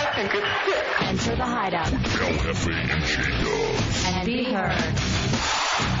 Enter the hideout and be heard.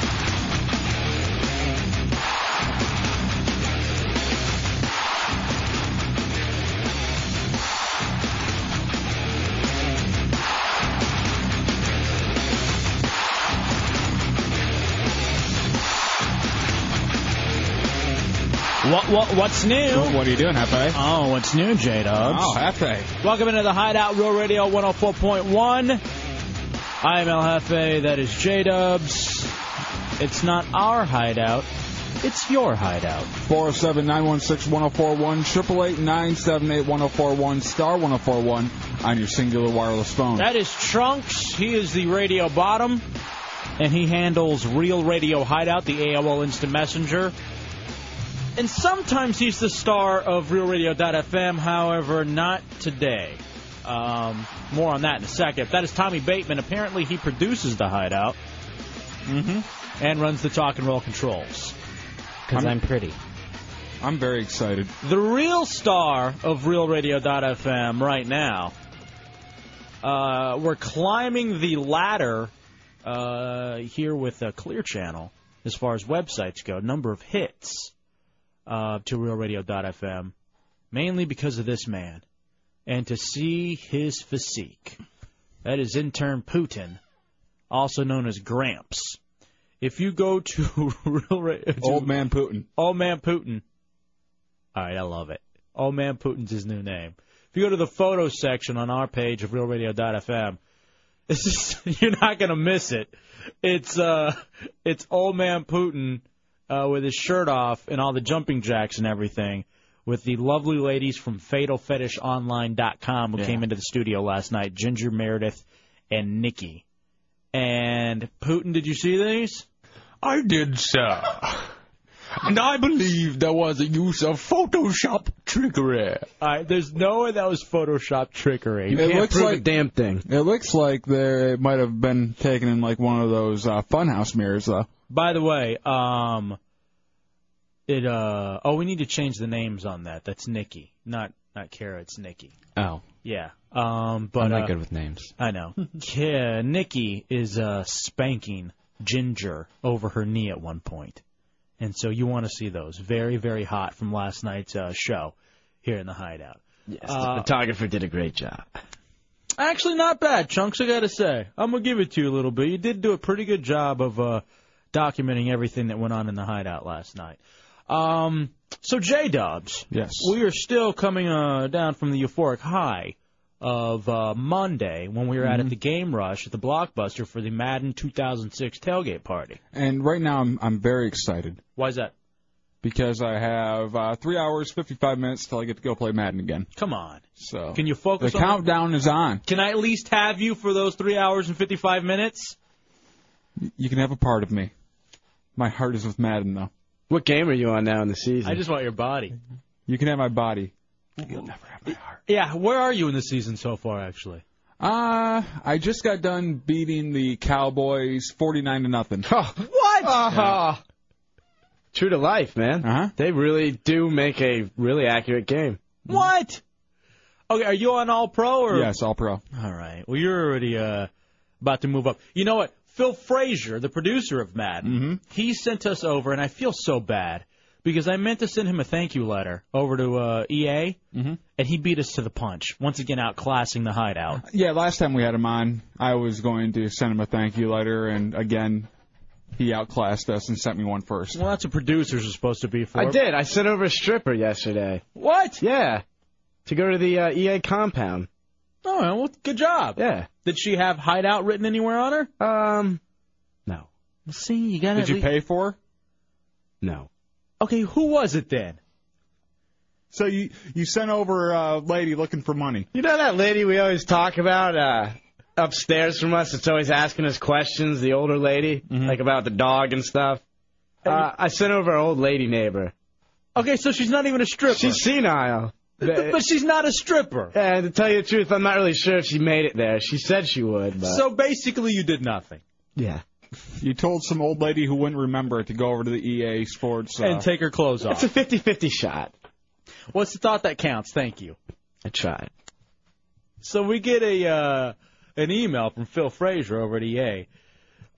What, what what's new? What are you doing, Hefe? Oh, what's new, J Dubs? Oh, Hefe. Welcome into the Hideout Real Radio 104.1. I am El Hefe. That is J Dubs. It's not our hideout. It's your hideout. 407 916 1041, 888 978 1041, star 1041 on your singular wireless phone. That is Trunks. He is the radio bottom, and he handles Real Radio Hideout, the AOL Instant Messenger. And sometimes he's the star of RealRadio.fm, however, not today. Um, more on that in a second. That is Tommy Bateman. Apparently, he produces the Hideout mm-hmm. and runs the talk and roll controls. Because I'm, pretty. I'm very excited. The real star of RealRadio.fm right now. Uh, we're climbing the ladder uh, here with uh, Clear Channel as far as websites go. Number of hits uh, to RealRadio.fm, mainly because of this man, and to see his physique. That is intern Putin, also known as Gramps. If you go to Real Ra- to Old Man Putin. Old Man Putin. All right, I love it. Old Man Putin's his new name. If you go to the photo section on our page of RealRadio.fm, this is you're not gonna miss it. It's uh, it's Old Man Putin uh, with his shirt off and all the jumping jacks and everything with the lovely ladies from FatalFetishOnline.com who came into the studio last night, Ginger Meredith and Nikki. And Putin, did you see these? I did, sir. And I believe there was a use of Photoshop trickery. All right, there's no way that was Photoshop trickery. It looks like- damn thing. It looks like there it might have been taken in like one of those uh, funhouse mirrors, though. By the way, um, it uh oh, we need to change the names on that. That's Nikki, not not Kara. It's Nikki. Oh, Yeah. Um, but I'm not uh, good with names. I know. yeah, Nikki is uh spanking Ginger over her knee at one point, and so you want to see those very very hot from last night's uh, show here in the hideout. Yes, uh, photographer did a great job. Actually, not bad, Chunks. I gotta say, I'm gonna give it to you a little bit. You did do a pretty good job of uh, documenting everything that went on in the hideout last night. Um, so J Dubs, Yes. we are still coming uh, down from the euphoric high of uh, Monday when we were Mm-hmm. out at the Game Rush at the Blockbuster for the Madden 2006 tailgate party. And right now I'm I'm very excited Why is that? because I have uh, three hours fifty five minutes till I get to go play Madden again. Come on, So can you focus? the on countdown is on. Can I at least have you for those three hours and 55 minutes? You can have a part of me. My heart is with Madden though. What game are you on now in the season? I just want your body. You can have my body. Yeah, where are you in the season so far, actually? Uh, I just got done beating the Cowboys 49 to nothing. What? Oh, Uh-huh. True to life, man. Uh-huh. They really do make a really accurate game. What? Okay, are you on All Pro or? Yes, all pro. All right. Well, you're already uh, about to move up. You know what? Phil Frazier, the producer of Madden, he sent us over, and I feel so bad because I meant to send him a thank you letter over to uh, EA, and he beat us to the punch once again, outclassing the hideout. Yeah, last time we had him on, I was going to send him a thank you letter, and again, he outclassed us and sent me one first. Well, that's what producers are supposed to be for. I did. I sent over a stripper yesterday. What? Yeah. To go to the uh, EA compound. All right. Well, good job. Yeah. Did she have hideout written anywhere on her? Um, no. See, you got Did you pay for? No. Okay, who was it then? So you you sent over a lady looking for money. You know that lady we always talk about uh, upstairs from us that's always asking us questions, the older lady, Mm-hmm. like about the dog and stuff? Uh, I sent over our old lady neighbor. Okay, so she's not even a stripper. She's senile. But, but she's not a stripper. And to tell you the truth, I'm not really sure if she made it there. She said she would, but So basically, you did nothing. yeah. You told some old lady who wouldn't remember it to go over to the EA Sports. Uh, And take her clothes It's a off. 50-50 shot. What's the thought that counts? Thank you. I tried. So we get a uh, an email from Phil Fraser over at E EA.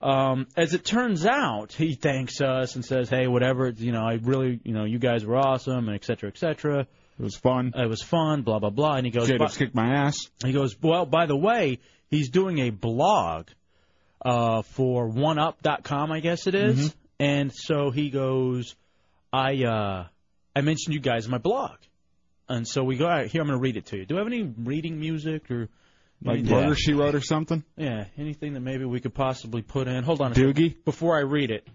Um, as it turns out, he thanks us and says, "Hey, whatever, you know, I really, you know, you guys were awesome, and et cetera, et cetera. it was fun. It was fun, blah blah blah." And he goes, Jacobs "But- kicked my ass. He goes, well, by the way, he's doing a blog uh, for OneUp.com, I guess it Mm-hmm. is. And so he goes, I uh, I mentioned you guys in my blog, and so we go all right, here. I'm going to read it to you. Do we have any reading music or Like anything- Murder She Wrote or something. yeah, anything that maybe we could possibly put in? Hold on, a second. Doogie. before I read it,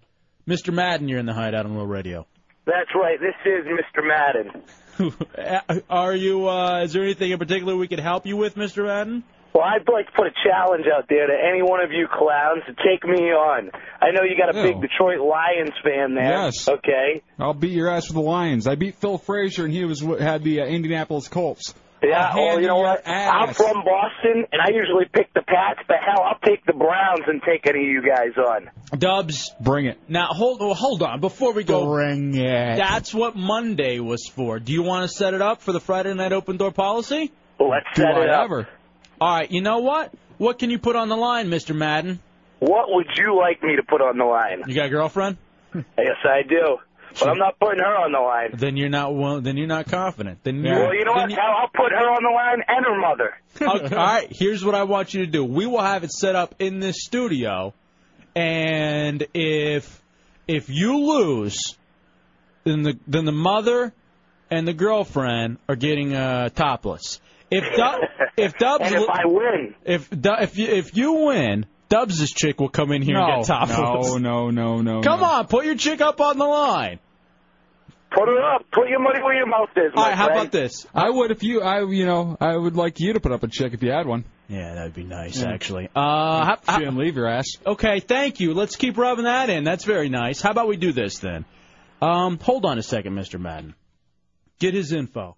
Mr. Madden, you're in the hideout on Real Radio. That's right. This is Mr. Madden. Are you? Uh, is there anything in particular we could help you with, Mr. Madden? Well, I'd like to put a challenge out there to any one of you clowns to take me on. I know you got a big Ew. Detroit Lions fan there. Yes. Okay. I'll beat your ass with the Lions. I beat Phil Frazier, and he was had the uh, Indianapolis Colts. Yeah, I'll well, hand you know your what? I'm ass. from Boston, and I usually pick the Pats, but hell, I'll take the Browns and take any of you guys on. Dubs. Bring it. Now hold well, hold on before we go. Bring it. That's what Monday was for. Do you want to set it up for the Friday night open door policy? Let's Do set I it up. ever? All right, you know what? What can you put on the line, Mr. Madden? What would you like me to put on the line? You got a girlfriend? Yes, I do. But I'm not putting her on the line. Then you're not well, then you're not confident. Then you're, Well, you know what? then Hell, I'll put her on the line and her mother. Okay, all right, here's what I want you to do. We will have it set up in this studio, and if if you lose, then the then the mother and the girlfriend are getting uh, topless. If Dub, if Dubs And if lo- I win, If Du- if you, if you win, Dubs' chick will come in here No, and get topless. no, no, no, no. Come no. on, put your chick up on the line. put her up. Put your money where your mouth is. All my right, how friend. about this? I would if you. I you know. I would like you to put up a check if you had one. Yeah, that'd be nice, actually. Uh, how- how- Jim, leave your ass. okay, thank you. Let's keep rubbing that in. That's very nice. How about we do this then? Um, hold on a second, Mr. Madden. Get his info,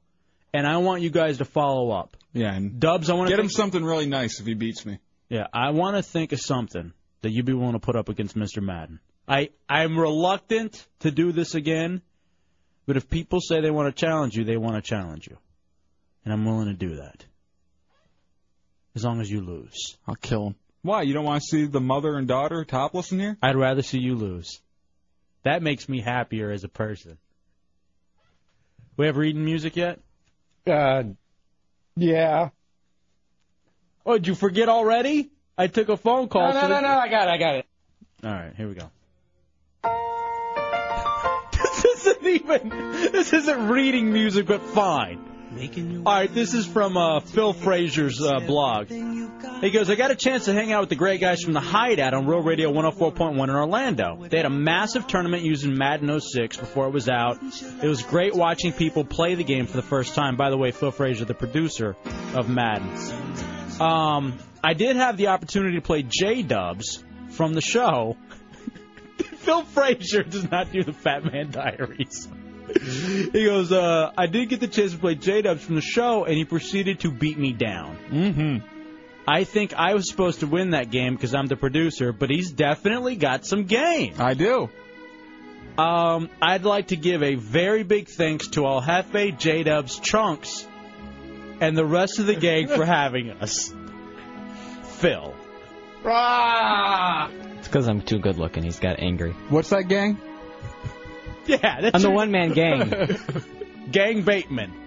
and I want you guys to follow up. Yeah, and Dubs, I want to get him think, something really nice if he beats me. yeah, I want to think of something that you'd be willing to put up against Mr. Madden. I I'm reluctant to do this again, but if people say they want to challenge you, they want to challenge you, and I'm willing to do that. As long as you lose, I'll kill him. Why? You don't want to see the mother and daughter topless in here? I'd rather see you lose. That makes me happier as a person. We have reading music yet? Uh, yeah. Oh, did you forget already? I took a phone call. No, no, so no, that- no, I got it, I got it. All right, here we go. this isn't even. This isn't reading music, but fine. All right, this is from uh, Phil Frazier's uh, blog. He goes, I got a chance to hang out with the great guys from the Hideout on Real Radio 104.1 in Orlando. They had a massive tournament using Madden 06 before it was out. It was great watching people play the game for the first time. By the way, Phil Frazier, the producer of Madden. Um, I did have the opportunity to play J Dubs from the show. Phil Frazier does not do the Fat Man Diaries. He goes, uh, I did get the chance to play J Dubs from the show, and he proceeded to beat me down. Mm-hmm. I think I was supposed to win that game because I'm the producer, but he's definitely got some game. I do. Um, I'd like to give a very big thanks to Al Jefe, J Dubs, Chunks, and the rest of the gang for having us. Phil. It's because I'm too good looking. He's got angry. What's that gang? Yeah, that's I'm the your- one man gang. He's Gang Bateman. mad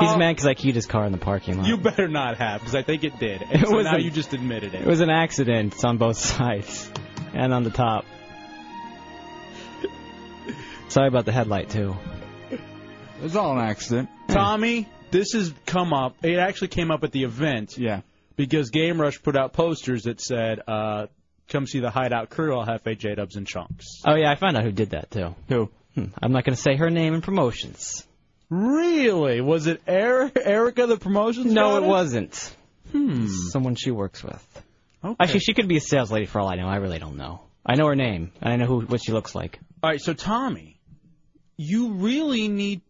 'cause mad because I keyed his car in the parking lot. You better not have, because I think it did. And It so was now a- you just admitted it. It was an accident. It's on both sides and on the top. Sorry about the headlight too. It was all an accident. Tommy, this has come up. It actually came up at the event Yeah. because Game Rush put out posters that said, uh, "Come see the Hideout crew. I'll have J Dubs and Chunks." Oh yeah, I found out who did that too. Who? Hmm, I'm not gonna say her name in promotions. Really? Was it Eric, Erica the promotions? No, it goddess? wasn't. Hmm. Someone she works with. Okay. Actually, she could be a sales lady for all I know. I really don't know. I know her name, and I know who what she looks like. All right, so Tommy, you really need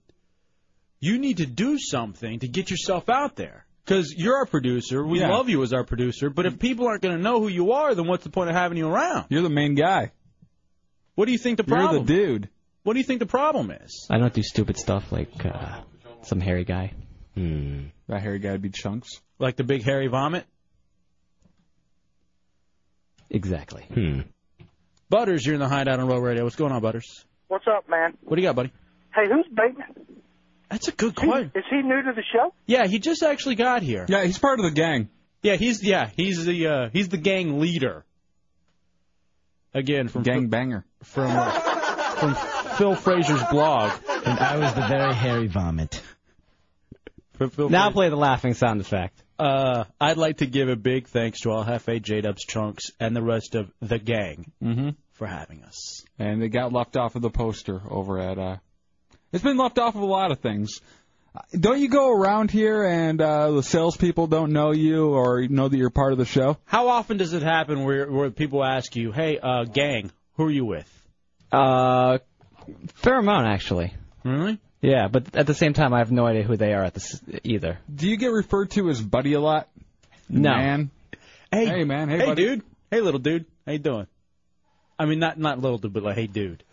you need to do something to get yourself out there because you're our producer. We Yeah. love you as our producer, but if people aren't going to know who you are, then what's the point of having you around? You're the main guy. What do you think the You're the problem? dude. What do you think the problem is? I don't do stupid stuff like uh, some hairy guy. Hmm. That hairy guy be chunks. Like the big hairy vomit? Exactly. Hmm. Butters, you're in the hideout on Roll Radio. What's going on, Butters? What's up, man? What do you got, buddy? Hey, who's Bateman? That's a good question. Is he new to the show? Yeah, he just actually got here. Yeah, he's part of the gang. Yeah, he's yeah, he's the uh, he's the gang leader. Again, from gang banger from uh, from Phil Fraser's blog. And I was the very hairy vomit. Now play the laughing sound effect. Uh, I'd like to give a big thanks to all Hefe, J Dubs, Chunks, and the rest of the gang Mhm. for having us. and it got left off of the poster over at. uh It's been left off of a lot of things. Uh, Don't you go around here and uh the salespeople don't know you or know that you're part of the show? How often does it happen where where people ask you, "Hey, uh, gang, who are you with?" Uh, fair amount actually. Really? Yeah, but at the same time, I have no idea who they are at this either. Do you get referred to as buddy a lot? No. Man. Hey, Hey, man. Hey, hey, buddy. dude. Hey, little dude. How you doing? I mean, not not little dude, but like, hey, dude.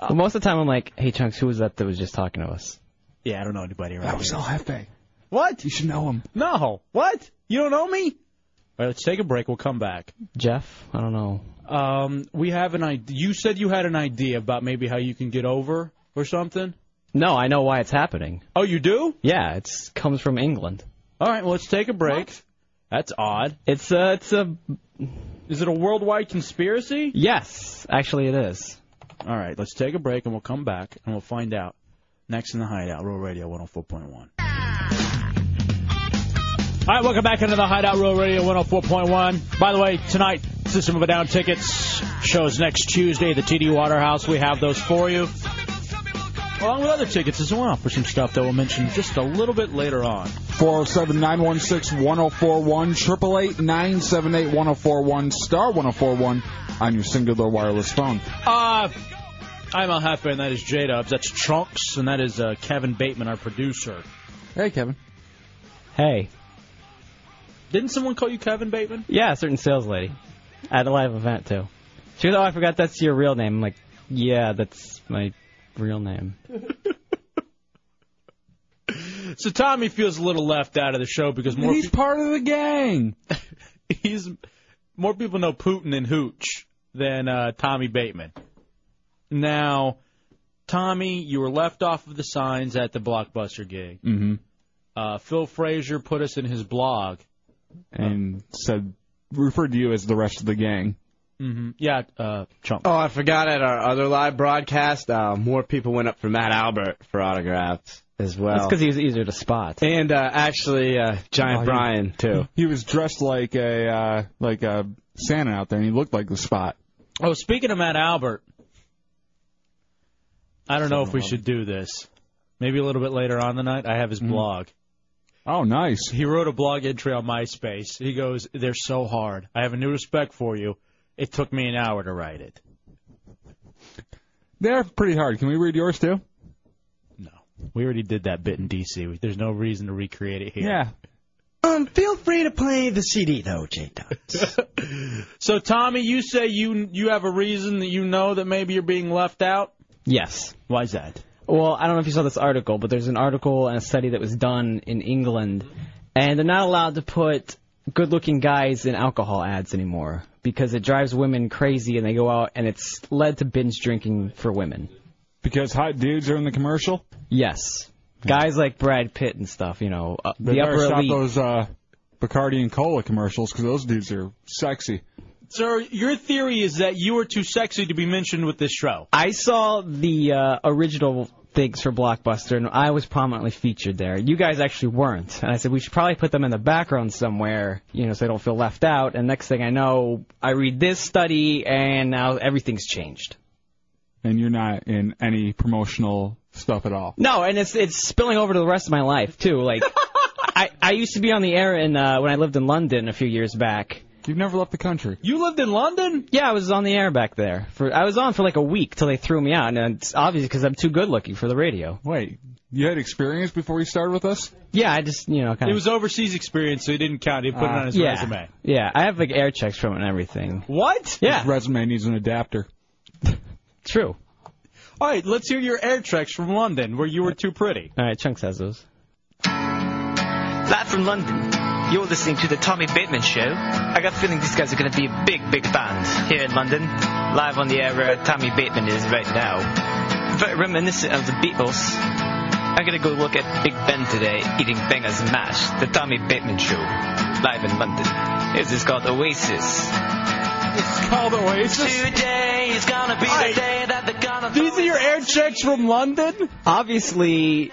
But most of the time, I'm like, "Hey, chunks, who was that that was just talking to us?" Yeah, I don't know anybody around That was here. all Hefe. What? You should know him. No. What? You don't know me? All right, let's take a break. We'll come back. Jeff, I don't know. Um, we have an idea. You said you had an idea about maybe how you can get over or something. No, I know why it's happening. Oh, you do? Yeah, it's comes from England. All right, well, let's take a break. That's odd. It's a, it's a. Is it a worldwide conspiracy? Yes, actually, it is. All right, let's take a break and we'll come back and we'll find out. Next in the Hideout, Real Radio 104.1. All right, welcome back into the Hideout Row Radio 104.1. By the way, tonight, System of a Down tickets shows next Tuesday, the TD Waterhouse. We have those for you, along with other tickets as well for some stuff that we'll mention just a little bit later on. 407 916 1041, 888 978 1041, star 1041 on your singular wireless phone. Uh, I'm Al Hefe, and that is J Dubs. That's Trunks, and that is uh, Kevin Bateman, our producer. Hey, Kevin. Hey. Didn't someone call you Kevin Bateman? Yeah, a certain sales lady at a live event too. She goes, "Oh, I forgot that's your real name." I'm like, "Yeah, that's my real name." So Tommy feels a little left out of the show because more He's part of the gang. he's more people know Putin and Hooch than uh, Tommy Bateman. Now, Tommy, you were left off of the signs at the Blockbuster gig. Mm-hmm. Uh, Phil Fraser put us in his blog. And said, referred to you as the rest of the gang. Mm-hmm. Yeah, uh, Chunk. Oh, I forgot at our other live broadcast, uh, more people went up for Matt Albert for autographs as well. That's because he was easier to spot. And uh, actually, uh, Giant Oh, you- Brian too. He was dressed like a uh, like a Santa out there, and he looked like the spot. Oh, speaking of Matt Albert, I don't know if we should do this. Maybe a little bit later on tonight. I have his blog. Mm-hmm. Oh, nice. He wrote a blog entry on MySpace. He goes, "They're so hard. I have a new respect for you. It took me an hour to write it." They're pretty hard. Can we read yours too? We already did that bit in DC. There's no reason to recreate it here. Yeah. Um, feel free to play the CD though, J Dub. So Tommy, you say you you have a reason that you know that maybe you're being left out. Yes. Why is that? Well, I don't know if you saw this article, but there's an article and a study that was done in England, and they're not allowed to put good-looking guys in alcohol ads anymore because it drives women crazy, and they go out, and it's led to binge drinking for women. Because hot dudes are in the commercial. Hmm. Yes. Guys like Brad Pitt and stuff, you know, uh, They the better upper stop elite. those uh, Bacardi and cola commercials because those dudes are sexy. Sir, your theory is that you are too sexy to be mentioned with this show. I saw the uh, original things for Blockbuster, and I was prominently featured there. You guys actually weren't, and I said we should probably put them in the background somewhere, you know, so they don't feel left out. And next thing I know, I read this study, and now everything's changed. And you're not in any promotional stuff at all. No, and it's it's spilling over to the rest of my life too. Like, I I used to be on the air in uh, when I lived in London a few years back. You've never left the country. You lived in London? Yeah, I was on the air back there. For I was on for like a week till they threw me out, and it's obvious because I'm too good looking for the radio. Wait, you had experience before you started with us? Yeah, I just you know kind It of. was overseas experience, so he didn't count. He put it on his Uh, yeah, resume. Yeah, I have like air checks from it and everything. What? Yeah. His resume needs an adapter. True. All right, let's hear your air tracks from London, where you were too pretty. All right, Chunks has those. Live from London, you're listening to the Tommy Bateman Show. I got a feeling these guys are going to be a big, big band here in London. Live on the air where Tommy Bateman is right now. Very reminiscent of the Beatles. I'm going to go look at Big Ben today eating bangers and mash. The Tommy Bateman Show. Live in London. This is called Oasis. It's called Oasis? Today is going to be the day that the gonna... These are your air checks from London? Obviously,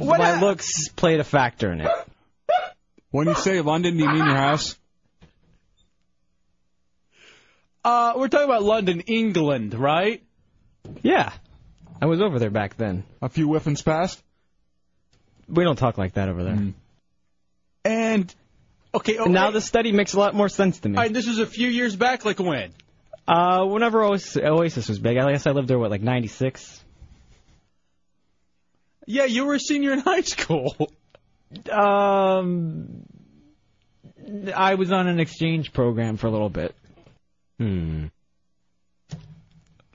my looks played a factor in it. When you say London, do you mean your house? Uh, we're talking about London, England, right? Mm-hmm. Yeah. I was over there back then. A few whiffins past? Hmm. We don't talk like that over there. And okay, now the study makes a lot more sense to me. All right, this was a few years back, like when? Uh, whenever Oasis, Oasis was big, I guess I lived there what like '96. Yeah, you were a senior in high school. Um, I was on an exchange program for a little bit. Hmm.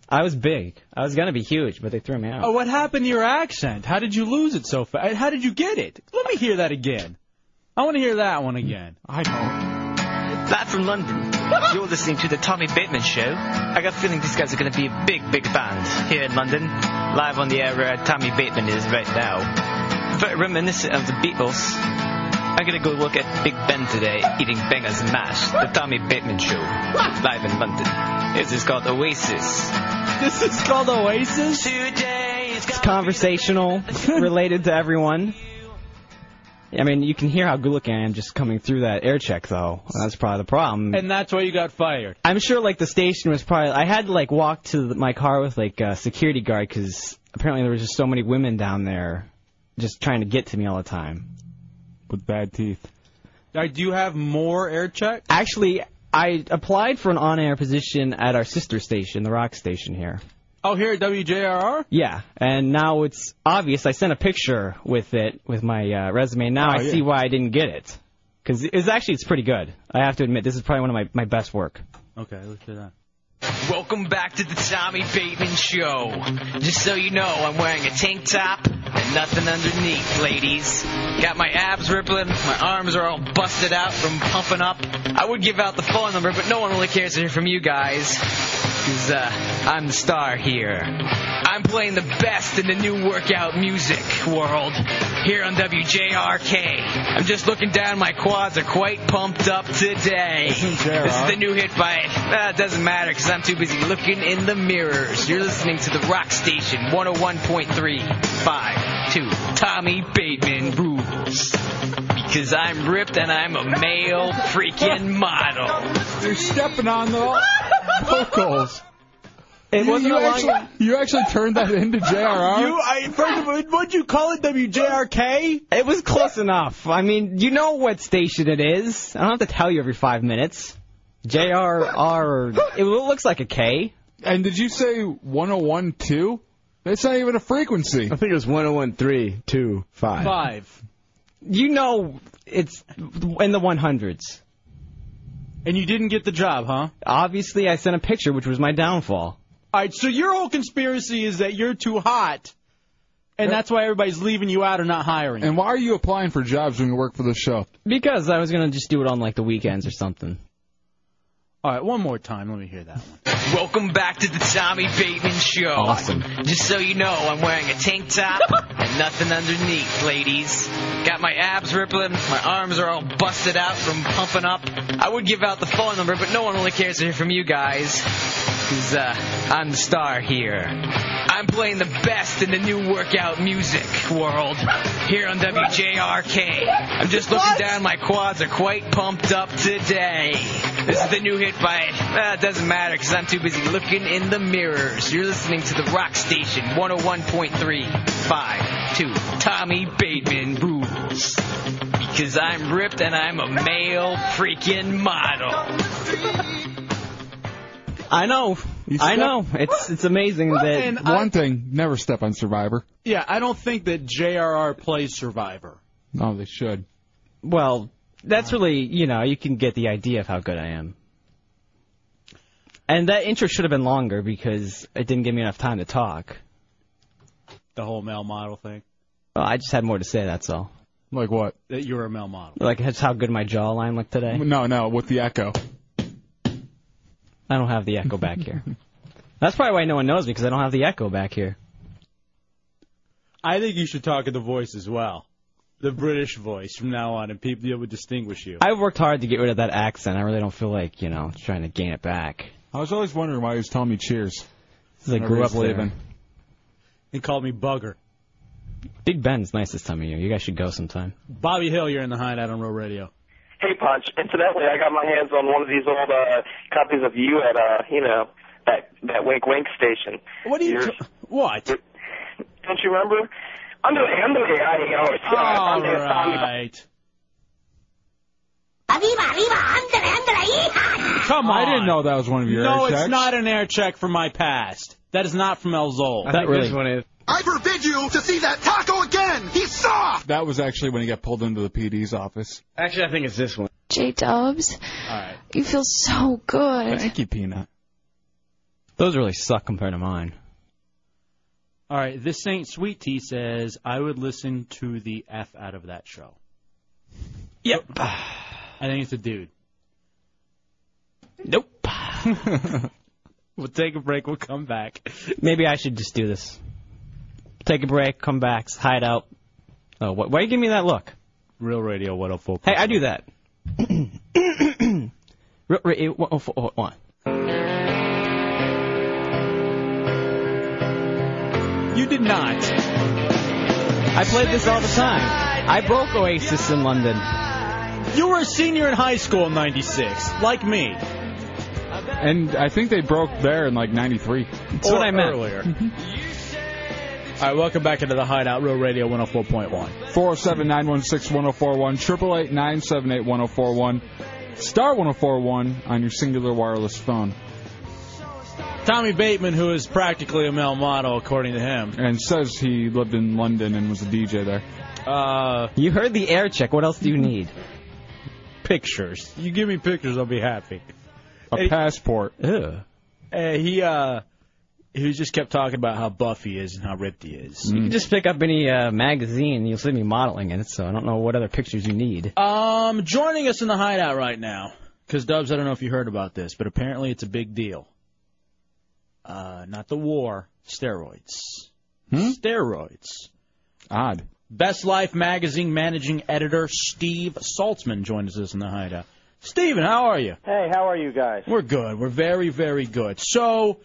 I was big. I was gonna be huge, but they threw me out. Oh, what happened to your accent? How did you lose it so fast? How did you get it? Let me hear that again. I want to hear that one again. I don't. Live from London, you're listening to the Tommy Bateman Show. I got a feeling these guys are going to be a big, big band here in London. Live on the air where Tommy Bateman is right now. Very reminiscent of the Beatles. I'm going to go look at Big Ben today eating bangers and mash. The Tommy Bateman Show. Live in London. This is called Oasis. This is called Oasis? It's conversational, related to everyone. I mean, you can hear how good-looking I am just coming through that air check, though. That's probably the problem. And that's why you got fired. I'm sure like the station was probably. I had to like walk to the, my car with like a security guard because apparently there was just so many women down there, just trying to get to me all the time. With bad teeth. All right, do you have more air check? Actually, I applied for an on-air position at our sister station, the rock station here. Oh, here at WJRR? Yeah, and now it's obvious. I sent a picture with it with my uh, resume. Now Oh, I yeah. see why I didn't get it. Because it's actually it's pretty good. I have to admit, this is probably one of my, my best work. Okay, let's do that. Welcome back to the Tommy Bateman Show. Just so you know, I'm wearing a tank top and nothing underneath, ladies. Got my abs rippling, my arms are all busted out from pumping up. I would give out the phone number, but no one really cares to hear from you guys. Because uh, I'm the star here. I'm playing the best in the new workout music world here on WJRK. I'm just looking down, my quads are quite pumped up today. This is the new hit by, uh, it doesn't matter because I'm too busy looking in the mirrors. You're listening to the Rock Station 101.352. Tommy Bateman rules. Because I'm ripped and I'm a male freaking model. You're stepping on the vocals. It you, wasn't a you long- actually, you actually turned that into JRR. You, I, first of all, what'd you call it, WJRK? It was close enough. I mean, you know what station it is. I don't have to tell you every five minutes. JRR. It looks like a K. And did you say 1012? That's not even a frequency. I think it was 101.325. Five. You know it's in the 100s. And you didn't get the job, huh? Obviously, I sent a picture, which was my downfall. All right, so your whole conspiracy is that you're too hot, and that's why everybody's leaving you out or not hiring. you. And why are you applying for jobs when you work for the show? Because I was going to just do it on like the weekends or something. All right, one more time. Let me hear that one. Welcome back to the Tommy Bateman Show. Awesome. Just so you know, I'm wearing a tank top and nothing underneath, ladies. Got my abs rippling, my arms are all busted out from pumping up. I would give out the phone number, but no one really cares to hear from you guys. Because uh, I'm the star here. I'm playing the best in the new workout music world here on WJRK. I'm just looking down, my quads are quite pumped up today. This is the new hit by uh, it doesn't matter because I'm too busy looking in the mirrors. You're listening to the Rock Station 101.352. Tommy Bateman rules because I'm ripped and I'm a male freaking model. I know. I know. It's it's amazing And that I- One thing, never step on Survivor. Yeah, I don't think that JRR plays Survivor. No, they should. Well, that's really you know you can get the idea of how good I am. And that intro should have been longer because it didn't give me enough time to talk. The whole male model thing. Well, I just had more to say. That's all. Like what? That you're a male model. Like that's how good my jawline looked today. No, no, with the echo. I don't have the echo back here. That's probably why no one knows me because I don't have the echo back here. I think you should talk in the voice as well. The British voice from now on, and people will distinguish you. I've worked hard to get rid of that accent. I really don't feel like you know trying to gain it back. I was always wondering why he was telling me cheers. Because I Whenever he grew up was leaving. They called me Bugger. Big Ben's nice this time of year. You guys should go sometime. Bobby Hill, you're in the hideout on Row Radio. Hey, Punch. Incidentally, I got my hands on one of these old uh, copies of you at, uh, you know, that that Wink Wink station. What do you? Years- what? Don't you remember? I'm doing. I'm doing. I you know. it's- I'm doing Tommy. right. Come on. I didn't know that was one of your no, air it's checks. not an air check from my past. That is not from El Zol. I That think this really- one is. I forbid you to see that taco again! He's soft! That was actually when he got pulled into the PD's office. Actually, I think it's this one. J Dubs, right. you feel so good. Thank you, Peanut. Those really suck compared to mine. All right, this Saint Sweet Tea says I would listen to the f out of that show. Yep. I think it's a dude. Nope. we'll take a break. We'll come back. Maybe I should just do this. Take a break, come back, hide out. Oh, what, why you give me that look? Real Radio 104. Hey, I do that. Real Radio 104.1. You did not. I played this all the time. I broke Oasis in London. You were a senior in high school in '96, like me. And I think they broke there in like '93. That's what I meant. earlier. Mm-hmm. All right, welcome back into the Hideout, Real Radio 104.1. 407 916 1041, 888 978 1041, star 1041 on your singular wireless phone. Tommy Bateman, who is practically a male model, according to him. And says he lived in London and was a DJ there. Uh, you heard the air check. What else do you need? Pictures. You give me pictures, I'll be happy. A passport. Ew. Uh, he uh, he just kept talking about how buff he is and how ripped he is. You can just pick up any uh, magazine. You'll see me modeling in it, so I don't know what other pictures you need. Um, joining us in the hideout right now, because Dubs, I don't know if you heard about this, but apparently it's a big deal. Uh, not the war, steroids. Hmm? Steroids. Odd. Best Life magazine managing editor Steve Saltzman joins us in the hideout. Steven, how are you? Hey, how are you guys? We're good. We're very, very good. So,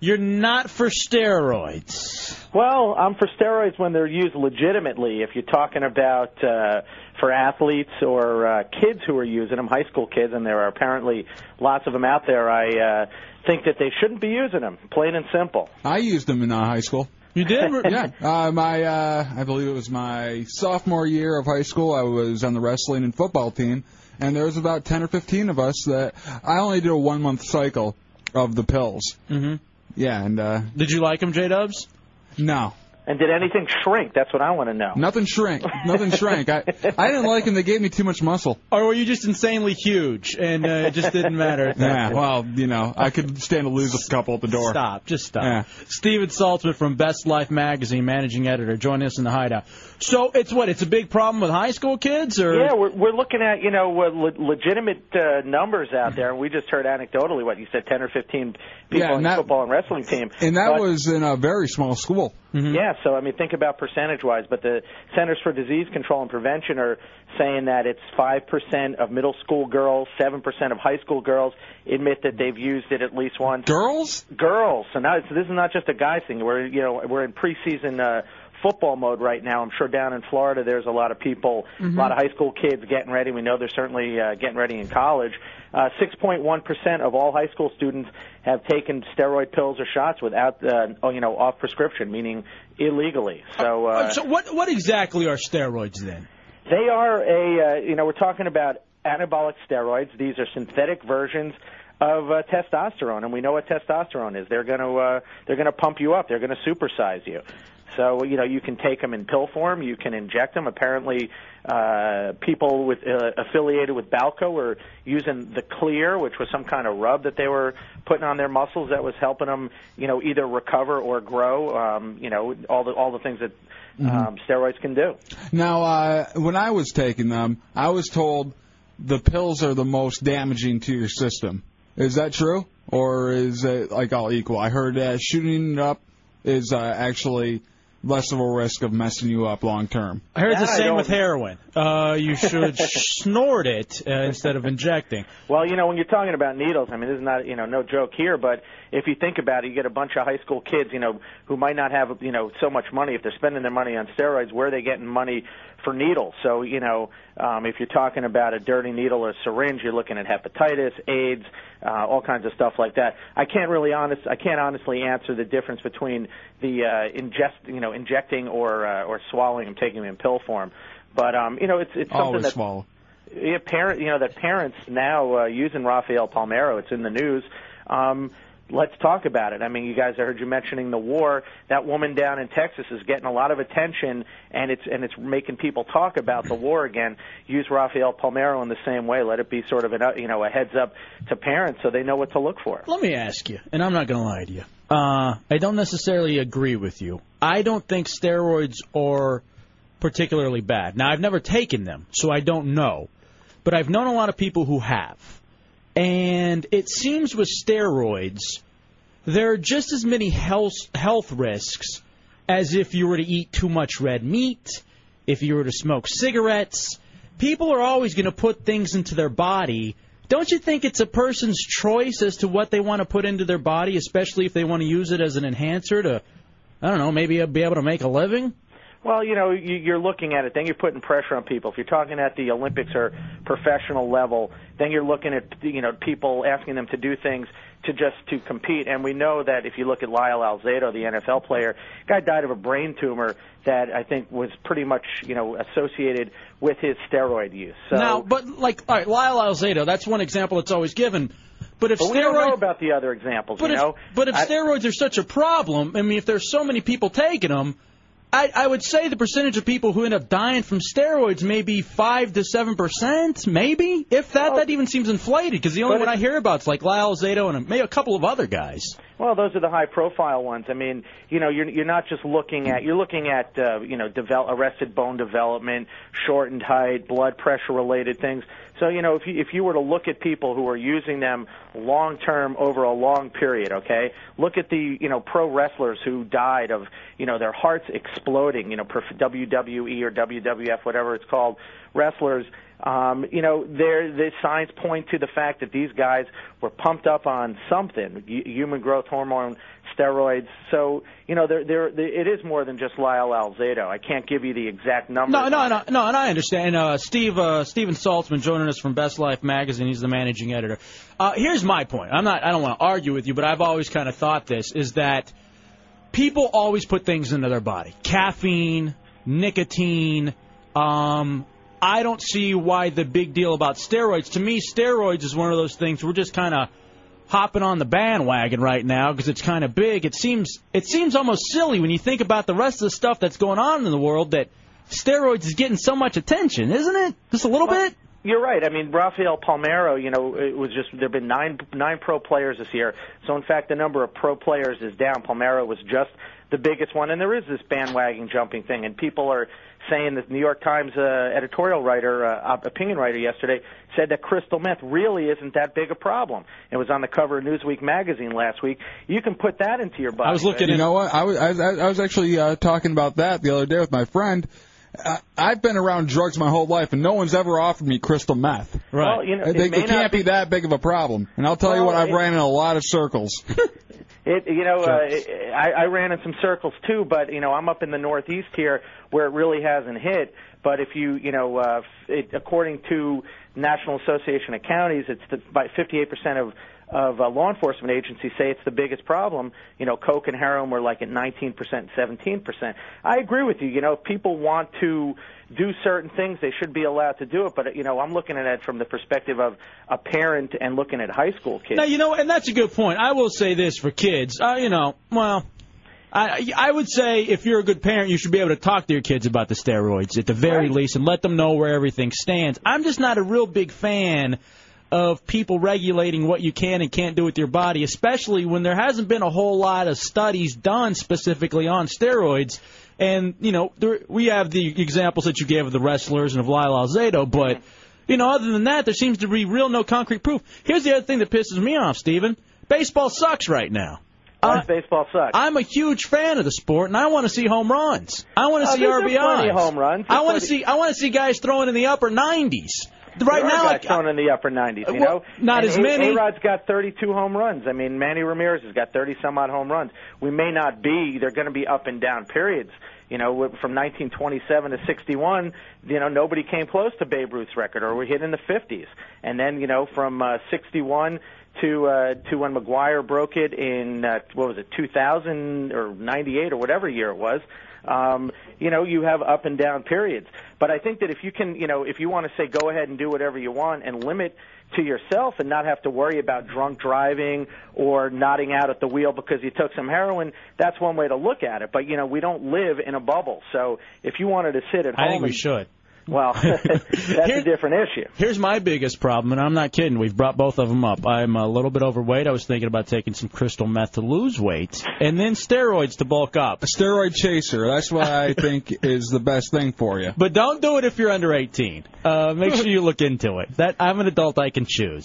you're not for steroids. Well, I'm for steroids when they're used legitimately. If you're talking about uh, for athletes or uh, kids who are using them, high school kids, and there are apparently lots of them out there, I uh, think that they shouldn't be using them. Plain and simple. I used them in uh, high school. You did? yeah. Uh, my, uh, I believe it was my sophomore year of high school. I was on the wrestling and football team, and there was about ten or fifteen of us that I only did a one month cycle of the pills. Mm-hmm. Yeah, and uh, Did you like him, J Dubs? no. And did anything shrink? That's what I want to know. Nothing shrank. Nothing shrank. I I didn't like them. They gave me too much muscle. Or were you just insanely huge and uh, it just didn't matter? At that Yeah. point? Well, you know, I could stand to lose a couple at the door. Stop. Just stop. Steven Saltzman from Best Life Magazine, managing editor, joining us in the hideout. So it's what? It's a big problem with high school kids, or Yeah, we're we're looking at you know uh, le- legitimate uh, numbers out there, and we just heard anecdotally what you said, ten or fifteen people Yeah, on and the that- football and wrestling team. And that But- was in a very small school. Yeah, so I mean, think about percentage-wise, but the Centers for Disease Control and Prevention are saying that it's five percent of middle school girls, seven percent of high school girls admit that they've used it at least once. Girls? Girls. So now it's, this is not just a guy thing. We're you know we're in preseason uh, football mode right now. I'm sure down in Florida there's a lot of people, Mhm. a lot of high school kids getting ready. We know they're certainly uh, getting ready in college. Uh, 6.1% of all high school students have taken steroid pills or shots without, uh, oh, you know, off prescription, meaning illegally. So, uh, So what what exactly are steroids then? they are a, uh, you know, we're talking about anabolic steroids. These are synthetic versions of uh, testosterone, and we know what testosterone is. They're going to uh, they're going to pump you up. They're going to supersize you. So you know you can take them in pill form. You can inject them. Apparently, uh, people with uh, affiliated with Balco were using the Clear, which was some kind of rub that they were putting on their muscles that was helping them, you know, either recover or grow. Um, you know, all the all the things that um, steroids can do. Now, uh, when I was taking them, I was told the pills are the most damaging to your system. Is that true, or is it like all equal? I heard uh, shooting it up is uh, actually less of a risk of messing you up long term. I heard it's the That I same don't- with heroin. Uh, you should snort it uh, instead of injecting. Well, you know, when you're talking about needles, I mean, this is not, you know, no joke here, but if you think about it, you get a bunch of high school kids, you know, who might not have, you know, so much money. If they're spending their money on steroids, where are they getting money for needles? So, you know, um, if you're talking about a dirty needle or syringe, you're looking at hepatitis, AIDS, uh, all kinds of stuff like that. I can't really honest, I can't honestly answer the difference between the uh, ingest, you know, injecting or uh, or swallowing and taking them in pill form. But um, you know, it's it's something Always that swallow. yeah, parent, you know, that parents now uh, using Rafael Palmero. It's in the news. Um, let's talk about it. I mean, you guys, I heard you mentioning the war. That woman down in Texas is getting a lot of attention, and it's and it's making people talk about the war again. Use Rafael Palmero in the same way. Let it be sort of an uh, you know a heads up to parents so they know what to look for. Let me ask you, and I'm not going to lie to you. Uh, I don't necessarily agree with you. I don't think steroids are particularly bad. Now, I've never taken them, so I don't know. But I've known a lot of people who have. And it seems with steroids, there are just as many health, health risks as if you were to eat too much red meat, if you were to smoke cigarettes. People are always going to put things into their body. Don't you think it's a person's choice as to what they want to put into their body, especially if they want to use it as an enhancer to, I don't know, maybe be able to make a living? Well, you know, you, you're looking at it. Then you're putting pressure on people. If you're talking at the Olympics or professional level, then you're looking at you know people asking them to do things to just to compete. And we know that if you look at Lyle Alzado, the NFL player, guy died of a brain tumor that I think was pretty much you know associated with his steroid use. So now, but like, all right, Lyle Alzado, that's one example that's always given. But if but we don't steroids know about the other examples, But you if, know. but if I- steroids are such a problem, I mean, if there's so many people taking them, I, I would say the percentage of people who end up dying from steroids may be five to seven percent, maybe. If that, that even seems inflated because the only But one I it- hear about is like Lyle Zato and a, maybe a couple of other guys. Well, those are the high-profile ones. I mean, you know, you're you're not just looking at you're looking at uh, you know develop, arrested bone development, shortened height, blood pressure-related things. So you know, if you if you were to look at people who are using them long-term over a long period, okay, look at the you know pro wrestlers who died of you know their hearts exploding, you know, perf- WWE or WWF, whatever it's called, wrestlers. Um, you know, there the signs point to the fact that these guys were pumped up on something, hu- human growth hormone, steroids. So, you know, there there it is more than just Lyle Alzado. I can't give you the exact number. No, no, no, no, and I understand. Uh, Steve uh, Steven Saltzman joining us from Best Life Magazine. He's the managing editor. Uh, here's my point. I'm not. I don't want to argue with you, but I've always kind of thought this is that people always put things into their body: caffeine, nicotine. Um, I don't see why the big deal about steroids. To me, steroids is one of those things we're just kind of hopping on the bandwagon right now because it's kind of big. It seems it seems almost silly when you think about the rest of the stuff that's going on in the world that steroids is getting so much attention, isn't it? Just a little bit. You're right. I mean, Rafael Palmero, you know, it was just there've been nine nine pro players this year. So in fact, the number of pro players is down. Palmero was just the biggest one, and there is this bandwagon jumping thing, and people are saying that New York Times uh, editorial writer, uh, op- opinion writer yesterday said that crystal meth really isn't that big a problem. It was on the cover of Newsweek magazine last week. You can put that into your body. You know what? I was I, was- I was actually uh, talking about that the other day with my friend. I, I've been around drugs my whole life, and no one's ever offered me crystal meth. Right. Well, you know, I think it may it, can't not be that big of a problem. And I'll tell you Well, what, I've it- ran in a lot of circles. It, you know, uh, I, I ran in some circles too, but you know, I'm up in the Northeast here where it really hasn't hit. But if you, you know, uh, f- it, according to National Association of Counties, it's the, by 58% of of uh, law enforcement agencies say it's the biggest problem. You know, coke and heroin were like at 19%, 17%. I agree with you. You know, if people want to do certain things, they should be allowed to do it. But uh, you know, I'm looking at it from the perspective of a parent and looking at high school kids. Now you know, and that's a good point. I will say this for kids, uh, you know, well, I I would say if you're a good parent, you should be able to talk to your kids about the steroids at the very least, and let them know where everything stands. I'm just not a real big fan of people regulating what you can and can't do with your body, especially when there hasn't been a whole lot of studies done specifically on steroids. And you know, there, we have the examples that you gave of the wrestlers and of Lyle Alzado, but. You know, other than that, there seems to be real no concrete proof. Here's the other thing that pisses me off, Steven. Baseball sucks right now. Why does baseball sucks. I'm a huge fan of the sport, and I want to see home runs. I want to Oh, see there's- RBIs. there's plenty of home runs. I want to There's see. I want to see guys throwing in the upper 90s. Right There now, are I- guys throwing in the upper 90s. You Uh, Well, know, not and as A- many. A-Rod's got 32 home runs. I mean, Manny Ramirez has got 30 some odd home runs. We may not be. They're going to be up and down periods. You know, with- from 1927 to 61, you know, nobody came close to Babe Ruth's record, or we hit in the 50s. And then, you know, from uh, 61 to uh, to when McGuire broke it in uh, what was it 2000 or 98 or whatever year it was. Um, you know, you have up and down periods. But I think that if you can, you know, if you want to say go ahead and do whatever you want and limit to yourself and not have to worry about drunk driving or nodding out at the wheel because you took some heroin, that's one way to look at it. But you know, we don't live in a bubble. So if you wanted to sit at I home, think we and- should. Well, that's a different issue. Here's my biggest problem, and I'm not kidding. We've brought both of them up. I'm a little bit overweight. I was thinking about taking some crystal meth to lose weight, and then steroids to bulk up. A steroid chaser. That's what I think is the best thing for you. But don't do it if you're under 18. Uh, make sure you look into it. That I'm an adult. I can choose.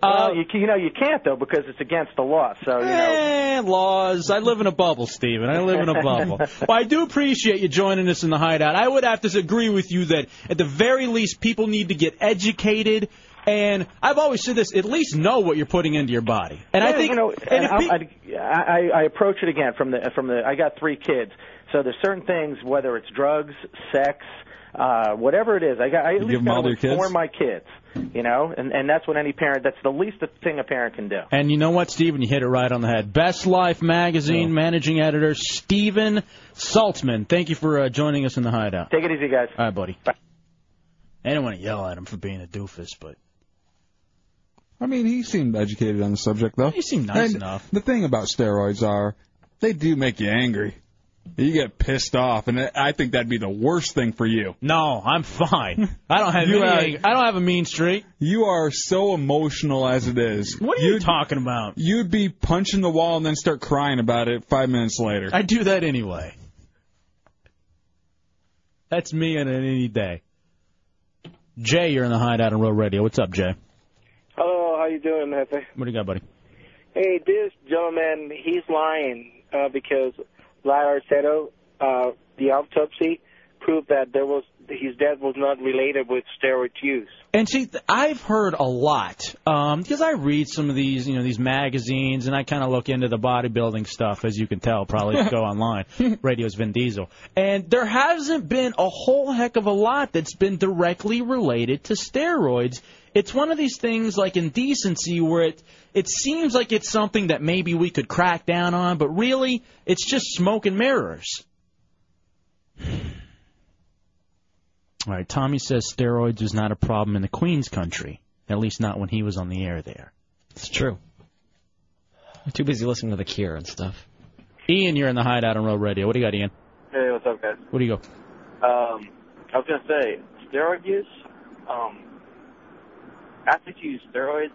Well, you, you know, you can't though because it's against the law. So you know. Eh, laws. I live in a bubble, Steven. I live in a bubble. well, I do appreciate you joining us in the hideout. I would have to agree with you that at the very least, people need to get educated. And I've always said this: at least know what you're putting into your body. And I Yeah, think you know, and if I, pe- I, I approach it again from the from the. I got three kids, so there's certain things whether it's drugs, sex, uh, whatever it is. I got I at You give least 'em all got to your kids? inform my kids, you know, and and that's what any parent. That's the least thing a parent can do. And you know what, Steven? You hit it right on the head. Best Life Magazine managing editor Steven Saltzman. Thank you for uh, joining us in the hideout. Take it easy, guys. All right, buddy. I don't want to yell at him for being a doofus, but I mean, he seemed educated on the subject, though. He seemed nice and enough. The thing about steroids are, they do make you angry. You get pissed off, and I think that'd be the worst thing for you. No, I'm fine. I don't have You any. are- ang- I don't have a mean streak. You are so emotional as it is. What are you talking about? You'd be punching the wall and then start crying about it five minutes later. I do that anyway. That's me on any day. Jay, you're in the hideout on Road Radio. What's up, Jay? Hello, how you doing, Hefe? What do you got, buddy? Hey, this gentleman, he's lying uh, because Larry Arceto, uh, the autopsy proved that there was his death was not related with steroid use. And see, th- I've heard a lot um, because I read some of these, you know, these magazines, and I kind of look into the bodybuilding stuff, as you can tell. Probably if you go online. Radio's Vin Diesel, and there hasn't been a whole heck of a lot that's been directly related to steroids. It's one of these things like indecency where it it seems like it's something that maybe we could crack down on, but really it's just smoke and mirrors. All right, Tommy says steroids was not a problem in the Queen's country, at least not when he was on the air there. It's true. I'm too busy listening to The Cure and stuff. Ian, you're in the hideout on Road Radio. What do you got, Ian? Hey, what's up, guys? What do you go? Um, I was gonna say steroid use. Um, athletes who use steroids.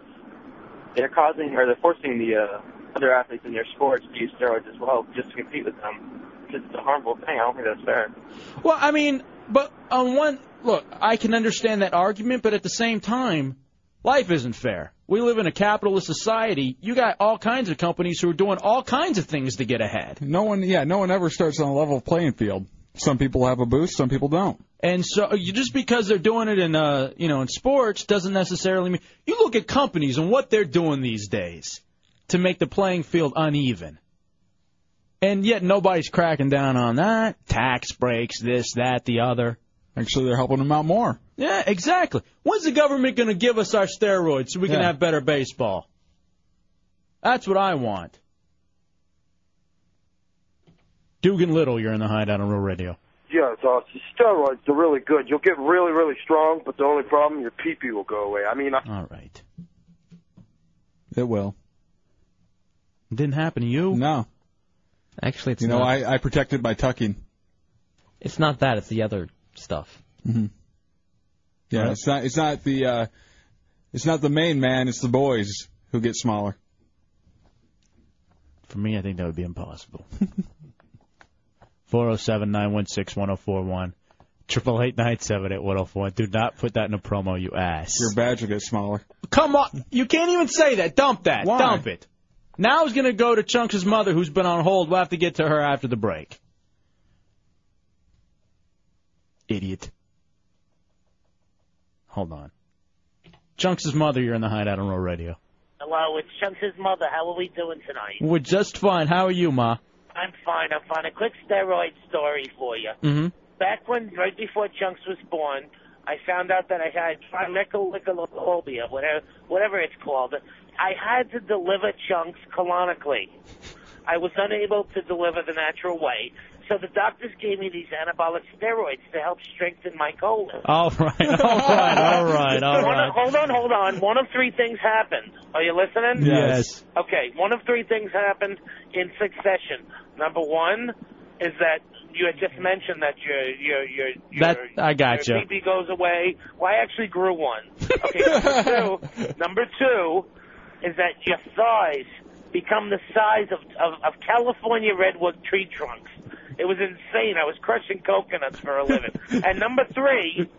They're causing or they're forcing the uh, other athletes in their sports to use steroids as well, just to compete with them. Because it's a harmful thing. I don't think that's fair. Well, I mean, but on one look, I can understand that argument, but at the same time, life isn't fair. We live in a capitalist society. You got all kinds of companies who are doing all kinds of things to get ahead. No one, yeah, no one ever starts on a level playing field. Some people have a boost, some people don't. And so, uh, you, just because they're doing it in, uh, you know, in sports doesn't necessarily mean. You look at companies and what they're doing these days to make the playing field uneven. And yet nobody's cracking down on that. Tax breaks, this, that, the other. Actually, they're helping them out more. Yeah, exactly. When's the government going to give us our steroids so we can Yeah. have better baseball? That's what I want. Dugan Little, you're in the hideout on Real Radio. Yeah, it's awesome. Steroids are really good. You'll get really, really strong, but the only problem, your pee pee will go away. I mean, I, All right. It will. Didn't happen to you? No. Actually, it's you know, not. I, I protected by tucking. It's not that. It's the other stuff. hmm Yeah, Right. it's not. It's not the. Uh, it's not the main man. It's the boys who get smaller. For me, I think that would be impossible. 407 916 1041. Triple eight nine seven eight one zero four. Do not put that in a promo, you ass. Your badge will get smaller. Come on, you can't even say that. Dump that. Why? Dump it. Now is going to go to Chunks' mother, who's been on hold. We'll have to get to her after the break. Idiot. Hold on. Chunks' mother, you're in the hideout on Roll Radio. Hello, it's Chunks' mother. How are we doing tonight? We're just fine. How are you, Ma? I'm fine. I'm fine. A quick steroid story for you. Mm-hmm. Back when, right before Chunks was born, I found out that I had trimethylicalobia, whatever, whatever it's called. I had to deliver Chunks colonically. I was unable to deliver the natural way, so the doctors gave me these anabolic steroids to help strengthen my colon. All right, all right, all right, all One right. of- hold on, hold on. One of three things happened. Are you listening? Yes. Okay, one of three things happened in succession. Number one is that you had just mentioned that your your your your, That I got your you. pee goes away. Well, I actually grew one. Okay, number two, number two is that your thighs become the size of, of of California redwood tree trunks. It was insane. I was crushing coconuts for a living. and number three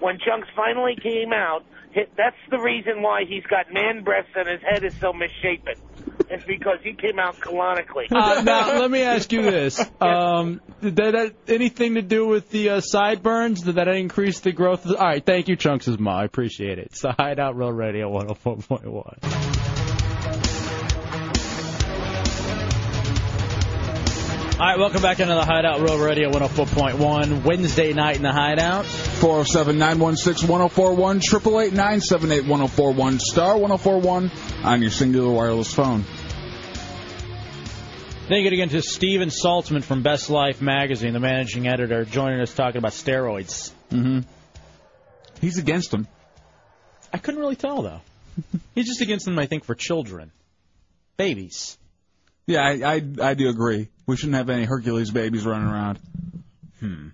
when Chunks finally came out, hi- that's the reason why he's got man breasts and his head is so misshapen. It's because he came out colonically. Uh, now let me ask you this: um, did that, that anything to do with the uh, sideburns? Did that increase the growth? All right, thank you, Chunks' ma. I appreciate it. It's the Hideout Road Radio 104.1. All right, welcome back into the Hideout Road Radio 104.1 Wednesday night in the Hideout. 407 916 1041 888 978 1041 star 1041 on your singular wireless phone. Thank you again to Steven Saltzman from Best Life Magazine, the managing editor, joining us talking about steroids. Mm-hmm. He's against them. I couldn't really tell though. He's just against them, I think, for children, babies. Yeah, I, I I do agree. We shouldn't have any Hercules babies running around. Hmm.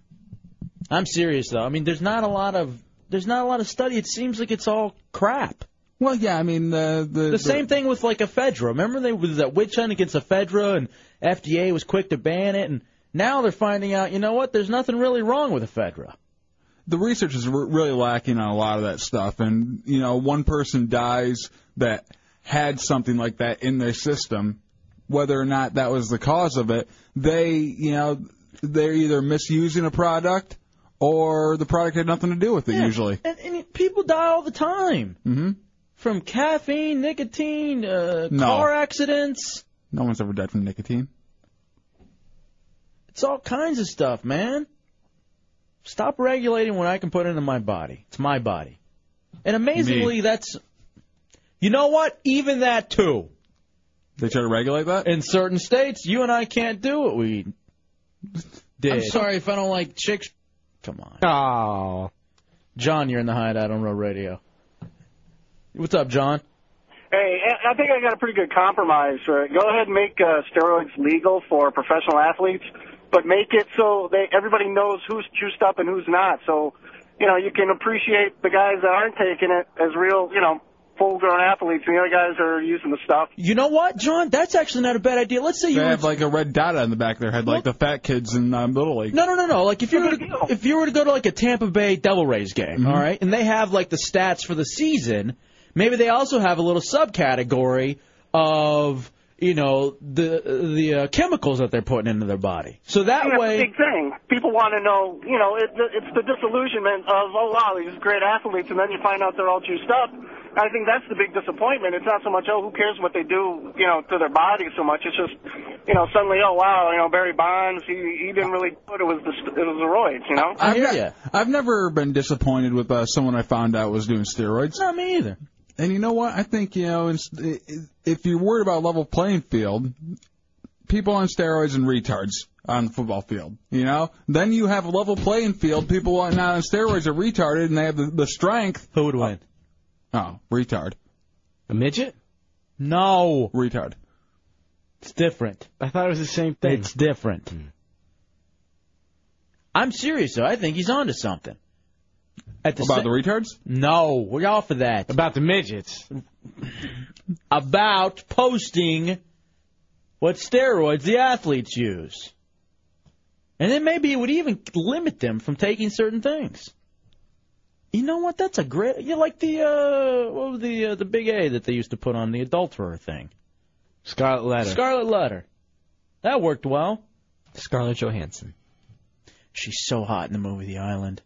I'm serious though. I mean, there's not a lot of there's not a lot of study. It seems like it's all crap. Well, yeah, I mean the the, The same thing with like ephedra. Remember they was that witch hunt against ephedra, and FDA was quick to ban it, and now they're finding out. You know what? There's nothing really wrong with ephedra. the research is re- really lacking on a lot of that stuff. And you know, one person dies that had something like that in their system, whether or not that was the cause of it. They, you know, they're either misusing a product or the product had nothing to do with it. Usually, And, and it- people die all the time hmm from caffeine, nicotine, uh, No. car accidents. no one's ever died from nicotine. It's all kinds of stuff, man. Stop regulating what I can put into my body. It's my body. And amazingly, that's. You know what? Even that, too. They try to regulate that? In certain states, you and I can't do what we did. I'm sorry if I don't like chicks. Come on. Oh. John, you're in the hideout on Road Radio. What's up, John? Hey, I- I think I got a pretty good compromise. For it. Go ahead and make uh, steroids legal for professional athletes, but make it so they everybody knows who's juiced up and who's not. So, you know, you can appreciate the guys that aren't taking it as real, you know, full-grown athletes, and the other guys are using the stuff. You know what, John? That's actually not a bad idea. Let's say They you were have like a red dot on the back of their head, like the fat kids in um, Little League. No, no, no, no. Like if you were to, if you were to go to like a Tampa Bay Devil Rays game, all right, and they have like the stats for the season, maybe they also have a little subcategory of you know the the uh, chemicals that they're putting into their body. So that That's way, the big thing. People want to know, you know, it, it's the disillusionment of, oh wow, these great athletes, and then you find out they're all juiced up. I think that's the big disappointment. It's not so much, oh, who cares what they do, you know, to their body so much. It's just, you know, suddenly, oh wow, you know, Barry Bonds, he he didn't really do it. It was the it was the roids, you know. I've, ne- I've never been disappointed with uh, someone I found out was doing steroids. Not me either. And you know what? I think you know, it's- i- i- if you're worried about level playing field, people on steroids and retards on the football field. You know, then you have a level playing field. People who are not on steroids are retarded, and they have the, the strength. Who would win? Oh, retard. A midget? No. Retard. It's different. I thought it was the same thing. It's different. Hmm. I'm serious though. I think he's onto something. About the retards? No, we're off of that. About the midgets. About posting what steroids the athletes use. And then maybe it would even limit them from taking certain things. You know what? That's a great. You like the uh, what was the uh, the big A that they used to put on the adulterer thing? Scarlet letter. Scarlet letter. That worked well. Scarlett Johansson. She's so hot in the movie The Island.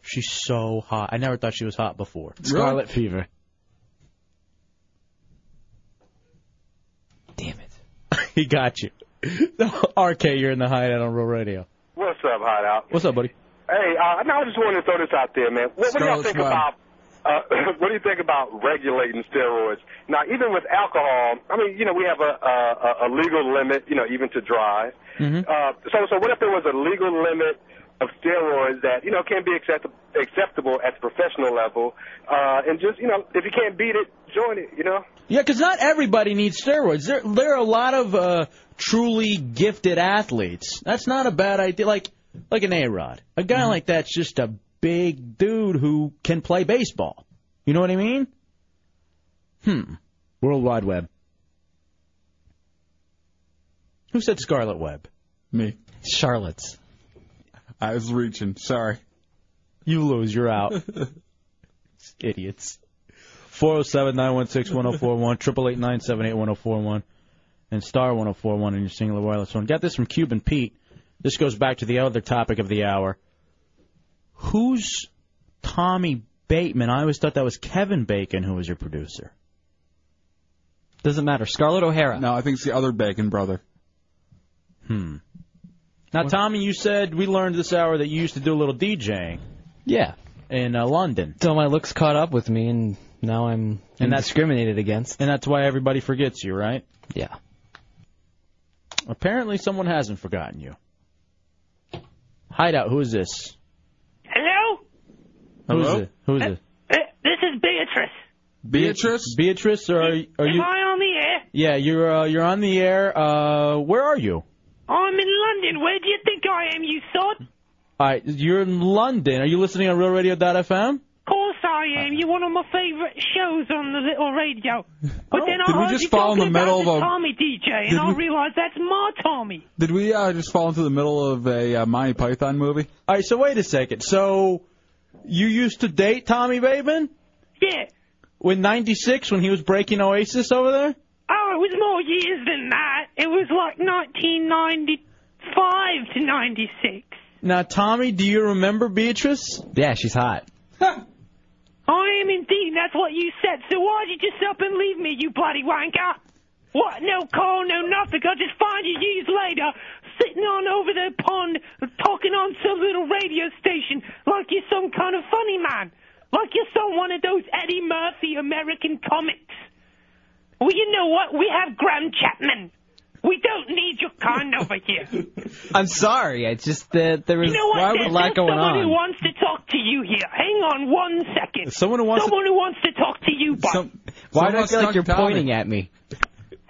She's so hot. I never thought she was hot before. Scarlet fever. he got you. RK, you're in the hideout on Real Radio. What's up, Hot Out? What's up, buddy? Hey, uh, no, I just wanted to throw this out there, man. What, what do y'all Scarlet think Swab. about? Uh, what do you think about regulating steroids? Now, even with alcohol, I mean, you know, we have a a, a legal limit, you know, even to drive. Mm-hmm. Uh, so, so what if there was a legal limit of steroids that you know can be accept- acceptable at the professional level, uh, and just you know, if you can't beat it, join it, you know. Yeah, 'cause not everybody needs steroids. There, there are a lot of uh, truly gifted athletes. That's not a bad idea. Like, like an A Rod, a guy like that's just a big dude who can play baseball. You know what I mean? Hmm. World Wide Web. Who said Scarlet Web? Me. Charlotte's. I was reaching. Sorry. You lose. You're out. Idiots. 407-916-1041, 888 oh and star 1041 in your singular wireless phone. Got this from Cuban Pete. This goes back to the other topic of the hour. Who's Tommy Bateman? I always thought that was Kevin Bacon who was your producer. Doesn't matter. Scarlett O'Hara. No, I think it's the other Bacon brother. Hmm. Now, Tommy, you said we learned this hour that you used to do a little DJing Yeah. in uh, London. So my looks caught up with me, and now I'm And that's- discriminated against. And that's why everybody forgets you, right? Yeah. Apparently, someone hasn't forgotten you. Hideout, who is this? Hello? Who's it? Who is it? Uh, This is Beatrice. Beatrice. Beatrice, or are, are Am you? I on the air? Yeah, you're uh, you're on the air. Uh, where are you? I'm in London. Where do you think I am, you sod? Of All right, you're in London. Are you listening on RealRadio.fm? course I am. You're one of my favorite shows on the little radio. But then I Oh, did we heard just you fall in talking the middle about of a- the Tommy DJ, Did and I we- realized that's my Tommy. Did we uh, just fall into the middle of a uh, Monty Python movie? All right, so wait a second. So you used to date Tommy Bateman? Yeah. When '96, when he was breaking Oasis over there? Oh, it was more years than that. It was like 1995 to 96. Now, Tommy, do you remember Beatrice? Yeah, she's hot. I am indeed. That's what you said. So why'd you just up and leave me, you bloody wanker? What? No call, no nothing. I just find you years later sitting on over the pond talking on some little radio station like you're some kind of funny man. Like you're some one of those Eddie Murphy American comics. Well, you know what? We have Graham Chapman. We don't need your kind over here. I'm sorry. I just that there was You know what? a There's lot still going someone on. who wants to talk to you here. Hang on one second. Someone who wants to- Someone who wants to talk to you, Bob. someone Why do I feel like snuck you're Tommy. pointing at me?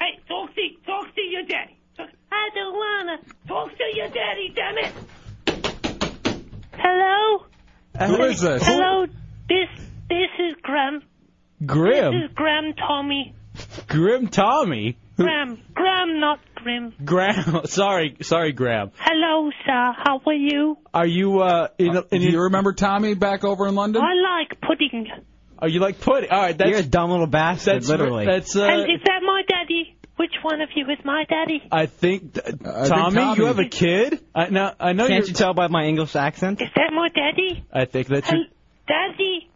Hey, talk to talk to your daddy. Talk- I don't wanna talk to your daddy. Damn it. Hello. Who is this? Hello. This this is Graham. This Grim. is Graham Tommy. Grim Tommy. Graham. Graham, not Grim. Graham. Sorry, sorry, Graham. Hello, sir. How are you? Are you uh in, in Do you remember Tommy back over in London? I like pudding. Are Oh, you like pudding? All right, that's You're a dumb little bastard, that's, literally. That's uh and is that my daddy? Which one of you is my daddy? I think th- Tommy, Tommy- you have a kid? I now I know Can't you're- you tell by my English accent? Is that my daddy? I think that's your Daddy,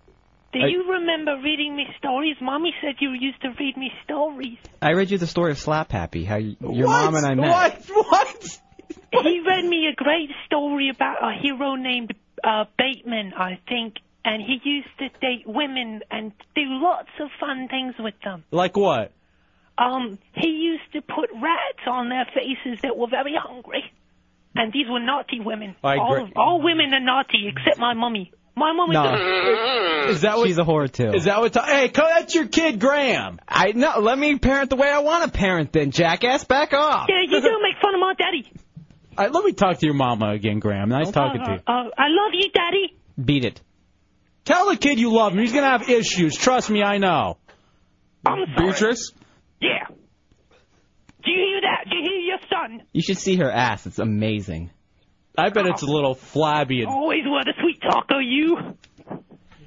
Do I- you remember reading me stories? Mommy said you used to read me stories. I read you the story of Slap Happy, how y your What? mom and I met. What? What? He read me a great story about a hero named uh, Bateman, I think, and he used to date women and do lots of fun things with them. Like what? Um, he used to put rats on their faces that were very hungry, and these were naughty women. I all, agree. of- all women are naughty except my mummy. My mummy No. doesn't. Is that what, She's a whore too. Is that what? hey, that's your kid, Graham. I no. Let me parent the way I want to parent, then jackass. Back off. Yeah, you do make fun of my daddy. All right, let me talk to your mama again, Graham. Nice talking to you. Uh, I love you, daddy. Beat it. Tell the kid you love him. He's gonna have issues. Trust me, I know. I'm sorry. Beatrice. Yeah. Do you hear that? Do you hear your son? You should see her ass. It's amazing. I bet it's a little flabby Always were the sweet taco, you.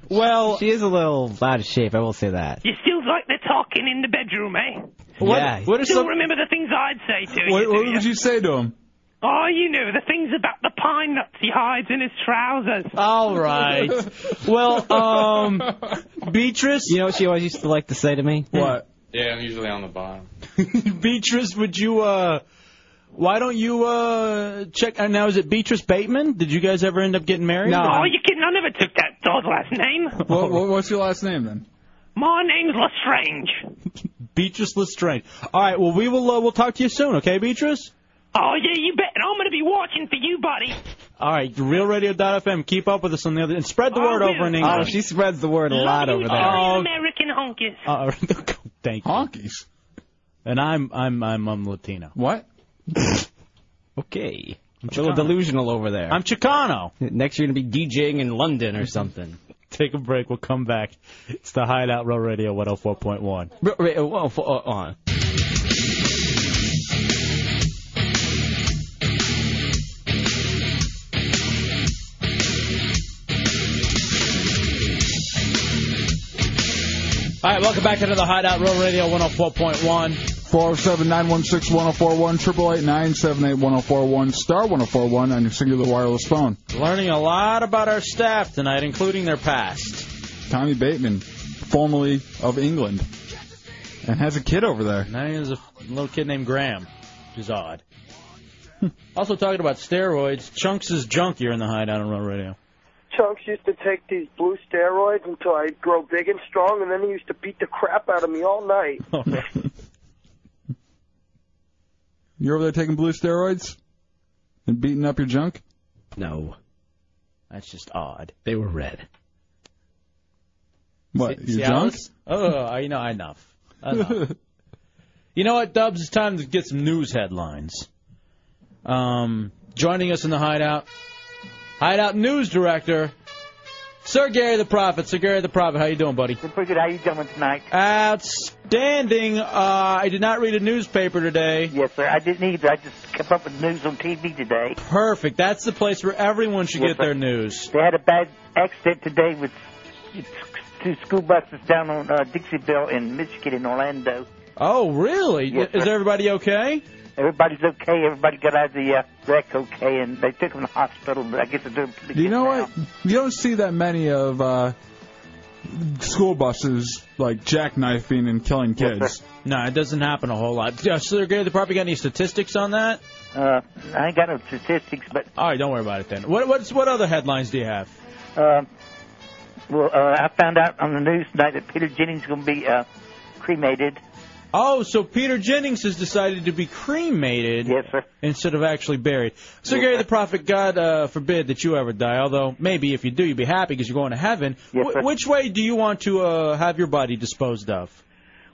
Well, she is a little out of shape. I will say that. You still like the talking in the bedroom, eh? What- Yeah. what are still some- remember the things I'd say to What, you? what do would you say to him? Oh, you know, the things about the pine nuts he hides in his trousers. All right. well, um, Beatrice. You know what she always used to like to say to me? What? Yeah, I'm usually on the bottom. Beatrice, would you? uh Why don't you uh check? And now is it Beatrice Bateman? Did you guys ever end up getting married? Oh, you kidding? I never took that dog's last name. Oh. What, what, what's your last name then? My name's Lestrange. Beatrice Lestrange. All right. Well, we will. Uh, we'll talk to you soon. Okay, Beatrice. Oh, yeah, you bet. And I'm going to be watching for you, buddy. All right, RealRadio.fm. Keep up with us on the other, and spread the I word will. over in England. Oh, she spreads the word a lot over there. Sorry, American honkers. Uh, thank you. Honkies. And I'm I'm I'm um, Latino. What? okay. I'm a little delusional over there. I'm Chicano. Next, you're gonna be DJing in London or something. Take a break. We'll come back. It's the Hideout Row Radio 104.1. Wait, wait, whoa, fo- uh, on. All right, welcome back into the Hideout Row Radio 104.1. 407 916 1041, 888 978 1041, star 1041 on your singular wireless phone. Learning a lot about our staff tonight, including their past. Tommy Bateman, formerly of England, and has a kid over there. Now he has a little kid named Graham, which is odd. also talking about steroids, Chunks is junk here in the Hideout on Row Radio. Chunks used to take these blue steroids until I grow big and strong, and then he used to beat the crap out of me all night. You're over there taking blue steroids and beating up your junk? No. That's just odd. They were red. What? See your how junk? this- Oh, I know enough. Enough. you know what, Dubs? It's time to get some news headlines. Um, joining us in the hideout, hideout news director, Sir Gary the Prophet. Sir Gary the Prophet, how you doing, buddy? Pretty good. How you doing tonight? Outstanding. Uh, I did not read a newspaper today. Yes, sir. I didn't either. I just kept up with news on TV today. Perfect. That's the place where everyone should Yes, get sir. their news. They had a bad accident today with two school buses down on uh, Dixieville in Michigan and Orlando. Oh, really? Yes, is sir. everybody okay? Everybody's okay. Everybody got out of the uh, wreck okay, and they took them to the hospital. But I guess they're doing pretty You know what? You don't see that many of uh, school buses like jackknifing and killing kids. No, it doesn't happen a whole lot. Uh, Yeah, Sir Gary the Prophet, got any statistics on that? Uh, I ain't got no statistics, but all right, don't worry about it then. What what's what other headlines do you have? Uh, well, uh, I found out on the news tonight that Peter Jennings is going to be uh, cremated. Oh, so Peter Jennings has decided to be cremated instead of actually buried. So Gary the Prophet, God uh, forbid that you ever die. Although maybe if you do, you'd be happy because you're going to heaven. Wh- which way do you want to uh, have your body disposed of?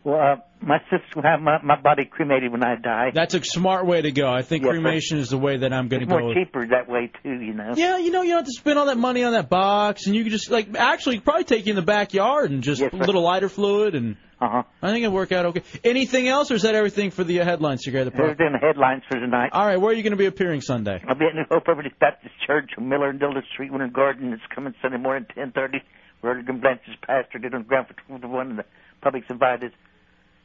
Well, uh, my sister will have my, my body cremated when I die. That's a smart way to go. I think Yes, sir. cremation is the way that I'm going to It's go. more with- cheaper that way too, you know. Yeah, you know, you don't have to spend all that money on that box, and you can just like actually you could probably take you in the backyard and just a little lighter fluid, and uh-huh. I think it'd work out okay. Anything else, or is that everything for the uh, headlines? You got the Those are the headlines for tonight. All right, where are you going to be appearing Sunday? I'll be at New Hope Everett Baptist Church on Miller and Diller Street, Winter Garden. It's coming Sunday morning, 10:30. Rodigan Blanchard's pastor did on the ground for 12 to 1, and the public's invited.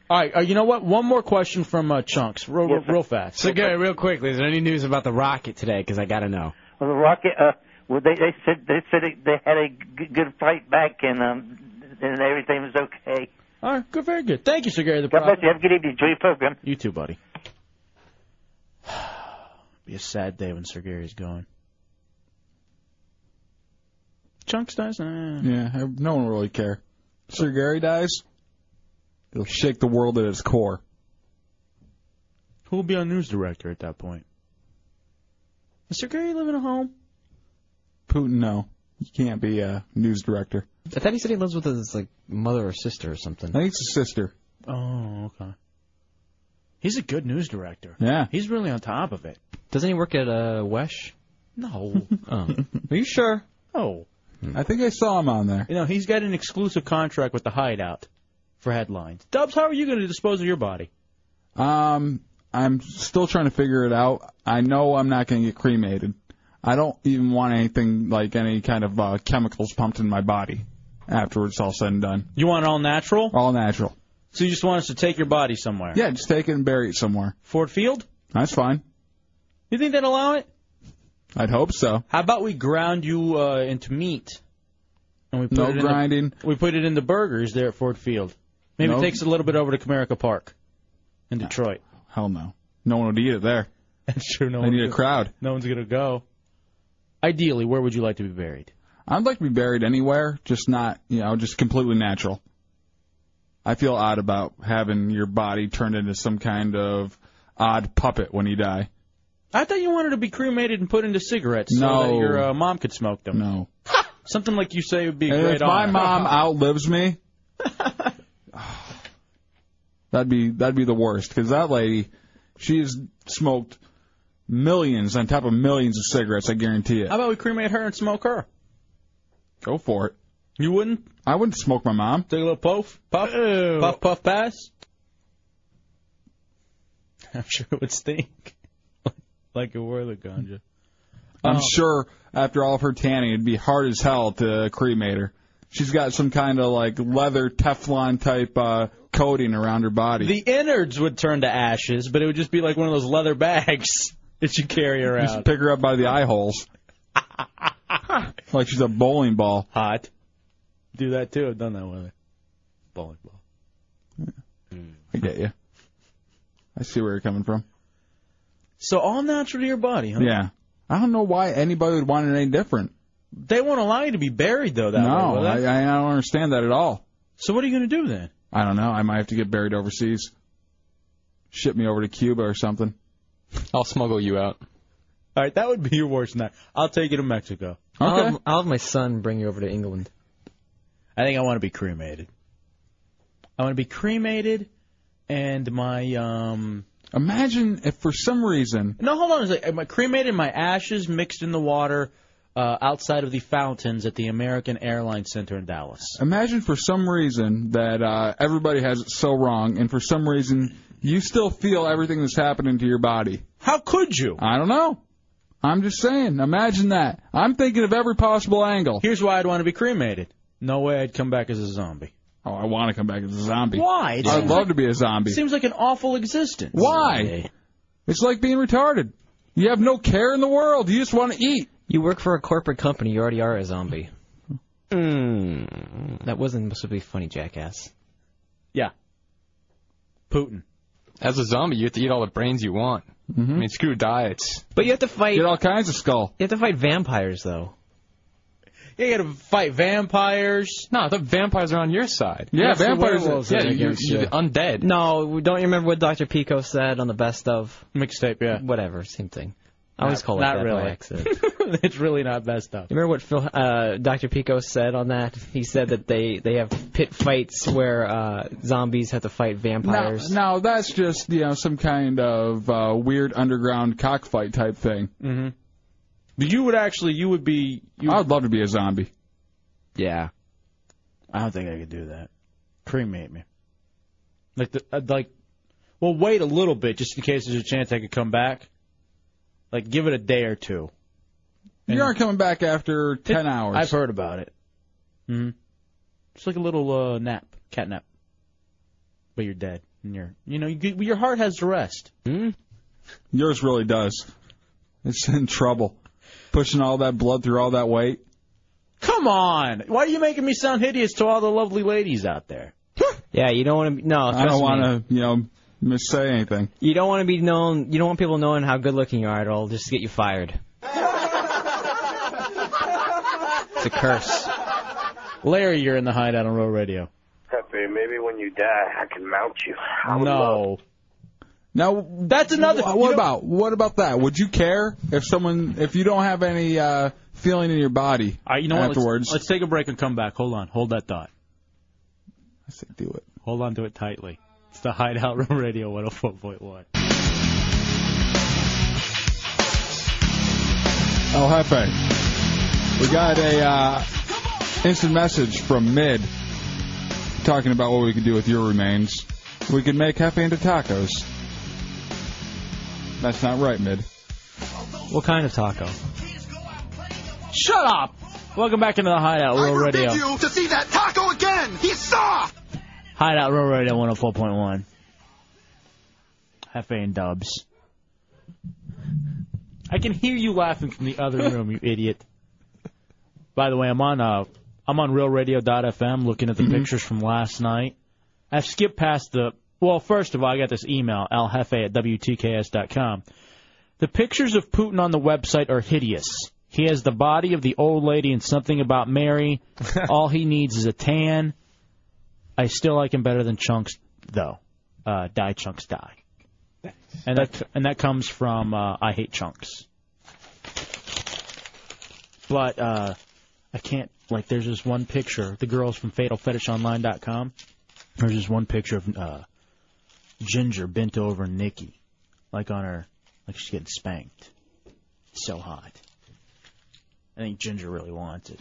All right, uh, you know what? One more question from uh, Chunks, real, real, real fast. So, Gary, real quickly, is there any news about the rocket today? Because I got to know. Well, the Rocket, uh, well, they, they said they said they had a g- good fight back, and um, and everything was okay. All right, good, very good. Thank you, Sir Gary the God bless Prophet. you. Have a good evening. Enjoy your program. You too, buddy. Be a sad day when Sir Gary's gone. Chunks dies. Nah. Yeah, I- no one will really care. Sir Gary dies, it'll shake the world at its core. Who will be our news director at that point? Is Sir Gary living at home? Putin, no. You can't be a news director. I thought he said he lives with his like mother or sister or something. I think it's his sister. Oh, okay. He's a good news director. Yeah. He's really on top of it. Doesn't he work at uh, Wesh? No. oh. Are you sure? Oh. I think I saw him on there. You know, he's got an exclusive contract with the Hideout for headlines. Dubs, how are you going to dispose of your body? Um, I'm still trying to figure it out. I know I'm not going to get cremated. I don't even want anything like any kind of uh, chemicals pumped in my body after it's all said and done. You want it all natural? All natural. So you just want us to take your body somewhere? Yeah, just take it and bury it somewhere. Fort Field? That's fine. You think they'd allow it? I'd hope so. How about we ground you uh, into meat? And we put No it in the- grinding. we put it in the burgers there at Ford Field. Maybe No. it takes a little bit over to Comerica Park in Detroit. Hell no. No one would eat it there. That's true. No they one need a would. crowd. No one's gonna go. Ideally, where would you like to be buried? I'd like to be buried anywhere, just not, you know, just completely natural. I feel odd about having your body turned into some kind of odd puppet when you die. I thought you wanted to be cremated and put into cigarettes so that No. your uh, mom could smoke them. No. Something like you say would be a And great if my honor. mom outlives me, that'd be that'd be the worst. Because that lady, she has smoked millions on top of millions of cigarettes. I guarantee it. How about we cremate her and smoke her? Go for it. You wouldn't? I wouldn't smoke my mom. Take a little puff, puff, puff, puff, pass. I'm sure it would stink, like it were the ganja. I'm Oh. sure after all of her tanning, it'd be hard as hell to cremate her. She's got some kind of like leather Teflon type uh, coating around her body. The innards would turn to ashes, but it would just be like one of those leather bags that you carry You should around. pick her up by the eye holes. like she's a bowling ball. Hot. Do that too. I've done that with it. Bowling ball. I get you. I see where you're coming from. So all natural to your body, huh? Yeah. I don't know why anybody would want it any different. They won't allow you to be buried though. That way, no, will I, they? I don't understand that at all. So what are you gonna do then? I don't know. I might have to get buried overseas. Ship me over to Cuba or something. I'll smuggle you out. All right, that would be your worst night. I'll take you to Mexico. Um, I'll, have, I'll have my son bring you over to England. I think I want to be cremated. I want to be cremated, and my um. Imagine if for some reason. No, hold on. a second. My cremated, my ashes mixed in the water uh, outside of the fountains at the American Airlines Center in Dallas. Imagine for some reason that uh, everybody has it so wrong, and for some reason you still feel everything that's happening to your body. How could you? I don't know. I'm just saying. Imagine that. I'm thinking of every possible angle. Here's why I'd want to be cremated. No way I'd come back as a zombie. Oh, I want to come back as a zombie. Why? It I'd seems love like- to be a zombie. Seems like an awful existence. Why? It's like being retarded. You have no care in the world. You just want to eat. You work for a corporate company. You already are a zombie. Hmm. Mm. That wasn't supposed to be funny, jackass. Yeah. Putin. As a zombie, you have to eat all the brains you want. I mean, screw diets. Mm-hmm. But you have to fight. Get all kinds of skull. You have to fight vampires though. You gotta fight vampires. No, the vampires are on your side. Yeah, That's the vampires are- werewolves yeah, that are you- against you- you. undead. No, don't you remember what Dr. Pico said on the best of mixtape? Yeah, whatever, same thing. I Not- always call it not that really. by accident. it's really not messed up. You remember what Phil, uh, Dr. Pico said on that? He said that they, they have pit fights where uh, zombies have to fight Now, vampires. now that's just you know some kind of uh, weird underground cockfight type thing. Mm-hmm. But you would actually, you would be. You I'd love to be a zombie. Yeah. I don't think I could do that. Cremate me. Like the I'd like. Well, wait a little bit just in case there's a chance I could come back. Like, give it a day or two. You aren't coming back after ten hours. I've heard about it. hmm It's like a little uh, nap, cat nap. But you're dead, and you're, you know, you, get- your heart has to rest. Hmm? Yours really does. It's in trouble, pushing all that blood through all that weight. Come on. Why are you making me sound hideous to all the lovely ladies out there? Yeah, you don't want to. No, I don't want to, you know, miss say anything. You don't want to be known. You don't want people knowing how good looking you are at all, just to get you fired. It's a curse. Larry, you're in the hideout on Row Radio. Pepe, maybe when you die, I can mount you. No. Now that's another. What about what about that? Would you care if someone if you don't have any uh, feeling in your body All right, you know what? Let's- afterwards? Let's, take a break and come back. Hold on. Hold that thought. I say do it. Hold on to it tightly. It's the Hideout Row Radio 104.1. El Jefe. We got a uh, instant message from Mid talking about what we could do with your remains. We could make Jefe into tacos. That's not right, Mid. What kind of taco? Shut up! Welcome back into the Hideout Row Radio. Forbid you to see that taco again. He's soft. Hideout Row Radio 104.1. Hefe and Dubs. I can hear you laughing from the other room, you idiot. By the way, I'm on uh, I'm on RealRadio.fm looking at the pictures from last night. I've skipped past the. Well, first of all, I got this email, alhefe at WTKS.com. The pictures of Putin on the website are hideous. He has the body of the old lady and something about Mary. all he needs is a tan. I still like him better than Chunks, though. Uh, die Chunks die. And that and that comes from uh, I hate Chunks. But uh, I can't like. There's this one picture. The girls from FatalFetishOnline.com. There's this one picture of uh, Ginger bent over Nikki, like on her, like she's getting spanked. It's so hot. I think Ginger really wants it.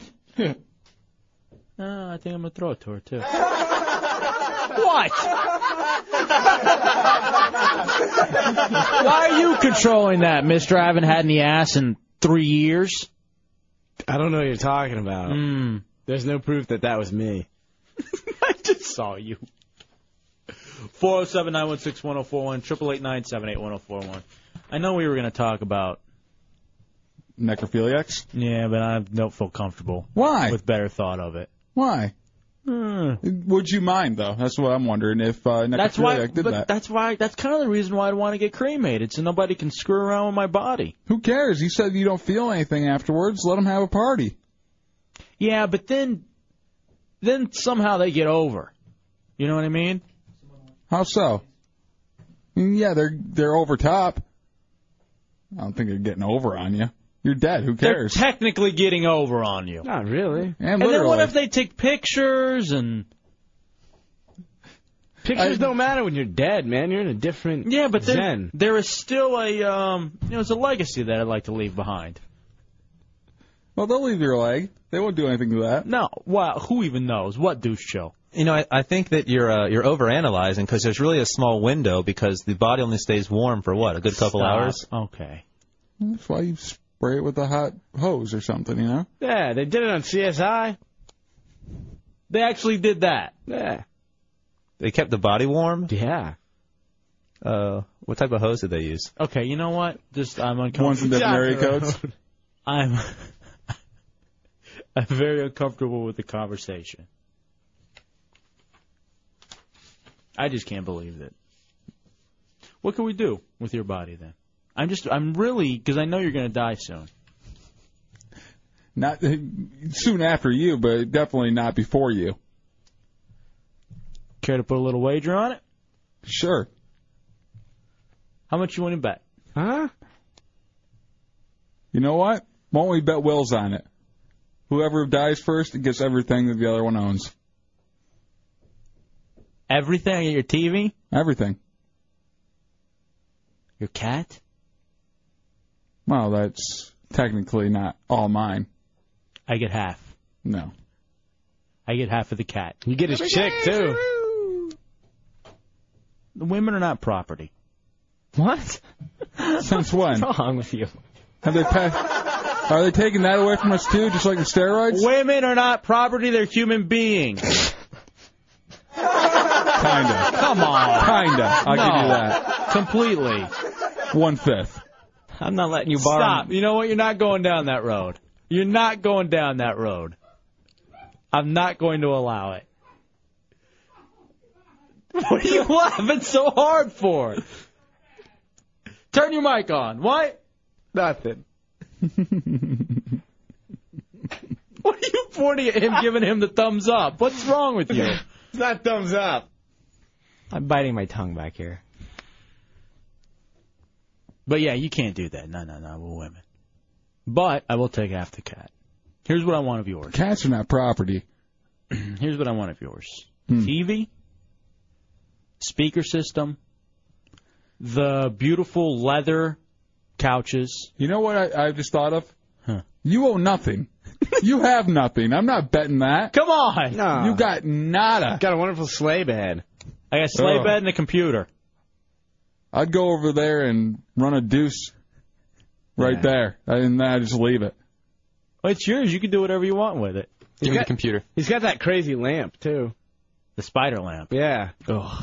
Uh, I think I'm gonna throw it to her too. What? Why are you controlling that, Mister? I haven't had any ass in three years. Hmm. I don't know what you're talking about. There's no proof that that was me. I just saw you. Four zero seven nine one six one zero four one triple eight nine seven eight one zero four one. I know we were gonna talk about Necrophiliacs? Yeah, but I don't feel comfortable. Why? With better thought of it. Hmm. Why? Would you mind though? That's what I'm wondering. If uh, necrophiliac That's why. did but that, That's why. That's kind of the reason why I'd want to get cremated, so nobody can screw around with my body. who cares? You said you don't feel anything afterwards. Let them have a party. Yeah, but then, then somehow they get over. You know what I mean? How so? I mean, yeah, they're they're over top. I don't think they're getting over on you. You're dead. Who They're cares? technically getting over on you. Not really. And then what literally. if they take pictures and? Pictures I- don't matter when you're dead, man. You're in a different Yeah, but there, zen. there is still a um, you know, it's a legacy that I'd like to leave behind. Well, they'll leave your leg. They won't do anything to that. No. Well, who even knows? What douche show? You know, I, I think that you're uh, you're overanalyzing because there's really a small window because the body only stays warm for what a good couple Stop. hours. Uh, Okay. That's why you spray it with a hot hose or something, you know? Yeah, they did it on CSI. They actually did that. Yeah. They kept the body warm. Yeah. Uh, what type of hose did they use? Okay, you know what? Just I'm uncomfortable. Ones and different Yeah. area codes? I'm I'm very uncomfortable with the conversation. I just can't believe that. What can we do with your body then? I'm just I'm really because I know you're gonna die soon. Not soon after you, but definitely not before you. Care to put a little wager on it? Sure. How much you want to bet? Huh? You know what? Why don't we bet Will's on it? Whoever dies first gets everything that the other one owns. Everything at your TV? Everything. Your cat? Well, that's technically not all mine. I get half. No. I get half of the cat. You get his chick too. The women are not property. What? Since when? What's wrong with you? Have they pa- Are they taking that away from us too, just like the steroids? Women are not property, they're human beings. Kinda. Come on. Kinda. I'll give No. you that. Completely. One fifth. I'm not letting you Stop. You know what? You're not going down that road. You're not going down that road. I'm not going to allow it. What are you laughing so hard for? Turn your mic on. What? Nothing. what are you pointing at him, giving him the thumbs up? What's wrong with you? It's not thumbs up. I'm biting my tongue back here. But yeah, you can't do that. No, no, no. We're women. But I will take half the cat. Here's what I want of yours. Cats are not property. Hmm. Here's what I want of yours. TV, speaker system, the beautiful leather couches. You know what I, I just thought of? You owe nothing. you have nothing. I'm not betting that. Come on. No. You got nada. Oh. Got a wonderful sleigh bed. I got a sleigh bed and a computer. I'd go over there and run a deuce right Yeah. there. And then I just leave it. Well, it's yours. You can do whatever you want with it. Give me the computer. He's got that crazy lamp too. The spider lamp. Yeah. Ugh. All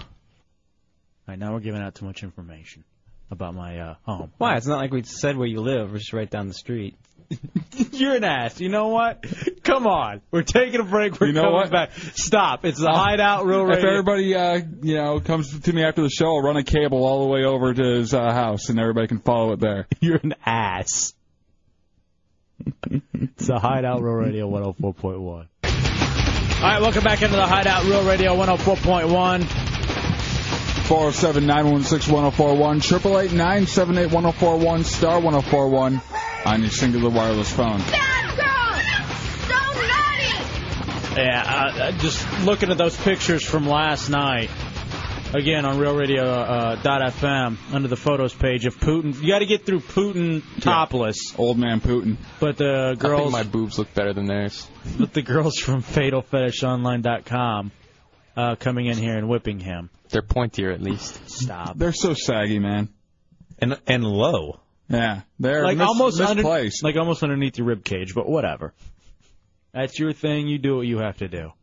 right, now we're giving out too much information about my uh, home. Why? It's not like we said where you live. We're just right down the street. You're an ass. You know what? Come on. We're taking a break. We're You know coming what? back. Stop. It's the Hideout Real If Radio. everybody, uh, you know, comes to me after the show, I'll run a cable all the way over to his uh, house, and everybody can follow it there. You're an ass. it's the Hideout Real Radio 104.1. All right, welcome back into the Hideout Real Radio 104.1. 407 916 1041, 888 978 1041, star 1041 on your singular wireless phone. Yeah, uh, uh, just looking at those pictures from last night. Again on Real Radio uh, dot FM under the photos page of Putin. You got to get through Putin topless. Old man Putin. But the I girls, think my boobs look better than theirs. but the girls from FatalFetishOnline.com uh, coming in here and whipping him. They're pointier at least. Stop. They're so saggy, man. And and low. Yeah, they're like mis- almost under, misplaced. like almost underneath your rib cage, but whatever. That's your thing. You do what you have to do.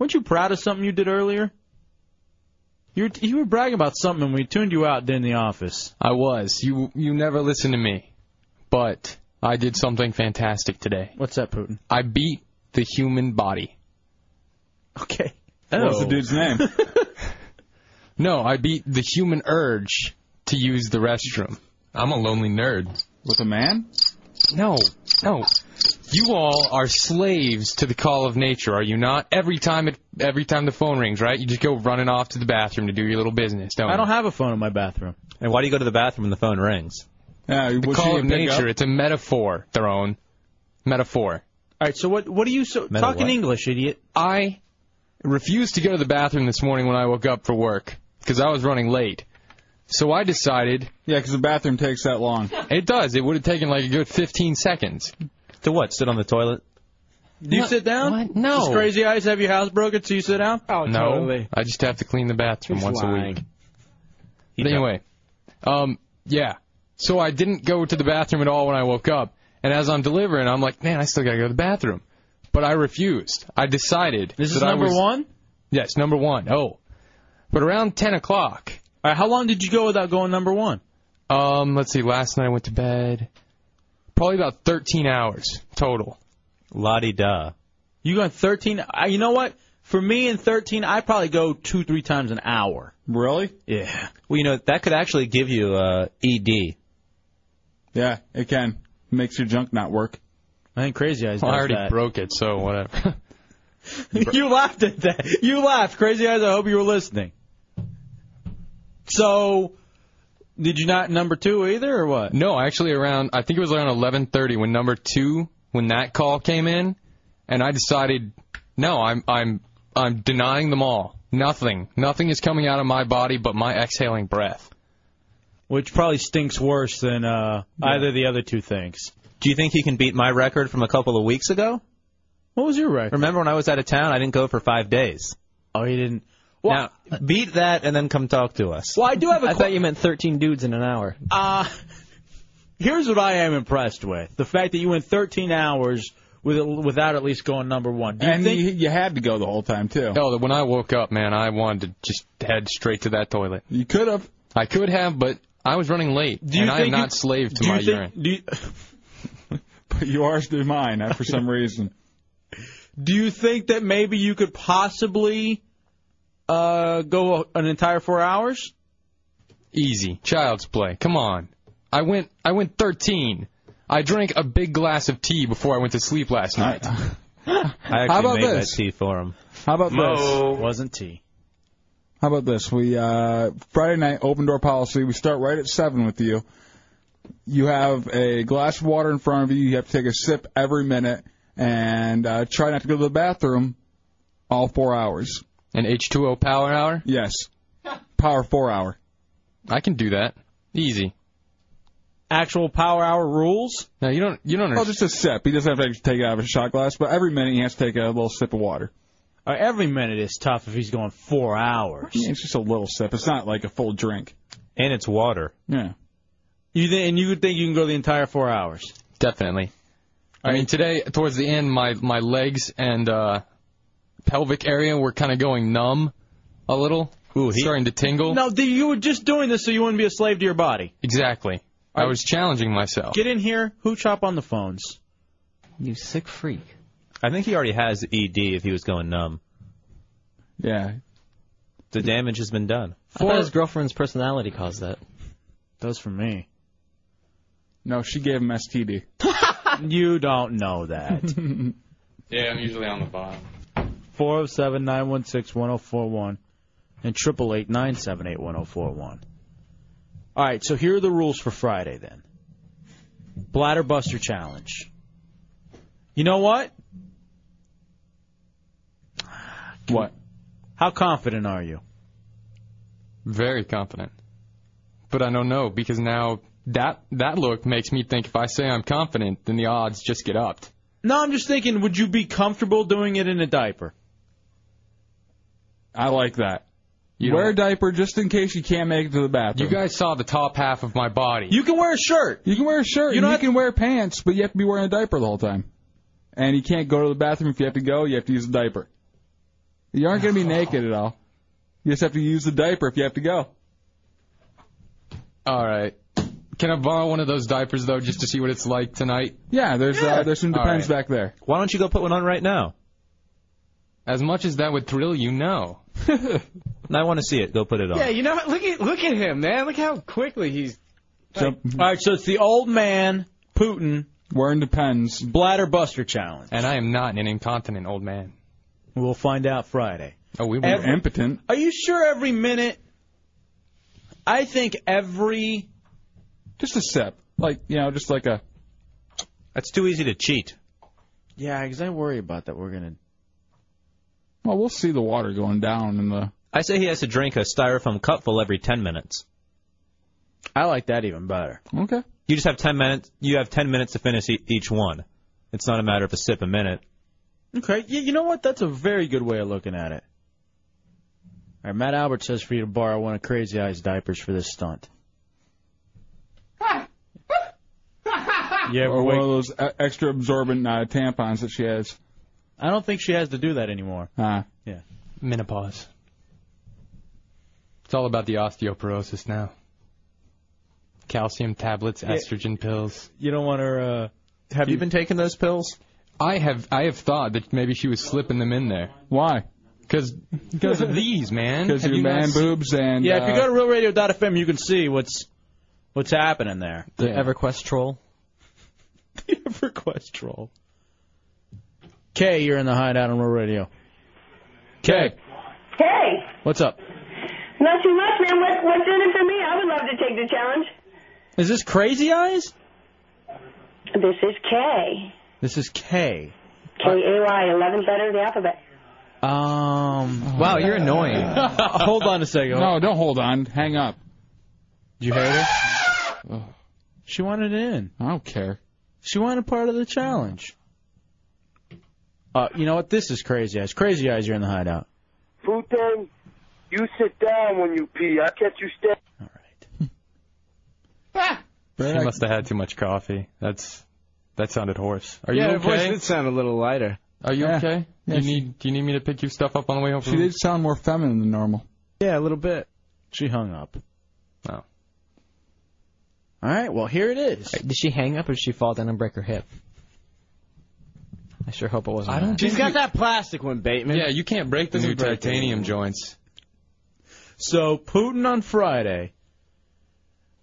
Weren't you proud of something you did earlier? You were, you were bragging about something, and we tuned you out in the office. I was. You you never listen to me, but I did something fantastic today. What's that, Putin? I beat the human body. Oh. Okay. What's the dude's name? no, I beat the human urge to use the restroom. I'm a lonely nerd. With a man? No, no. You all are slaves to the call of nature, are you not? Every time it, every time the phone rings, right? You just go running off to the bathroom to do your little business, don't I you? don't have a phone in my bathroom. And why do you go to the bathroom when the phone rings? Yeah, the call of nature. It's a metaphor, Throne. Metaphor. All right. So what? What do you so Meta talk in what? English, idiot? I refused to go to the bathroom this morning when I woke up for work because I was running late. So I decided. Yeah, because the bathroom takes that long. It does. It would have taken like a good 15 seconds. To what? Sit on the toilet? Do you sit down? What? No. Does crazy eyes have your house broken, so you sit down? Oh, no, I just have to clean the bathroom He's once a lying. week. But anyway, um, yeah. So I didn't go to the bathroom at all when I woke up, and as I'm delivering, I'm like, man, I still gotta go to the bathroom, but I refused. I decided. This is that I number was- one. Yes, number one. Oh, but around 10 o'clock. All right. How long did you go without going number one? Um, let's see. Last night I went to bed. Probably about 13 hours total. La di da. You going 13? I- You know what? For me in 13, I probably go two, three times an hour. Really? Yeah. Well, you know that could actually give you uh, ED. Yeah, it can. Makes your junk not work. I think Crazy Eyes Well, I already broke it, so whatever. you laughed at that. You laughed. Crazy Eyes, I hope you were listening. So, did you not number two either, or what? no, actually around, I think it was around 11.30 when number two, when that call came in, and I decided, no, I'm, I'm, I'm denying them all. Nothing. Nothing is coming out of my body but my exhaling breath. Which probably stinks worse than uh, either of the other two things. Do you think you can beat my record from a couple of weeks ago? What was your record? Remember when I was out of town? I didn't go for five days. Oh, you didn't. now beat that and then come talk to us. Well, I do have a I que- thought you meant 13 dudes in an hour. Uh, here's what I am impressed with: the fact that you went 13 hours with without at least going number one. Do you And think you, you had to go the whole time, too. No, Oh, when I woke up, man, I wanted to just head straight to that toilet. You could have. I could have, but I was running late, Do you and I am think you- not slave to do you my think- urine. Do you, But you are mine uh, for some reason. Do you think that maybe you could possibly uh, go an entire four hours? Easy. Child's play. Come on. I went I went 13. I drank a big glass of tea before I went to sleep last night. I How actually about made that this? tea for him. How about Mo. this? Wasn't tea. How about this? We uh, Friday night open door policy. We start right at seven with you. You have a glass of water in front of you. You have to take a sip every minute and uh, try not to go to the bathroom all four hours. An H2O power hour? Yes. Power four hour. I can do that. Easy. Actual power hour rules? No, you don't. You don't. Oh, just a sip. He doesn't have to take it out of a shot glass, but every minute he has to take a little sip of water. Uh, every minute is tough if he's going four hours. Yeah, it's just a little sip. It's not like a full drink. And it's water. Yeah. You th- and you would think you can go the entire four hours? Definitely. I mean, today towards the end, my my legs and uh, pelvic area were kind of going numb a little, starting to tingle. No, th- you were just doing this so you wouldn't be a slave to your body. Exactly. I was challenging myself. Get in here, hoo chop on the phones. You sick freak. I think he already has ED if he was going numb. Yeah. The damage has been done. I thought his girlfriend's personality caused that. Does for me. No, she gave him STD. you don't know that. Yeah, I'm usually on the bottom. Four zero seven nine one six one zero four one, and triple eight nine seven eight one zero four one. All right, so here are the rules for Friday then. Bladder Buster Challenge. You know what? What? How confident are you? Very confident. But I don't know because now that that look makes me think if I say I'm confident, then the odds just get upped. No, I'm just thinking, would you be comfortable doing it in a diaper? I like that. Wear a diaper just in case you can't make it to the bathroom. You guys saw the top half of my body. You can wear a shirt. You can wear a shirt. You You, know you what- can wear pants, but you have to be wearing a diaper the whole time. And you can't go to the bathroom if you have to go. You have to use a diaper. You aren't going to be naked at all. You just have to use the diaper if you have to go. All right. Can I borrow one of those diapers though, just to see what it's like tonight? Yeah, there's Uh, there's some All depends right. back there. Why don't you go put one on right now? As much as that would thrill you, no. And I want to see it. Go put it on. Yeah, you know, what? look at look at him, man. Look how quickly he's. So, all right, so it's the old man Putin wearing the pens bladder buster challenge, and I am not an incontinent old man. We'll find out Friday. Oh, we were Every- impotent. Are you sure every minute? I think every. Just a sip, like you know, just like a. That's too easy to cheat. Yeah, 'cause I worry about that. We're gonna. Well, we'll see the water going down in the. I say he has to drink a styrofoam cupful every 10 minutes. I like that even better. Okay. You just have 10 minutes. You have 10 minutes to finish e- each one. It's not a matter of a sip a minute. Okay, yeah, you know what? That's a very good way of looking at it. All right, Matt Albert says for you to borrow one of Crazy Eyes diapers for this stunt. Yeah, or one of those e- extra absorbent uh, tampons that she has. I don't think she has to do that anymore. Ah. Yeah. Menopause. It's all about the osteoporosis now. Calcium tablets, Yeah. estrogen pills. You don't want her. Uh, have you been taking those pills? I have. I have thought that maybe she was slipping them in there. Why? Because because of these, man. Because Have your you not man seen- boobs and. yeah, if you uh, go to RealRadio.fm, you can see what's what's happening there. The EverQuest troll. the EverQuest troll. Kay, you're in the hideout on Real Radio. Kay, Hey, what's up? not too much, man. What, what's in it for me? I would love to take the challenge. Is this Crazy Eyes? This is K. This is Kay. K A Y, 11th letter of the alphabet. Um. Wow, you're annoying. hold on a second. No, don't hold on. Hang up. You heard her? She wanted in. Oh. I don't care. She wanted part of the challenge. Uh, you know what? This is Crazy Eyes. Crazy Eyes, you're in the hideout. Putin, you sit down when you pee. I catch you stand. She must have had too much coffee. That's that sounded hoarse. Are yeah, you her voice okay? did sound a little lighter. Are you Yeah. okay? Yeah, you she- need do you need me to pick you stuff up on the way home? She Mm-hmm. from- did sound more feminine than normal. Yeah, a little bit. She hung up. Oh. All right. Well, here it is. Did she hang up or did she fall down and break her hip? I sure hope it wasn't. I don't She's think got you- that plastic one, Bateman. Yeah, you can't break the This new is breaking. titanium joints. So Putin on Friday,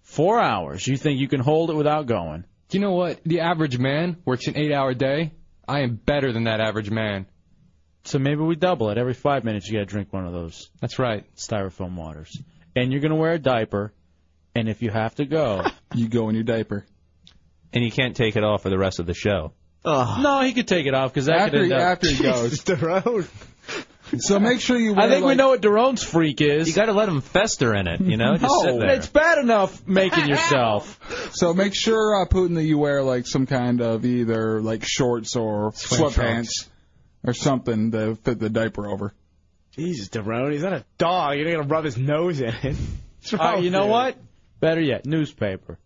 four hours. You think you can hold it without going? You know what? The average man works an eight-hour day. I am better than that average man. So maybe we double it. Every five minutes, you got to drink one of those. That's right. Styrofoam waters. And you're going to wear a diaper. And if you have to go, you go in your diaper. And you can't take it off for the rest of the show. No, he could take it off because that After could end he- up. after he goes. Derone. So make sure you. I think we like- know what Derone's freak is. You got to let him fester in it. You know? Just sit there. it's bad enough making yourself. So make sure uh, Putin that you wear like some kind of either like shorts or sweatpants or something to fit the diaper over. Jesus, Derone, he's not a dog. You're not gonna rub his nose in it. What's All right, wrong you know with what? Better yet, newspaper.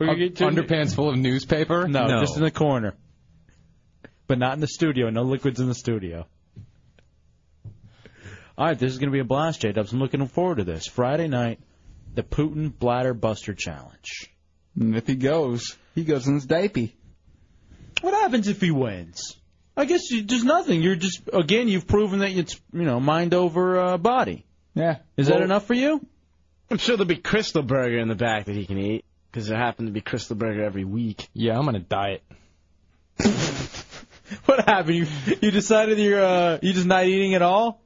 Uh, underpants full of newspaper? No, just in the corner. But not in the studio. No liquids in the studio. All right, this is going to be a blast, J Dubs. I'm looking forward to this. Friday night, the Putin Bladder Buster Challenge. And if he goes, he goes in his diaper. What happens if he wins? I guess you, there's nothing. You're just again, you've proven that it's you know mind over uh, body. Yeah. Is that enough for you? I'm sure there'll be Crystal Burger in the back that he can eat because there happen to be Crystal Burger every week. Yeah, I'm on a diet. What happened? You you decided you're uh, you just not eating at all?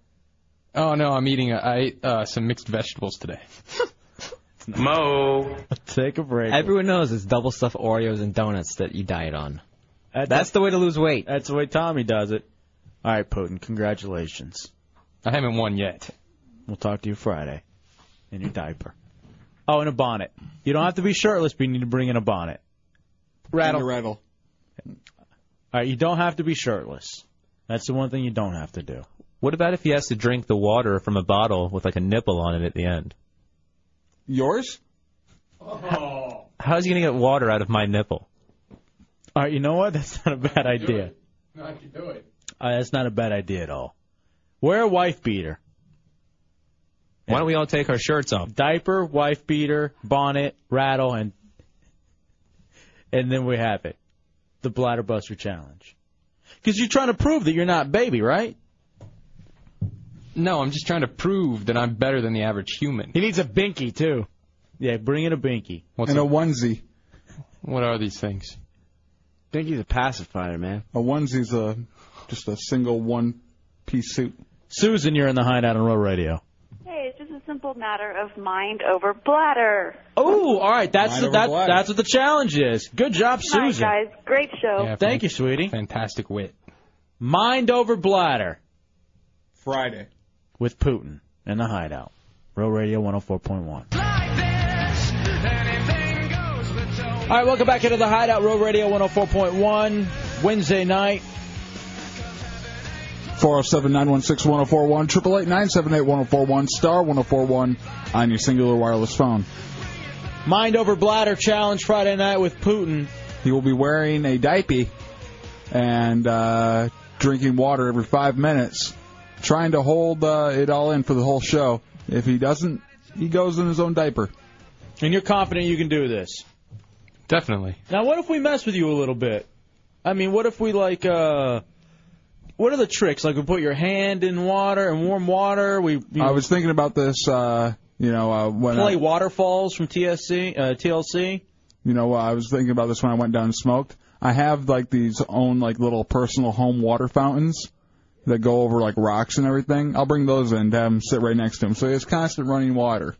Oh no, I'm eating. A, I ate uh, some mixed vegetables today. Mo. Take a break. Everyone knows it's double stuffed Oreos and donuts that you diet on. That's, the way to lose weight. That's the way Tommy does it. All right, Putin, congratulations. I haven't won yet. We'll talk to you Friday. In your diaper. Oh, and a bonnet. You don't have to be shirtless, but you need to bring in a bonnet. Rattle. Rattle. All right, you don't have to be shirtless. That's the one thing you don't have to do. What about if he has to drink the water from a bottle with like a nipple on it at the end? Yours? How is he going to get water out of my nipple? All right, you know what? That's not a bad idea. No, I can do it. Uh, that's not a bad idea at all. Wear a wife beater. Why don't we all take our shirts off? Diaper, wife beater, bonnet, rattle, and and then we have it. The bladder buster challenge. Because you're trying to prove that you're not baby, right? No, I'm just trying to prove that I'm better than the average human. He needs a binky too. Yeah, bring in a binky. What's and a- a onesie. What are these things? Binky's a pacifier, man. A onesie's a just a single one-piece suit. Susan, you're in the hideout on Row Radio. Hey, it's just a simple matter of mind over bladder. Oh, all right. That's Mind the, over that, bladder. that's what the challenge is. Good job, Hi, Susan. guys. Great show. Thank you, sweetie. Fantastic wit. Mind over bladder Friday. with Putin in the hideout. Row Radio 104.1. All right, welcome back into the Hideout Road Radio 104.1 Wednesday night. 407-916-1041, 888-978-1041, star 1041 on your singular wireless phone. Mind over bladder challenge Friday night with Putin. He will be wearing a diaper and uh, drinking water every five minutes, trying to hold uh, it all in for the whole show. If he doesn't, he goes in his own diaper. And you're confident you can do this. Definitely. Now, what if we mess with you a little bit? I mean, what if we like uh what are the tricks? Like we put your hand in water and warm water, we you I know, was thinking about this, uh, you know, uh, when play I, waterfalls from TSC uh, TLC. you know, uh, I was thinking about this when I went down and smoked. I have like these own like little personal home water fountains that go over like rocks and everything. I'll bring those in to have him sit right next to him, so he has constant running water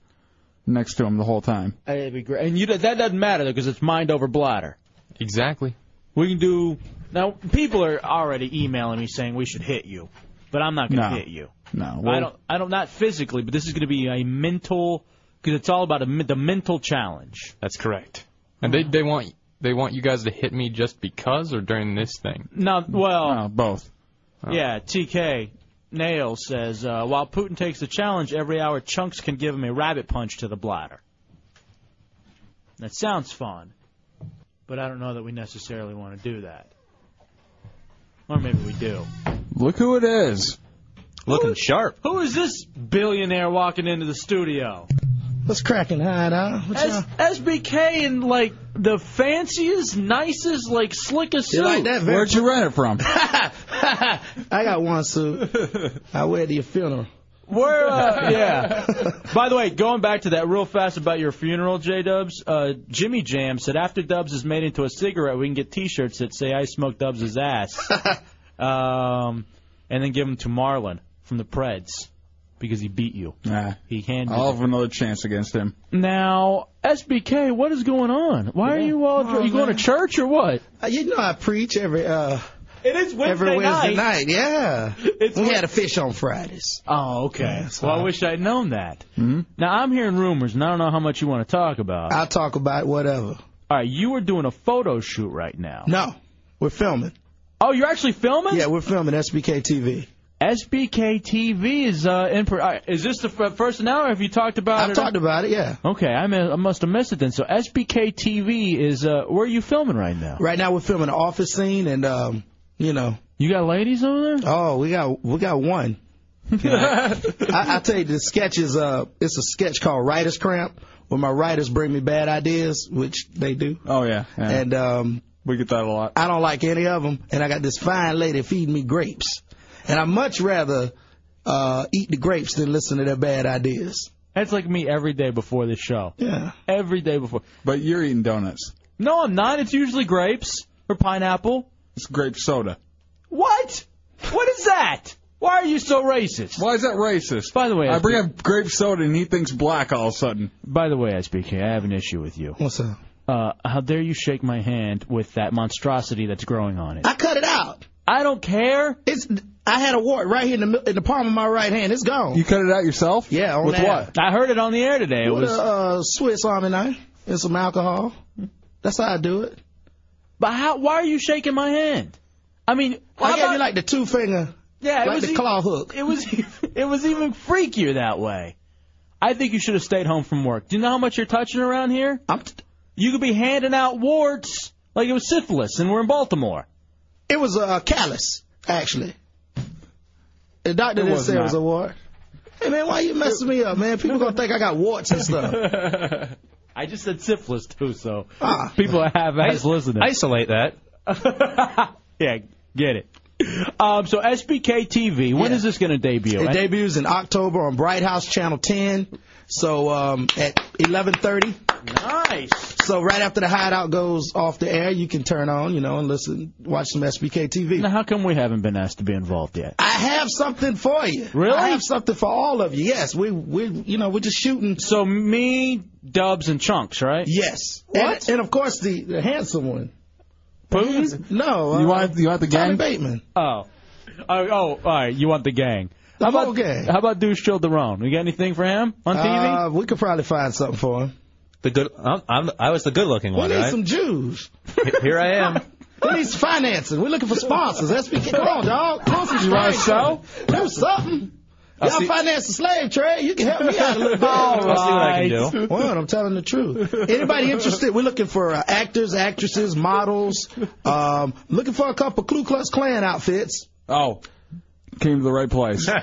next to him the whole time. Uh, It'd be great. And you that doesn't matter because it's mind over bladder. Exactly. We can do now. People are already emailing me saying we should hit you, but I'm not going to No. hit you. No, I don't. I don't. Not physically, but this is going to be a mental because it's all about a, men- the mental challenge. That's correct. And they they want they want you guys to hit me just because or during this thing. Now, well, both. Oh. yeah. TK Nail says uh, while Putin takes the challenge every hour, chunks can give him a rabbit punch to the bladder. That sounds fun, but I don't know that we necessarily want to do that. Or maybe we do. Look who it is. Looking sharp. Who is this billionaire walking into the studio? What's cracking? Hi, now. What's S- SBK in like the fanciest, nicest, like slickest suit. You like that, Vince? Where'd you rent it from? I got one suit. I wear it to your funeral. We're uh, yeah. By the way, going back to that real fast about your funeral, J Dubs. Uh, Jimmy Jam said after Dubs is made into a cigarette, we can get T-shirts that say "I smoked Dubs' ass," um, and then give them to Marlon from the Preds because he beat you. Nah. He handed. I'll have another chance against him. Now, SBK, what is going on? Why are you all? you going to church or what? Uh, you know I preach every uh It is Wednesday every Wednesday night. night. Yeah. we had a fish on Fridays. Oh, okay. Yeah, so well, I I- wish I'd known that. Now I'm hearing rumors, and I don't know how much you want to talk about. I'll talk about whatever. All right, you are doing a photo shoot right now. No, we're filming. Oh, you're actually filming? Yeah, we're filming SBK TV. SBK TV is uh, in. Pro- all right, is this the f- first now, or have you talked about I've it? talked about it, yeah. Okay, I, mean, I must have missed it then. So SBK TV is. Uh, where are you filming right now? Right now we're filming an office scene and um, you know. You got ladies over there? Oh, we got we got one. I, I tell you, the sketch is uh, it's a sketch called Writer's Cramp, where my writers bring me bad ideas, which they do. Oh yeah. And um, we get that a lot. I don't like any of them, and I got this fine lady feeding me grapes, and I much rather uh, eat the grapes than listen to their bad ideas. That's like me every day before the show. Yeah. Every day before. But you're eating donuts. No, I'm not. It's usually grapes or pineapple. It's grape soda. What? What is that? Why are you so racist? Why is that racist? By the way, I bring SB up grape soda and he thinks black all of a sudden. By the way, SBK, I have an issue with you. What's up? Uh, how dare you shake my hand with that monstrosity that's growing on it? I cut it out. I don't care. It's I had a wart right here in the mil- in the palm of my right hand. It's gone. You cut it out yourself? Yeah. On With air. what? I heard it on the air today. It With was. a uh, Swiss Army knife and some alcohol. That's how I do it. But how? Why are you shaking my hand? I mean, I how gave about- you like the two finger. Yeah, it like was the e- claw hook. It was it was even freakier that way. I think you should have stayed home from work. Do you know how much you're touching around here? I'm t- you could be handing out warts like it was syphilis, and we're in Baltimore. It was a uh, callus, actually. The doctor It didn't was say not. it was a wart. Hey man, why you messing me up, man? People gonna think I got warts and stuff. I just said syphilis too, so Ah. people have ass listening. Isolate that. yeah, get it. Um, so SBK TV, when is this going to debut? It debuts in October on Bright House Channel 10. So um, at 11:30. Nice. So right after the hideout goes off the air, you can turn on, you know, and listen, watch some SBK TV. now, how come we haven't been asked to be involved yet? I have something for you. Really? I have something for all of you. Yes, we we you know we're just shooting. So me, Dubs, and Chunks, right? Yes. What? And, and of course the, the handsome one. Putin? No. You uh, want- you want the Tommy gang? Bateman. Oh. Oh, oh, all right. You want the gang? The how about whole gang. how about Deuce Childerone? We got anything for him on TV? Uh, we could probably find something for him. The good. I'm, I'm, I was the good-looking We one, need right? some Jews. H- Here I am. We need some financing. We're looking for sponsors. SBK. Come on, dog. Come on, some You wanna sponsors. sell? Do something. I'll Y'all see- finance the slave trade. You can help me out a little bit. All I'll see what I can right. do. Well, I'm telling the truth. Anybody interested? We're looking for uh, actors, actresses, models. Um, looking for a couple Ku Klux Klan outfits. Oh. Came to the right place. I'll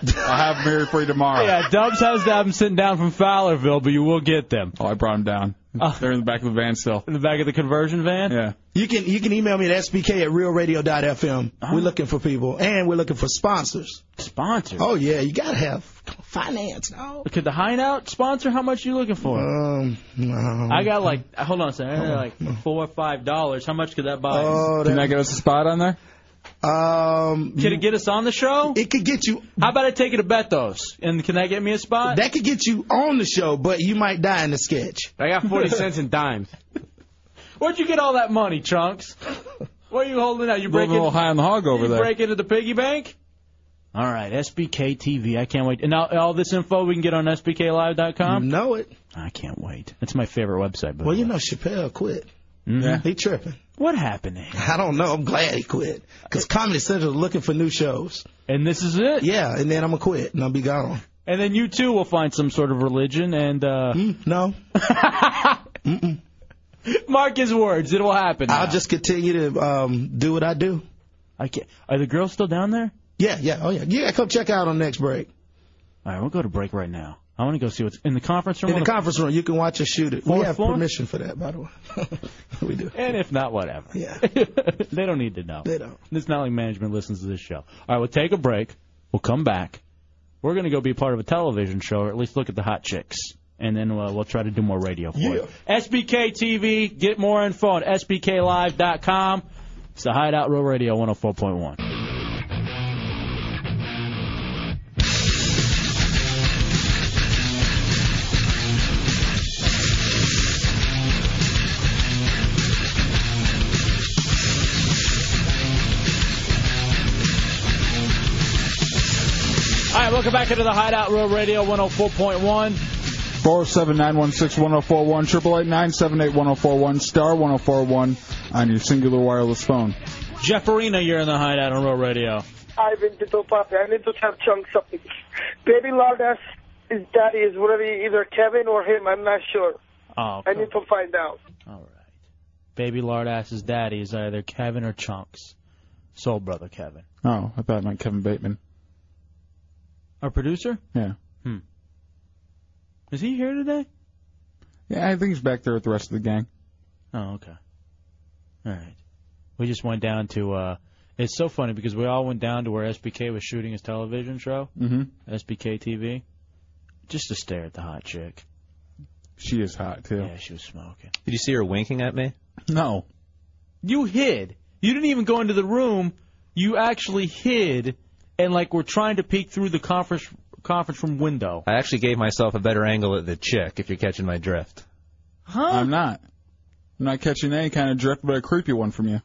have Mary for you tomorrow. yeah, Uh, Dubs has to have him sitting down from Fowlerville, but you will get them. Uh, Oh, I brought him down. They're in the back of the van still. In the back of the conversion van? Yeah. You can you can email me at sbk at realradio.fm. We're looking for people, and we're looking for sponsors. Sponsors? Oh yeah, you gotta have finance. No. Could the hideout sponsor? How much are you looking for? Um, no. I got like, hold on a second, I got like four or five dollars. How much could that buy? Oh, Can that get us a spot on there? Um, Could it get us on the show? It could get you. How about I take it to Bethos? And can that get me a spot? That could get you on the show, but you might die in the sketch. I got 40 cents in dimes. Where'd you get all that money, Trunks? What are you holding out? You Living breaking a little high on the hog over you there. break into the piggy bank? All right, SBK TV. I can't wait. And now all this info we can get on SBKLive.com. You know it. I can't wait. That's my favorite website. By Well, you know Chappelle quit. Yeah. He tripping. What happened to I don't know. I'm glad he quit because Comedy Central is looking for new shows. And this is it. Yeah, and then I'm gonna quit and I'll be gone. And then you too will find some sort of religion and uh Mm, no. Mark his words, it will happen. I'll now. just continue to um, do what I do. I can't. Are the girls still down there? Yeah, yeah, oh yeah. Yeah, come check out on next break. All right, we'll go to break right now. I want to go see what's in the conference room. In or the conference room, you can watch us shoot it. We Fourth have floor? permission for that, by the way. we do. And if not, whatever. Yeah. they don't need to know. They don't. It's not like management listens to this show. All right, we'll take a break. We'll come back. We're going to go be part of a television show, or at least look at the hot chicks. And then uh, we'll try to do more radio for you. SBK TV, get more info at SBKLive.com. It's the Hideout Real Radio 104.1. All right, welcome back into the Hideout Real Radio 104.1. 407-916-1041, 888 oh star 1041 on your singular wireless phone. Jeff Arena, you're in the Hideout on Real Radio. I've been to Papi. I need to have chunk something. Baby Lardas, his daddy is really either Kevin or him. I'm not sure. Oh, I need to find out. baby Lardass's daddy is either Kevin or Chunks. Soul brother Kevin. Oh, I thought it meant Kevin Bateman. Our producer? Yeah. Hmm. Is he here today? Yeah, I think he's back there with the rest of the gang. Oh, okay. All right. We just went down to. uh It's so funny because we all went down to where SBK was shooting his television show, Mm-hmm. SBK TV, just to stare at the hot chick. She is hot, too. Yeah, she was smoking. Did you see her winking at me? No. You hid. You didn't even go into the room. You actually hid and like were trying to peek through the conference conference room window. I actually gave myself a better angle at the chick, if you're catching my drift. Huh? I'm not. I'm not catching any kind of drift, but a creepy one from you.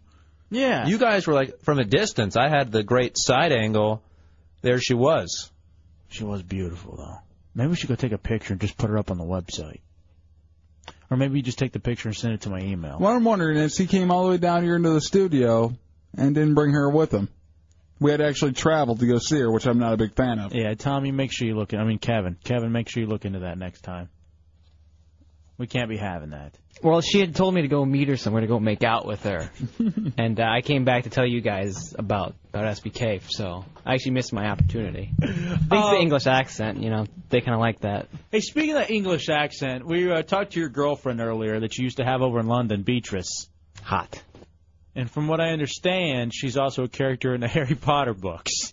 Yeah. You guys were like from a distance. I had the great side angle. There she was. She was beautiful though. Maybe we should go take a picture and just put her up on the website. Or maybe you just take the picture and send it to my email. What I'm wondering is he came all the way down here into the studio and didn't bring her with him. We had to actually travel to go see her, which I'm not a big fan of. Yeah, Tommy, make sure you look. I mean, Kevin, Kevin, make sure you look into that next time. We can't be having that. Well, she had told me to go meet her somewhere to go make out with her, and uh, I came back to tell you guys about about SBK. So I actually missed my opportunity. Thanks to the English accent, you know, they kind of like that. Hey, speaking of that English accent, we uh, talked to your girlfriend earlier that you used to have over in London, Beatrice. Hot. And from what I understand, she's also a character in the Harry Potter books.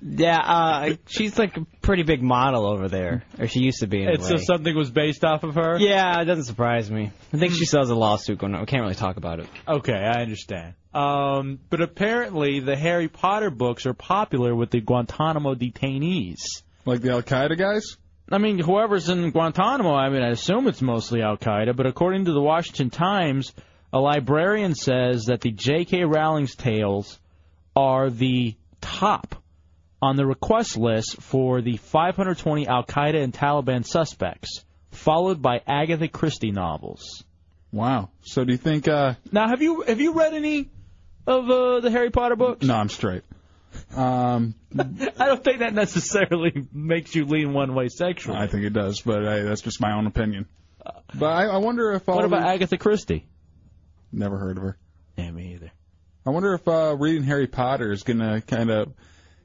Yeah, uh, she's like a pretty big model over there, or she used to be. And so Anyway. something was based off of her. yeah, it doesn't surprise me. I think she still has a lawsuit going on. We can't really talk about it. Okay, I understand. Um, but apparently, the Harry Potter books are popular with the Guantanamo detainees. Like the Al Qaeda guys? I mean, whoever's in Guantanamo, I mean, I assume it's mostly Al Qaeda, but according to the Washington Times, a librarian says that the J.K. Rowling's tales are the top on the request list for the 520 Al Qaeda and Taliban suspects, followed by Agatha Christie novels. Wow. So do you think? uh Now, have you have you read any of uh, the Harry Potter books? No, I'm straight. Um, I don't think that necessarily makes you lean one way sexually. I think it does, but hey, that's just my own opinion. But I, I wonder if. What all about the- Agatha Christie? Never heard of her. Yeah, me either. I wonder if uh, reading Harry Potter is gonna kind of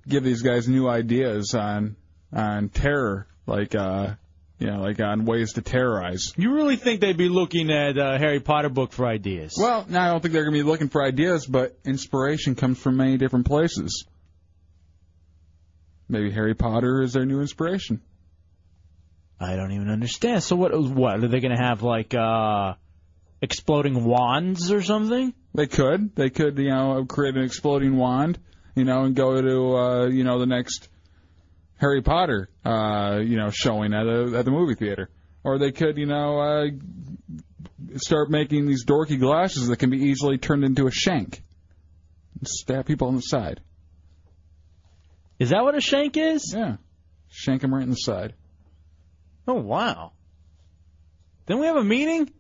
give these guys new ideas on on terror, like uh, you know, like on ways to terrorize. You really think they'd be looking at uh, Harry Potter book for ideas? Well, now I don't think they're gonna be looking for ideas, but inspiration comes from many different places. Maybe Harry Potter is their new inspiration. I don't even understand. So what? What are they going to have like uh, exploding wands or something? They could. They could, you know, create an exploding wand, you know, and go to, uh, you know, the next Harry Potter, uh, you know, showing at a, at the movie theater. Or they could, you know, uh, start making these dorky glasses that can be easily turned into a shank. And stab people on the side. Is that what a shank is? Yeah. Shank them right in the side. Oh wow! Then we have a meeting.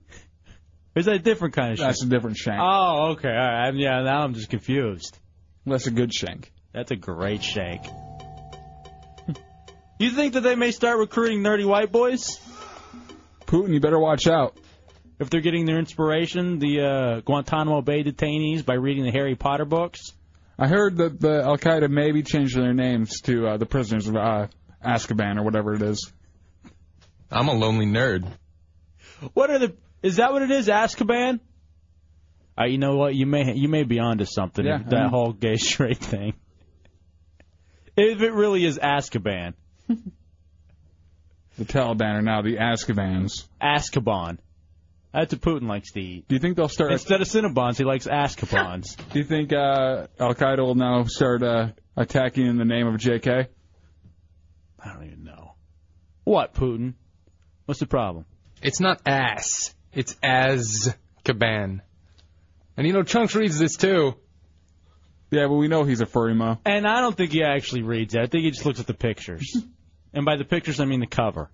Or Is that a different kind of shank? That's a different shank. Oh, okay. All right. I'm- Yeah. Now I'm just confused. That's a good shank. That's a great shank. you think that they may start recruiting nerdy white boys? Putin, you better watch out. If they're getting their inspiration, the uh, Guantanamo Bay detainees, by reading the Harry Potter books. I heard that the Al Qaeda maybe changed their names to uh, the prisoners of uh, Azkaban or whatever it is. I'm a lonely nerd. What are the? Is that what it is? Azkaban? Uh, you know what? You may you may be onto something. Yeah, that I mean- whole gay straight thing. If it really is Azkaban, The Taliban are now the Azkabans. Azkaban. That's what Putin likes to eat. Do you think they'll start instead of Cinnabons? He likes Azkabans. Do you think uh, Al Qaeda will now start uh, attacking in the name of JK? what Putin? What's the problem? It's not ass. It's as Caban. And you know, Chunks reads this too. Yeah, but we know he's a furry mo. And I don't think he actually reads that. I think he just looks at the pictures. and by the pictures, I mean the cover.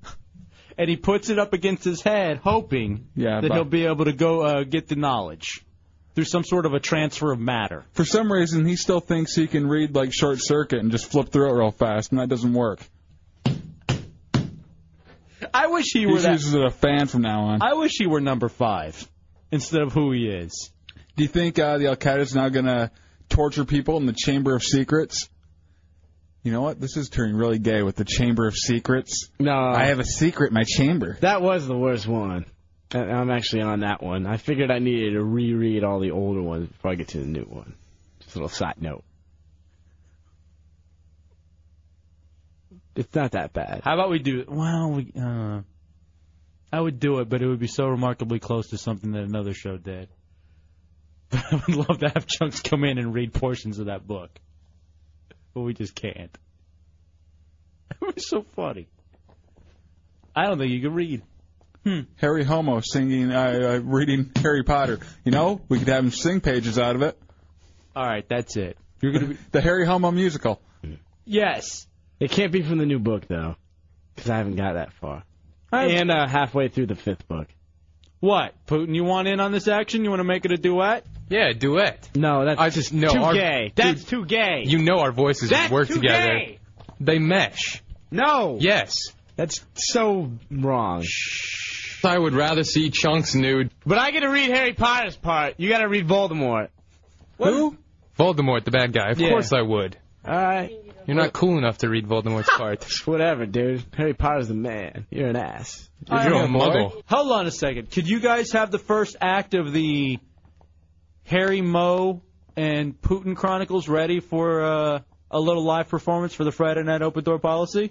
and he puts it up against his head, hoping Yeah, that but- he'll be able to go uh, get the knowledge through some sort of a transfer of matter. For some reason, he still thinks he can read like Short Circuit and just flip through it real fast, and that doesn't work. I wish he He were just that. uses it a fan from now on. I wish he were number five instead of who he is. Do you think uh, the Al Qaeda's now gonna torture people in the Chamber of Secrets? You know what? This is turning really gay with the Chamber of Secrets. No. Uh, I have a secret in my chamber. That was the worst one. I- I'm actually on that one. I figured I needed to reread all the older ones before I get to the new one. Just a little side note. It's not that bad. How about we do it? Well, we, uh, I would do it, but it would be so remarkably close to something that another show did. But I would love to have Chunks come in and read portions of that book. But we just can't. It was so funny. I don't think you can read. Hmm. Harry Homo singing, uh, uh, reading Harry Potter. You know, we could have him sing pages out of it. All right, that's it. You're gonna be the Harry Homo musical. Yes. It can't be from the new book though, because I haven't got that far. And uh, halfway through the fifth book. What, Putin? You want in on this action? You want to make it a duet? Yeah, duet. No, that's I just no. too our, gay. Dude, That's too gay. you know our voices That's work too together. gay. They mesh. No. Yes. That's so wrong. I would rather see Chunks nude. But I get to read Harry Potter's part. You got to read Voldemort. Who? Voldemort, the bad guy. Of Yeah. course I would. All right. You're not cool enough to read Voldemort's part. Whatever, dude. Harry Potter's the man. You're an ass. You're a muggle. Hold on a second. Could you guys have the first act of the Harry Moe and Putin Chronicles ready for uh, a little live performance for the Friday Night Open Door Policy?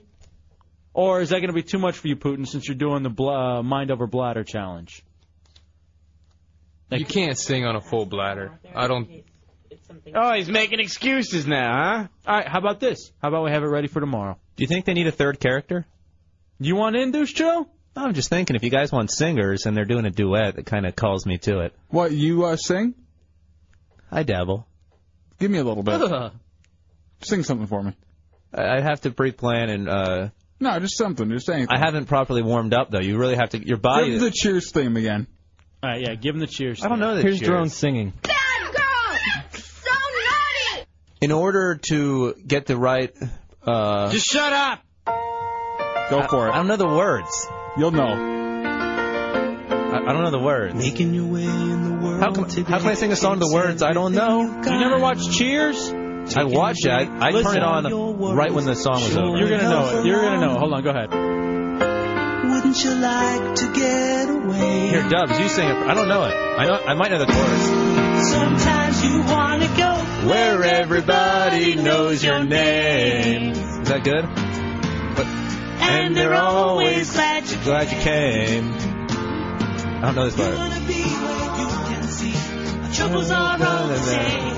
Or is that going to be too much for you, Putin, since you're doing the bl- uh, Mind Over Bladder Challenge? You can't sing on a full bladder. I don't. Oh, he's making excuses now, huh? All right, how about this? How about we have it ready for tomorrow? Do you think they need a third character? You want in, Deuce Joe? I'm just thinking if you guys want singers and they're doing a duet, that kind of calls me to it. What, you uh, sing? I dabble. Give me a little bit. Sing something for me. I- I'd have to pre-plan and uh, No, just something. Just anything. I haven't properly warmed up though. You really have to. Your body. Give the cheers theme again. All right, yeah, give him the cheers. I don't know the Here's cheers. drone singing. in order to get the right. Uh, Just shut up. Go for it. I don't know the words. You'll know. I, I don't know the words. Making your way in the world. How, come, how can I sing a song to the words I don't know? You never watched Cheers? I watch it. I, I turn it on right when the song was over. You're going to know it. You're going to know it. Hold on, go ahead. Wouldn't you like to get away? Here, Dubs, you sing it. I don't know it. I know. I might know the chorus. Sometimes you wanna go. Where everybody knows your name. Is that good? But, and they're always glad you, came. I don't know this part. Troubles are all the same.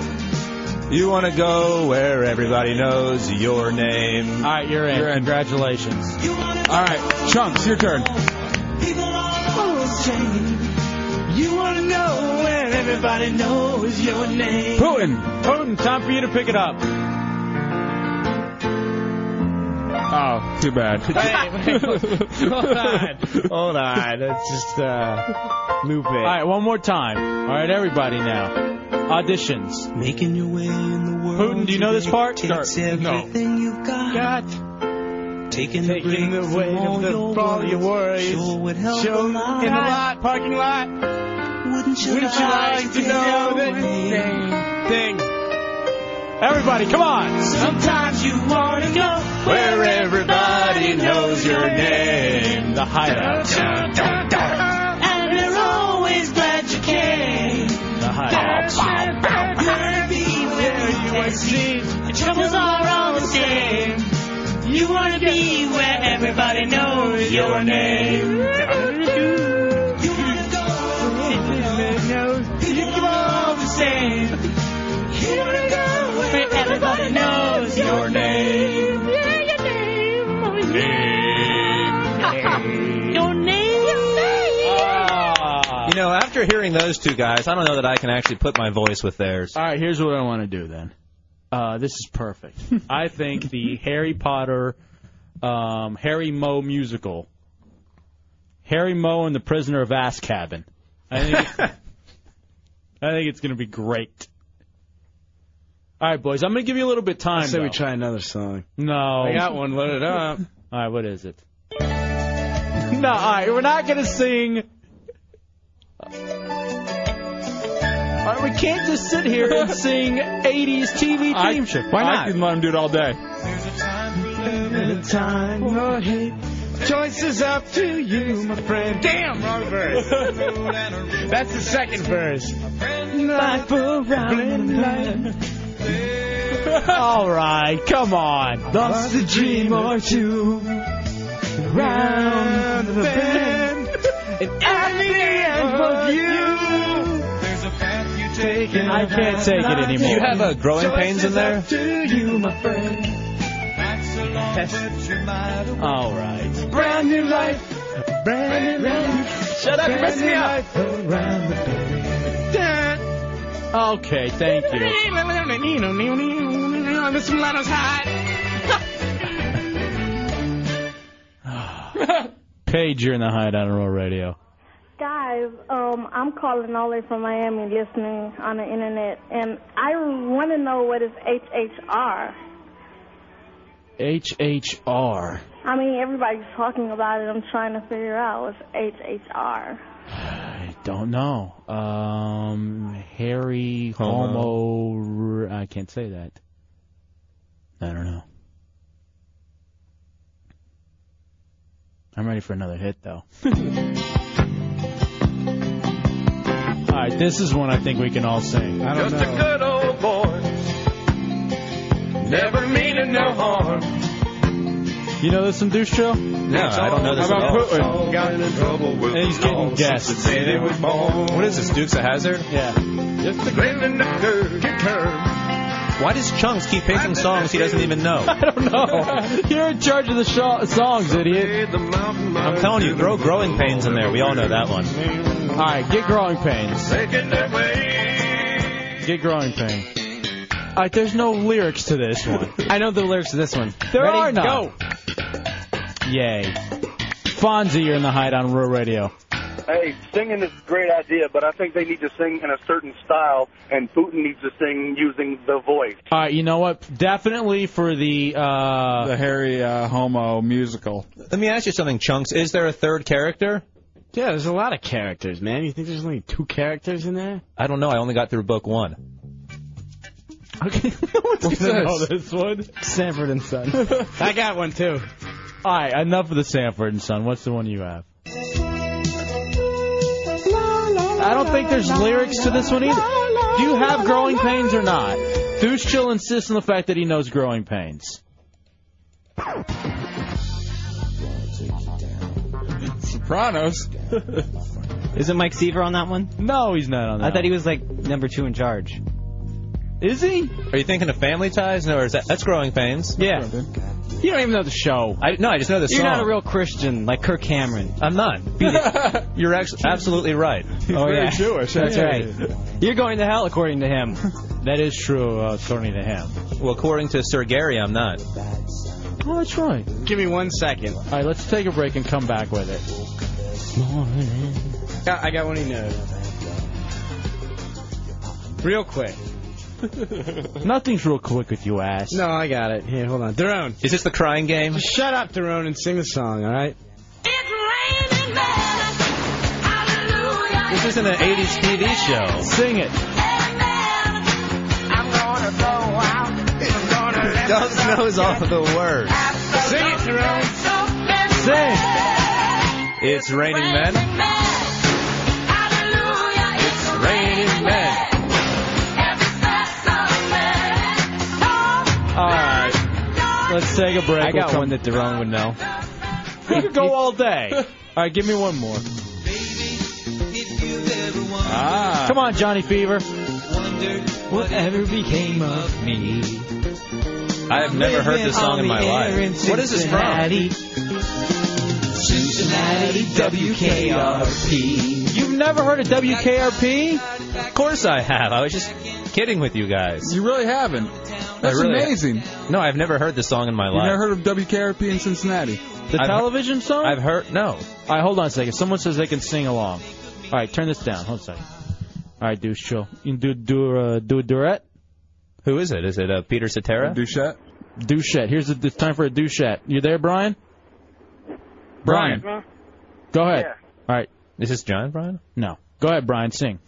You want to go where everybody knows your name. All right, you're in. You're in. Congratulations. All right, Chunks, your turn. People are always changing. You wanna know where everybody knows your name. Putin. Putin, time for you to pick it up. Oh, too bad. Hold on. Hold on. That's just uh, move it. All right, one more time. All right, everybody now. Auditions. Making your way in the world. Putin, do you know this part? Takes everything you've got. Taking, Taking the break weight from all of the, your all your worries. Sure would help Show a lot. in the lot, parking lot. Wouldn't you Wouldn't you like, like to know the name? thing? Everybody, come on. Sometimes you want to go Where everybody knows your name. The hideout. And they're always glad you came. The hideout. The troubles are all the same. You want to be where everybody knows your name. You want to go where people are all the same. You want to go where everybody knows your name. Yeah, your name. Oh, yeah. Your name. You know, after hearing those two guys, I don't know that I can actually put my voice with theirs. All right, here's what I want to do then. Uh, this is perfect. I think the Harry Potter, um, Harry Moe musical, Harry Moe and the Prisoner of Azkaban. I think, I think it's going to be great. All right, boys, I'm going to give you a little bit of time. I say though. we try another song. No. I got one loaded up. All right, what is it? no, all right, we're not going to sing. All right, we can't just sit here and sing 80s TV theme shit. Why not? I can let him do it all day. Another time or hate. Choice is up to you, my friend. Damn, wrong verse. That's the second verse. Life around the All right, come on. Lost a dream or two. Round the bend. And at the end for you. There's a path you take. and I can't take it anymore. Do you have a growing pains in there? To you, my friend. Not so long, but you might have All right. Brand new life. Brand new life. Shut up, brand you're messing me new up. life around the bend. Dun. Okay, thank you. Mr. Milano's Paige, you're in the hideout on Roll Radio. Guys, um, I'm calling all the way from Miami, listening on the internet, and I want to know what is HHR. HHR. I mean, everybody's talking about it. I'm trying to figure out what's HHR. I don't know. Um, Harry Homo. I can't say that. I don't know. I'm ready for another hit, though. all right, this is one I think we can all sing. I Just a good old boy. Never meaning no harm. You know this one, Deuce Joe? No, I don't know this How at all. about Putin? Got in trouble with And he's getting guessed. What is this, Dukes of Hazard? Yeah. Just a gleaming the curb. Get curb. Why does Chunks keep picking songs he doesn't even know? I don't know. You're in charge of the sho songs, idiot. I'm telling you, throw growing pains in there. We all know that one. All right, get growing pains. Taking their way. Get growing pain. All right, there's no lyrics to this one. I know the lyrics to this one. There Ready? are none. Go. Yay. Fonzie, you're in the hide on Real Radio. Hey, singing is a great idea, but I think they need to sing in a certain style, and Putin needs to sing using the voice. All right, you know what? Definitely for the uh, the Harry uh, Homo musical. Let me ask you something, Chunks. Is there a third character? Yeah, there's a lot of characters, man. You think there's only two characters in there? I don't know. I only got through book one. What's gonna know Oh, this one? Sanford and Son. I got one too. All right, enough of the Sanford and Son. What's the one you have? I don't think there's lyrics to this one either. Do you have growing pains or not? Deuce Chill insists on the fact that he knows growing pains. Sopranos. Isn't Mike Seaver on that one? No, he's not on I thought he was like number two in charge. Is he? Are you thinking of Family Ties? No, or is that that's Growing Pains? Yeah. You don't even know the show. I no, I just know the You're song. not a real Christian like Kirk Cameron. I'm not. Beat it. You're actually absolutely right. oh very yeah. Jewish, That's yeah. right. You're going to hell according to him. that is true uh, according to him. Well, according to Sir Gary, I'm not. Oh, that's right. Give me one second. All right, let's take a break and come back with it. I got one he knows. Real quick. Nothing's real quick with you, ass. No, I got it. Here, hold on. Darone. Is this the crying game? Just shut up, Darone, and sing the song, all right? This isn't an 80s TV show. Sing it. I'm gonna go out Dove knows all the words. Sing it, Jerome. Sing. It's raining men. It's raining men. All right. Let's take a break. I got one that Jerome would know. We could go all day. All right, give me one more. Ah. Come on, Johnny Fever. Whatever became of me. I have never heard this song in my life. What is this from? Cincinnati WKRP. You've never heard of WKRP? Of course I have. I was just kidding with you guys. You really haven't. That's amazing. No, I've never heard this song in my You never life. heard of WKRP in Cincinnati? The television song? I've heard no. All right, hold on a second. Someone says they can sing along. All right, turn this down. Hold on a second. All right, Deuce, chill. You can do do uh, do a duet. Who is it? Is it uh, Peter Cetera? Duchette. Duchette. Here's a, it's time for a Duchette. You there, Brian? Brian, go ahead. All right. Is this John Brian? No. Go ahead, Brian. Sing.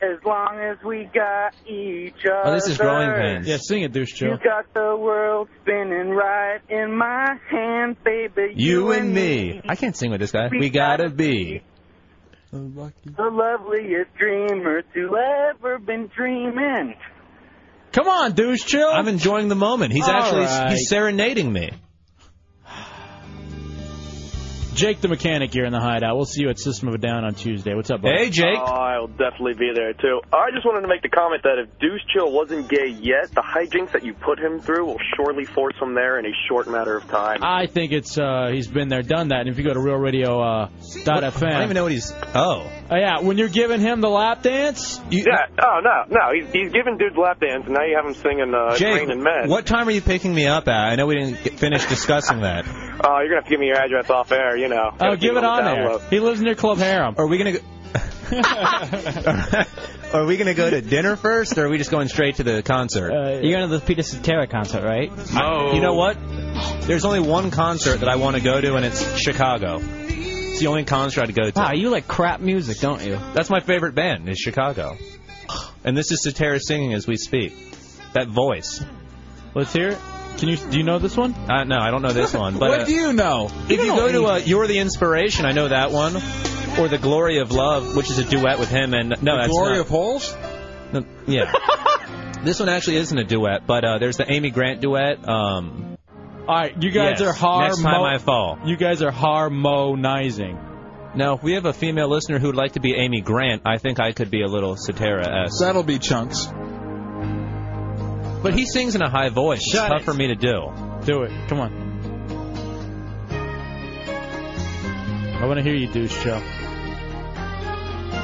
As long as we got each Oh, other. Yeah, sing it, Deuce You Chill. got the world spinning right in my hand, baby. You and me. I can't sing with this guy. We gotta be. The loveliest dreamer to ever been dreaming. Come on, douche, chill. I'm enjoying the moment. He's All actually right. he's serenading me. Jake the mechanic here in the hideout. We'll see you at System of a Down on Tuesday. What's up, buddy? Oh, I'll definitely be there too. I just wanted to make the comment that if Deuce Chill wasn't gay yet, the hijinks that you put him through will surely force him there in a short matter of time. I think it's uh, he's been there, done that. And if you go to Real Radio uh, dot FM, I don't even know what he's. Oh, Uh, yeah, when you're giving him the lap dance, yeah. Oh no, no. He's, he's giving dudes lap dance, and now you have him singing uh, Jake, "Rain and Men." what time are you picking me up at? I know we didn't get- finish discussing that. Oh, you're gonna have to give me your address off air. You know. Oh, Gotta give keep it on the down air. low. He lives near Club Harem. Are we gonna? Go, are we gonna go to dinner first, or are we just going straight to the concert? Uh, You're going to the Peter Cetera concert, right? I- you know what? There's only one concert that I want to go to, and it's Chicago. It's the only concert I'd go to. Wow, you like crap music, don't you? That's my favorite band, is Chicago. And this is Satara singing as we speak. That voice. Let's hear it. Can you? Do you know this one? Uh, no, I don't know this one. But what uh, do you know? if you go to uh, "You're the Inspiration," I know that one, or "The Glory of Love," which is a duet with him and no, The that's Glory not- of Holes? No, yeah. this one actually isn't a duet, but uh, there's the Amy Grant duet. Um, All right, you guys yes, are harmo. Next time I fall. You guys are harmonizing. Now, if we have a female listener who'd like to be Amy Grant, I think I could be a little Satara esque. That'll be chunks. But he sings in a high voice. it's tough for me to do. Do it. Come on. I want to hear you, douche show.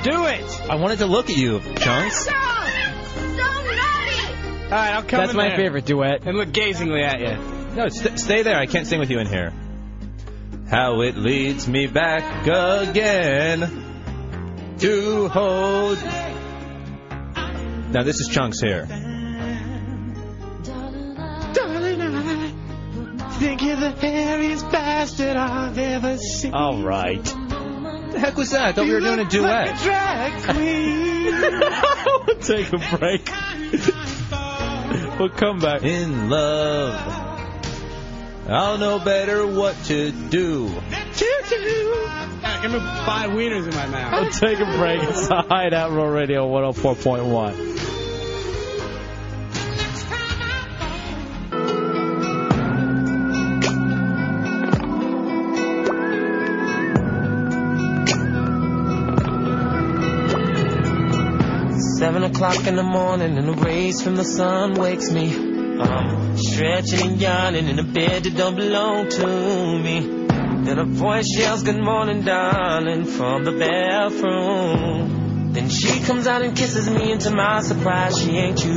Do it! I wanted to look at you, Chunks. Alright, I'll come That's in my there favorite duet. And look gazingly at you. No, st- stay there. I can't sing with you in here. How it leads me back again to hold. Now this is Chunks here. Darling, I think you're the hairiest bastard I've ever seen. All right. The heck was that? I thought we were doing a Like a duet. drag queen. we'll take a break. we'll come back. In love. I'll know better what to do. I'm gonna buy wieners in my mouth. We'll take a break. It's the Hideout Roll Radio 104.1. Seven o'clock in the morning and the rays from the sun wakes me. I'm stretching and yawning in a bed that don't belong to me. Then a voice yells, good morning, darling, from the bathroom. Then she comes out and kisses me, and to my surprise, she ain't you.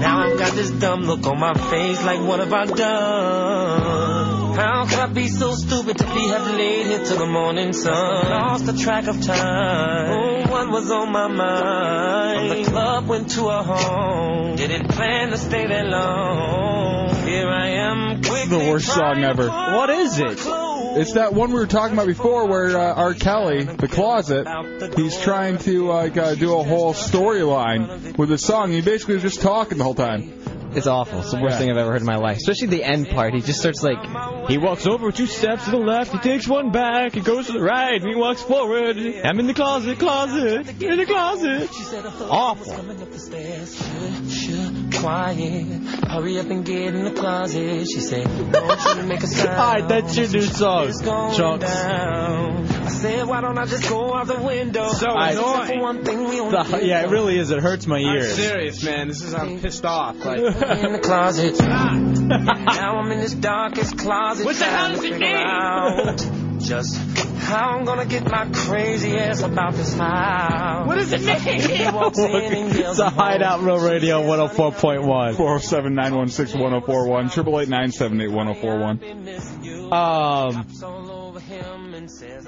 Now I've got this dumb look on my face, like what have I done? How could I be so stupid to be half laid here till the morning sun? Lost the track of time. Oh, what was on my mind? From the club went to a home. Didn't plan to stay that long. Here I am, quick. The worst song ever. What is it? It's that one we were talking about before, where uh, R. Kelly, the closet, he's trying uh, to like uh, do a whole storyline with the song. He basically was just talking the whole time. It's awful. It's the worst thing I've ever heard in my life. Especially the end part. He just starts like. He walks over two steps to the left. He takes one back. He goes to the right. He walks forward. I'm in the closet, closet, in the closet. "Oh, Awful. Quiet, hurry up and get in the closet. She said, Don't you make a sound. Alright, that's your new song, Chunks. I said, Why don't I just go out the window? So I- Except for one thing we don't The- yeah, it really is. It hurts my I'm ears. serious, man. This is I'm pissed off. Like Ah. in the closet. now I'm in this darkest closet. What the hell trying to does it figure mean? out Just how I'm gonna get my crazy ass about this house. What does it mean? He walks in and yells It's a hideout real radio 104.1. 407 916 1041, 888 978 1041. Um.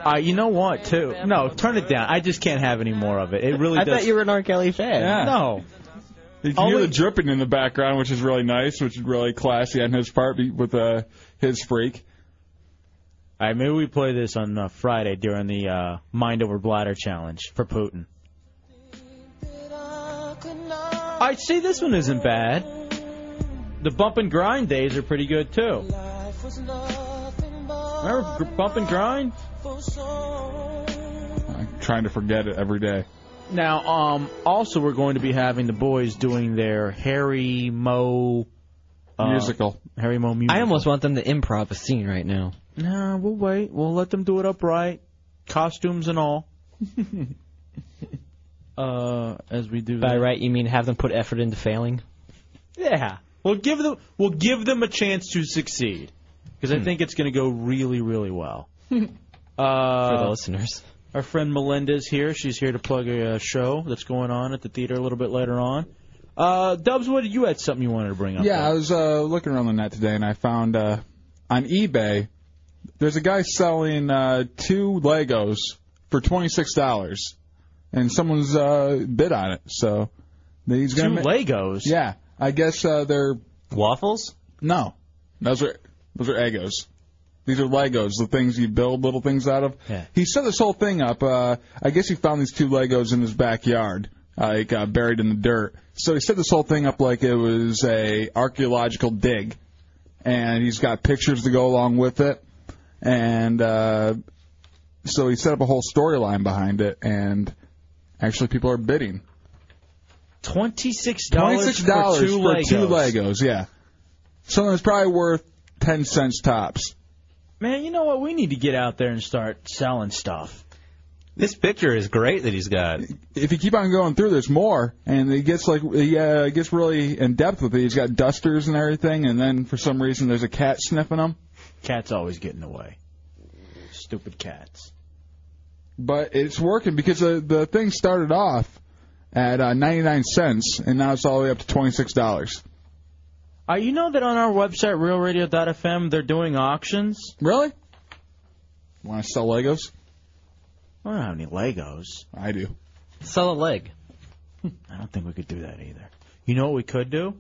Uh, you know what, too? No, turn it down. I just can't have any more of it. It really I does. thought you were an R. Kelly fan. Yeah. No. You can hear Only- the dripping in the background, which is really nice, which is really classy on his part be- with uh, his freak. All right, maybe we play this on uh, Friday during the uh, Mind Over Bladder Challenge for Putin. I see this one isn't bad. The bump and grind days are pretty good too. Remember gr- bump and grind? I'm trying to forget it every day. Now, um, also we're going to be having the boys doing their Harry Mo uh, Musical. Harry Mo musical. I almost want them to improv a scene right now. No, we'll wait. We'll let them do it upright, costumes and all. uh, as we do. By that. right, you mean have them put effort into failing? Yeah, we'll give them we'll give them a chance to succeed because I think it's going to go really really well. uh, For the listeners. Our friend Melinda's here. She's here to plug a uh, show that's going on at the theater a little bit later on. Uh, Dubs, what did you had something you wanted to bring up? Yeah, I was uh, looking around the net today and I found uh, on eBay there's a guy selling uh, two Legos for twenty six dollars, and someone's uh, bid on it. So he's gonna Two Legos. Yeah, I guess uh, they're waffles. No, those are those are Egos. These are Legos, the things you build little things out of. Yeah. He set this whole thing up. Uh, I guess he found these two Legos in his backyard, uh, like uh, buried in the dirt. So he set this whole thing up like it was a archaeological dig, and he's got pictures to go along with it, and uh, so he set up a whole storyline behind it, and actually people are bidding. Twenty six Twenty dollars six dollars for two Legos. two Legos, yeah. So it's probably worth ten cents tops. Man, you know what? We need to get out there and start selling stuff. This picture is great that he's got. If you keep on going through, there's more, and it gets like he uh, gets really in depth with it. He's got dusters and everything, and then for some reason there's a cat sniffing them. Cats always get in the way. Stupid cats. But it's working because the the thing started off at uh, 99 cents, and now it's all the way up to 26 dollars. Uh, you know that on our website, realradio.fm, they're doing auctions? Really? Want to sell Legos? I don't have any Legos. I do. Sell a leg. I don't think we could do that either. You know what we could do?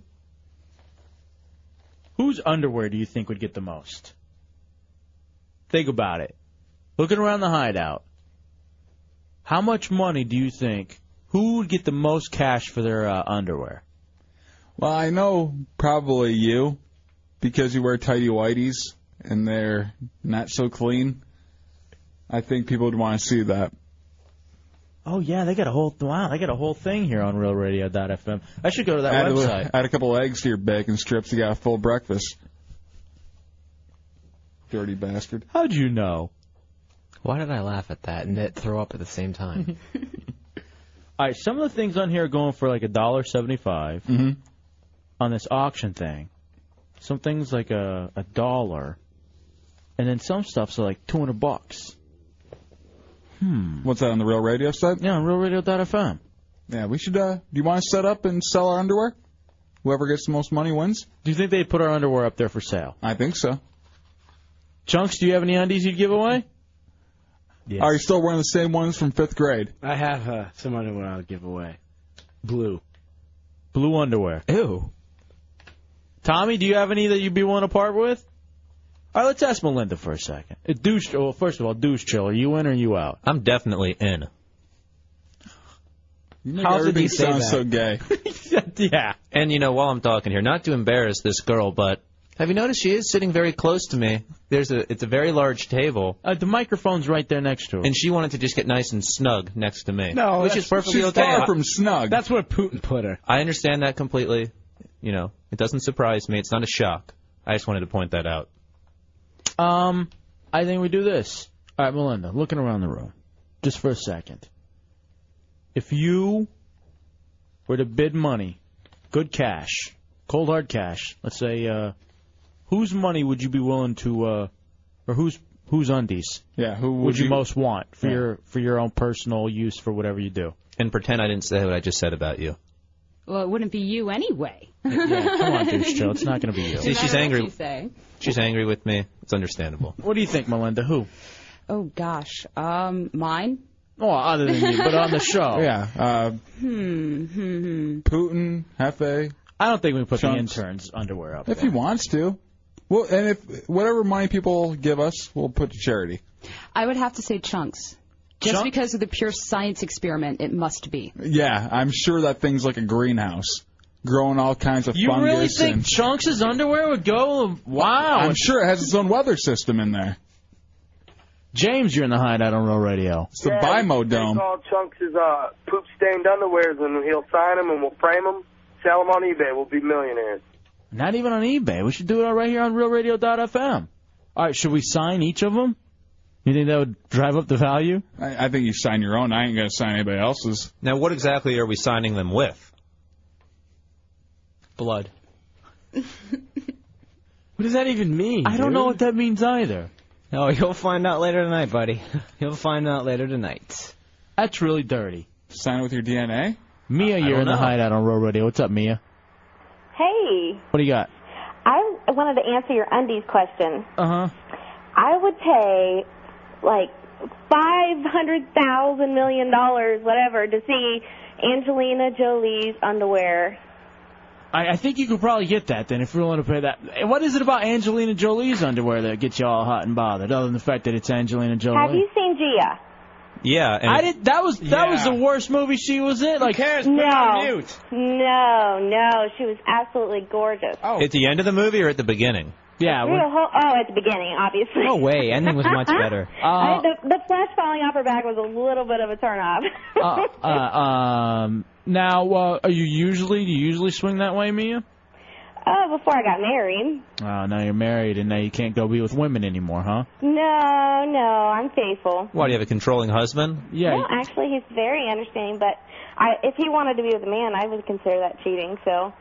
Whose underwear do you think would get the most? Think about it. Looking around the hideout, how much money do you think who would get the most cash for their uh, underwear? Well, I know probably you because you wear tidy whities and they're not so clean. I think people would want to see that. Oh yeah, they got a whole wow, they got a whole thing here on RealRadio.fm. I should go to that add, website. A, add a couple eggs to your bacon strips. You got a full breakfast. Dirty bastard. How'd you Oh. know? Why did I laugh at that and then throw up at the same time? All right, some of the things on here are going for like a dollar seventy-five on this auction thing. Some things like a a dollar, and then some stuff's like two hundred bucks. Hmm. What's that on the Real Radio site? Yeah, on RealRadio.fm. Yeah, we should. Uh, do you want to set up and sell our underwear? Whoever gets the most money wins. Do you think they put our underwear up there for sale? I think so. Chunks, do you have any undies you'd give away? Yes. Are you still wearing the same ones from fifth grade? I have uh, some underwear I'll give away. Blue. Blue underwear. Ew. Tommy, do you have any that you'd be willing to part with? All right, let's ask Melinda for a second. Uh, Douche, well, first of all, douche chill, are you in or are you out? I'm definitely in. You make How could everything you say sound that? so gay. yeah. And you know, while I'm talking here, not to embarrass this girl, but have you noticed she is sitting very close to me? There's a it's a very large table. Uh, the microphone's right there next to her. And she wanted to just get nice and snug next to me. No, which that's- is perfectly she's okay. far I- from snug. That's where Putin put her. I understand that completely. You know, it doesn't surprise me. It's not a shock. I just wanted to point that out. Um, I think we do this. All right, Melinda, looking around the room, just for a second. If you were to bid money, good cash, cold hard cash, let's say, uh, whose money would you be willing to, uh, or whose whose undies? Yeah, who would, would you, you- most want for Yeah. your for your own personal use for whatever you do? And pretend I didn't say what I just said about you. Well, it wouldn't be you anyway. Come on, douche Joe. It's not going to be you. See, she's What you angry. say? She's angry with me. It's understandable. What do you think, Melinda? Who? Oh gosh, um, mine. Well, other than you, but on the show. Yeah. Uh, Hmm. hmm, hmm. Putin, Hefe. I don't think we put the Chunks. intern's underwear up. If he wants to. Well, and if whatever money people give us, we'll put to charity. I would have to say chunks. Just Chunk- because of the pure science experiment, it must be. Yeah, I'm sure that thing's like a greenhouse, growing all kinds of You fungus. really think and- Chunks' underwear would go? Wow. I'm sure it has its own weather system in there. James, you're in the hideout on Real Radio. It's the Bimo Dome. Take all Chunks' uh, poop-stained underwears, and he'll sign them, and we'll frame them, sell them on eBay. We'll be millionaires. Not even on eBay. We should do it all right here on RealRadio.fm. All right, should we sign each of them? You think that would drive up the value? I, I think you sign your own. I ain't gonna sign anybody else's. Now, what exactly are we signing them with? Blood. What does that even mean? I don't know what that means either. Oh, you'll find out later tonight, buddy. You'll find out later tonight. That's really dirty. Sign it with your DNA? Mia, don't you're in the know. hideout on Real Radio. What's up, Mia? Hey, What do you got? I wanted to answer your undies question. Uh-huh. Uh huh. I would pay like five hundred thousand million dollars, whatever, to see Angelina Jolie's underwear. I, I think you could probably get that then if you're willing to pay that. And What is it about Angelina Jolie's underwear that gets you all hot and bothered, other than the fact that it's Angelina Jolie? Have you seen Gia? Yeah. And I did. That was that was the worst movie she was in. Like, no, no, no. She was absolutely gorgeous. Oh, At the end of the movie or at the beginning? Yeah. Through the whole, oh, at the beginning, obviously. No way. Ending was much better. I- Uh, the, the flesh falling off her back was a little bit of a turnoff. uh, uh, um. Now, uh, are you usually do you usually swing that way, Mia? oh, before I got married. Oh, now you're married and now you can't go be with women anymore, huh? No, no, I'm faithful. Why do you have a controlling husband? No, actually, he's very understanding, but I, if he wanted to be with a man, I would consider that cheating, so.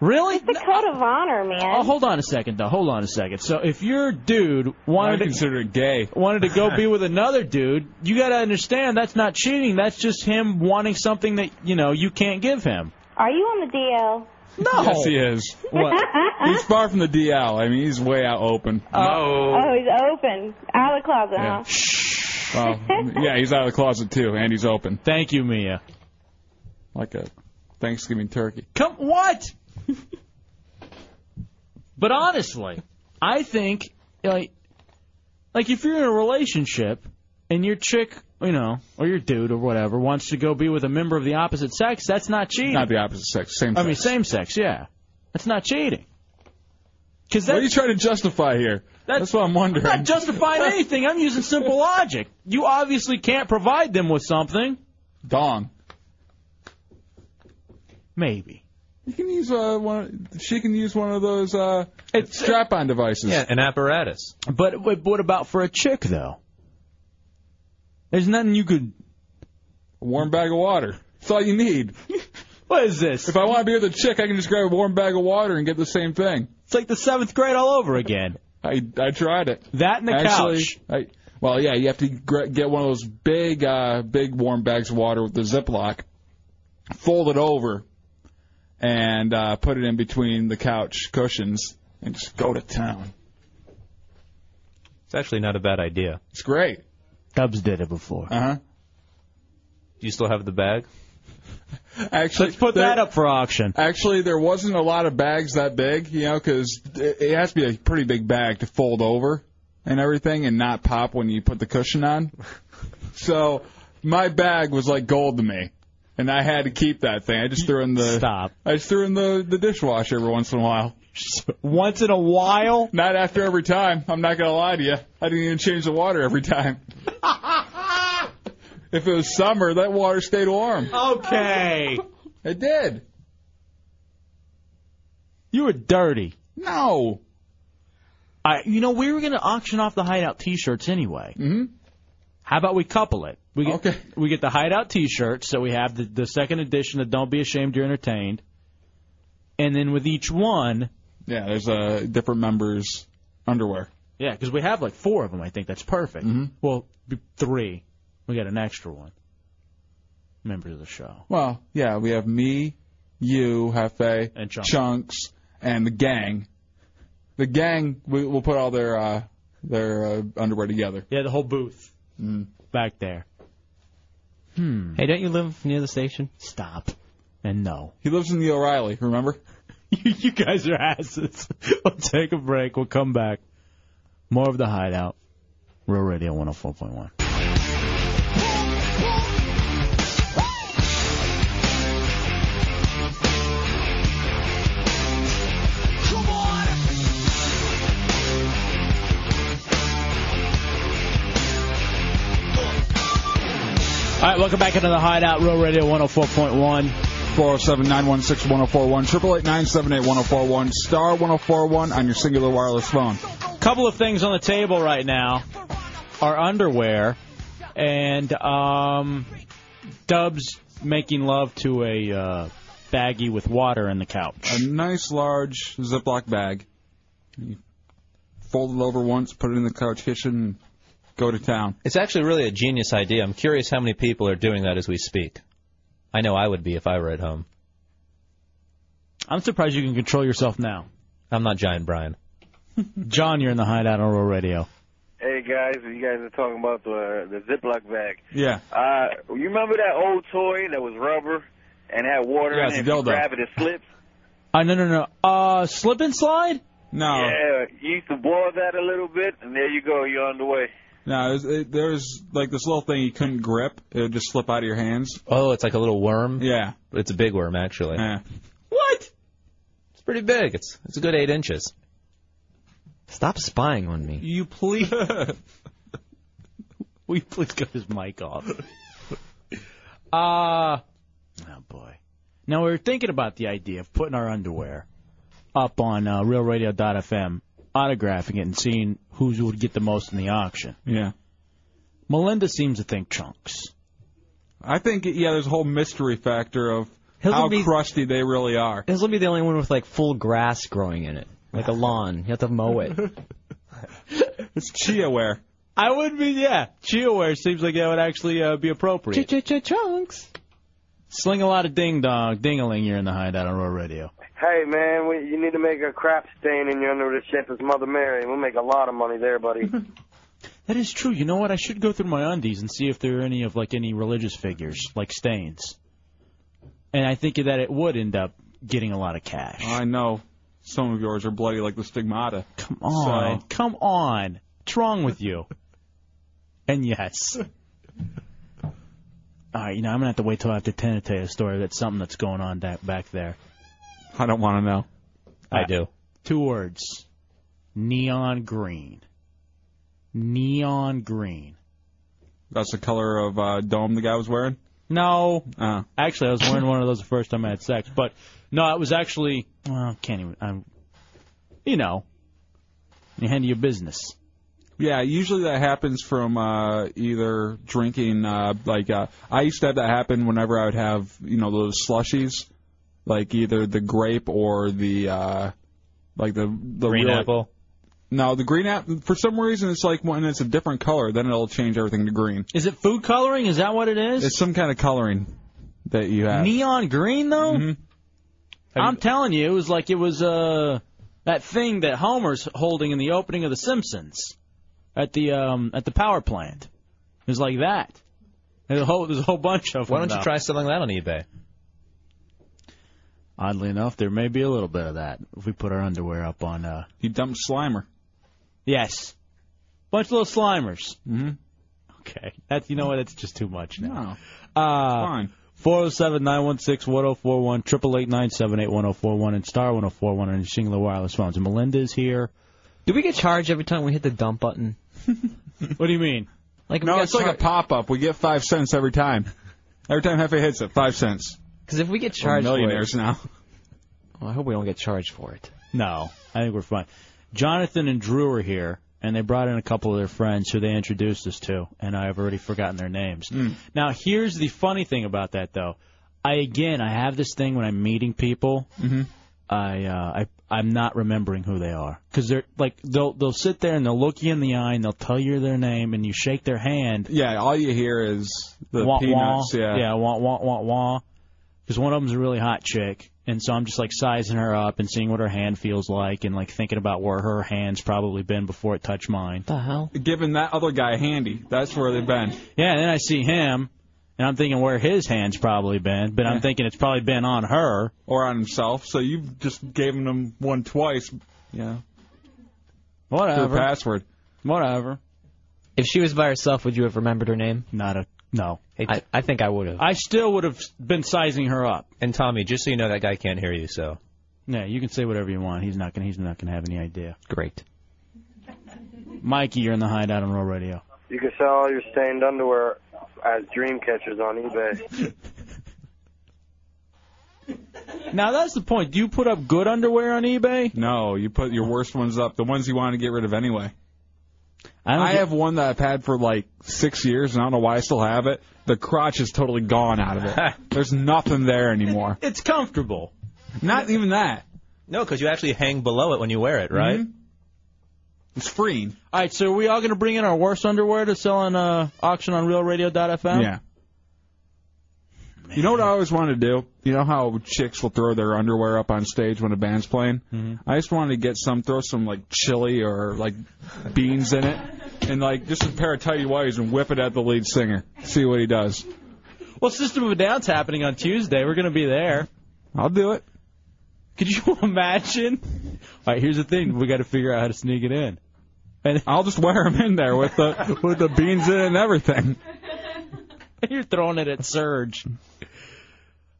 Really? It's a code of honor, man. Oh, hold on a second though. Hold on a second. So if your dude wanted I consider to it gay, wanted to go be with another dude, you got to understand that's not cheating. That's just him wanting something that you know you can't give him. Are you on the DL? No. Yes, he is. What? he's far from the DL. I mean, he's way out open. Oh, he's open. Out of the closet, huh? Well, yeah, he's out of the closet too, and he's open. Thank you, Mia. Like a Thanksgiving turkey. Come what? but honestly, I think like like if you're in a relationship and your chick, you know, or your dude or whatever wants to go be with a member of the opposite sex, that's not cheating. Not the opposite sex. Same. I mean, same sex, yeah. That's not cheating. Cause what are you trying to justify here? That's, what I'm wondering. I'm not justifying anything. I'm using simple logic. You obviously can't provide them with something. Dong. Maybe. You can use uh, one. She can use one of those uh, strap-on devices. Yeah, an apparatus. But, but what about for a chick though? There's nothing you could. Warm bag of water. That's all you need. what is this? If I want to be with a chick, I can just grab a warm bag of water and get the same thing. It's like the seventh grade all over again. I I tried it. That and the Actually, couch. I, well, yeah, you have to gr- get one of those big, uh, big warm bags of water with the Ziploc, fold it over, and uh, put it in between the couch cushions, and just go to town. It's actually not a bad idea. It's great. Dubs did it before. Uh huh. Do you still have the bag? Actually, Let's put that up for auction. Actually, there wasn't a lot of bags that big, you know, 'cause it, it has to be a pretty big bag to fold over and everything, and not pop when you put the cushion on. so my bag was like gold to me. and I had to keep that thing. I just threw in the stop. I just threw in the the dishwasher every once in a while. Once in a while? Not after every time. I'm not gonna lie to you. I didn't even change the water every time. if it was summer, that water stayed warm. Okay. It did. You were dirty. No. I, you know, we were going to auction off the hideout T-shirts anyway. Mm-hmm. How about we couple it? We get, We get the hideout T-shirts, so we have the, the second edition of "Don't Be Ashamed You're Entertained," and then with each one, Yeah, there's uh different members' underwear. yeah, because we have like four of them. I think that's perfect. Mm-hmm. Well, b- three. We got an extra one. Members of the show. Well, yeah, we have me, you, Hefe, and Chunks, and the gang. The gang we, will put all their uh, their uh, underwear together. Yeah, the whole booth mm. back there. Hmm. Hey, don't you live near the station? Stop. And no. He lives in the O'Reilly. Remember? you guys are asses. we'll take a break. We'll come back. More of the hideout. Real Radio 104.1. All right, welcome back into the Hideout, Real Radio 104.1. 407-916-1041, 888-978-1041, star 1041 on your singular wireless phone. couple of things on the table right now are underwear and um, Dubs making love to a uh, baggie with water in the couch. A nice large Ziploc bag. You fold it over once, put it in the couch kitchen, and go to town. It's actually really a genius idea. I'm curious how many people are doing that as we speak. I know I would be if I were at home. I'm surprised you can control yourself now. I'm not Giant Brian. John, you're in the hideout on Rural Radio. Hey guys, you guys are talking about the the Ziploc bag. Yeah. Uh, you remember that old toy that was rubber and had water Yeah, in it? it's a If you dildo. grab it, it slips. Uh, no, no, no. Uh, slip and slide? No. Yeah, you used to boil that a little bit, and there you go, you're on the way. No, it was, it, there was like this little thing you couldn't grip. It would just slip out of your hands. Oh, it's like a little worm. Yeah. It's a big worm actually. Yeah. What? It's pretty big. It's it's a good eight inches. Stop spying on me. You please. Will you please cut his mic off? Uh, oh boy. Now we were thinking about the idea of putting our underwear up on uh, RealRadio.fm, autographing it, and seeing who would get the most in the auction. Yeah. Melinda seems to think chunks. I think yeah, there's a whole mystery factor of He'll how be- crusty they really are. This will be the only one with like full grass growing in it, like a lawn. You have to mow it. it's chia wear. I would be yeah. Chia wear seems like that would actually uh, be appropriate. Chunks. Sling a lot of ding dong, ding a ling here in the hideout on Royal Radio. Hey man, we, you need to make a crap stain in your underwear shape as Mother Mary. We'll make a lot of money there, buddy. That is true. You know what? I should go through my undies and see if there are any of like any religious figures, like stains. And I think that it would end up getting a lot of cash. I know some of yours are bloody like the stigmata. Come on, come on. What's wrong with you? And yes. All right, you know I'm gonna have to wait till after ten to tell you a story. That's something that's going on that back there. I don't want to know. I do. Two words. Neon green. Neon green. That's the color of uh, dome the guy was wearing. No. Ah. Uh, Actually, I was wearing one of those the first time I had sex, but no, it was actually. Well, can't even. I'm. You know. You handle your business. yeah, usually that happens from uh, either drinking. Uh, like uh, I used to have that happen whenever I would have you know those slushies, like either the grape or the uh, like the the Green real- apple. No, the green apple. For some reason, it's like when it's a different color, then it'll change everything to green. Is it food coloring? Is that what it is? It's some kind of coloring that you have. Mm-hmm. Neon green though. I'm telling you, it was like it was uh that thing that Homer's holding in the opening of The Simpsons at the um at the power plant. It was like that. There's a whole there's a whole bunch of Why them don't you now. try selling that on eBay? Oddly enough, there may be a little bit of that if we put our underwear up on. uh You dumped Slimer. Yes, bunch of little Slimers. Mm-hmm. Okay, that's you know what? That's just too much now. No. Uh, Fine. 407 916 1041, 888 978 1041, and star 1041 on your singular wireless phones. And Melinda's here. Do we get charged every time we hit the dump button? what do you mean? Like no, it's like a pop up. We get five cents every time. Every time Hefe hits it, five cents. Because if we get charged We're for it- millionaires now. Well, I hope we don't get charged for it. No, I think we're fine. Jonathan and Drew are here, and they brought in a couple of their friends who they introduced us to, and I have already forgotten their names. Hmm. Now, here's the funny thing about that, though. I again, I have this thing when I'm meeting people. Mm-hmm. I uh, I I'm not remembering who they are because they're like they'll they'll sit there and they'll look you in the eye and they'll tell you their name and you shake their hand. Yeah, all you hear is the wah, peanuts. Wah, Yeah. yeah, wah wah wah wah. Because one of them's a really hot chick, and so I'm just like sizing her up and seeing what her hand feels like and like thinking about where her hand's probably been before it touched mine. The hell? Giving that other guy handy. That's where they've been. Yeah, and then I see him, and I'm thinking where his hand's probably been, but I'm thinking it's probably been on her. Or on himself. So you just gave him one twice. Yeah. Whatever. The password. Whatever. If she was by herself, would you have remembered her name? Not a no. I, I think I would have. I still would have been sizing her up. And Tommy, just so you know, that guy can't hear you, so. Yeah, you can say whatever you want. He's not gonna. He's not gonna have any idea. Great. Mikey, you're in the hideout on Roll Radio. You can sell all your stained underwear as dream catchers on eBay. Now that's the point. Do you put up good underwear on eBay? No, you put your worst ones up, the ones you want to get rid of anyway. I, have one that I've had for like six years, and I don't know why I still have it. The crotch is totally gone out of it. There's nothing there anymore. It's comfortable. Not even that. No, because you actually hang below it when you wear it, right? Mm-hmm. It's free. All right, so are we all going to bring in our worst underwear to sell on uh, auction on RealRadio.fm? Yeah. You know what I always wanted to do? You know how chicks will throw their underwear up on stage when a band's playing? Mm-hmm. I just wanted to get some, throw some like chili or like beans in it, and like just a pair of tidy whities and whip it at the lead singer. See what he does. Well, System of a Down's happening on Tuesday. We're going to be there. I'll do it. Could you imagine? All right, here's the thing. We got to figure out how to sneak it in. And I'll just wear them in there with the with the beans in it and everything. You're throwing it at Surge.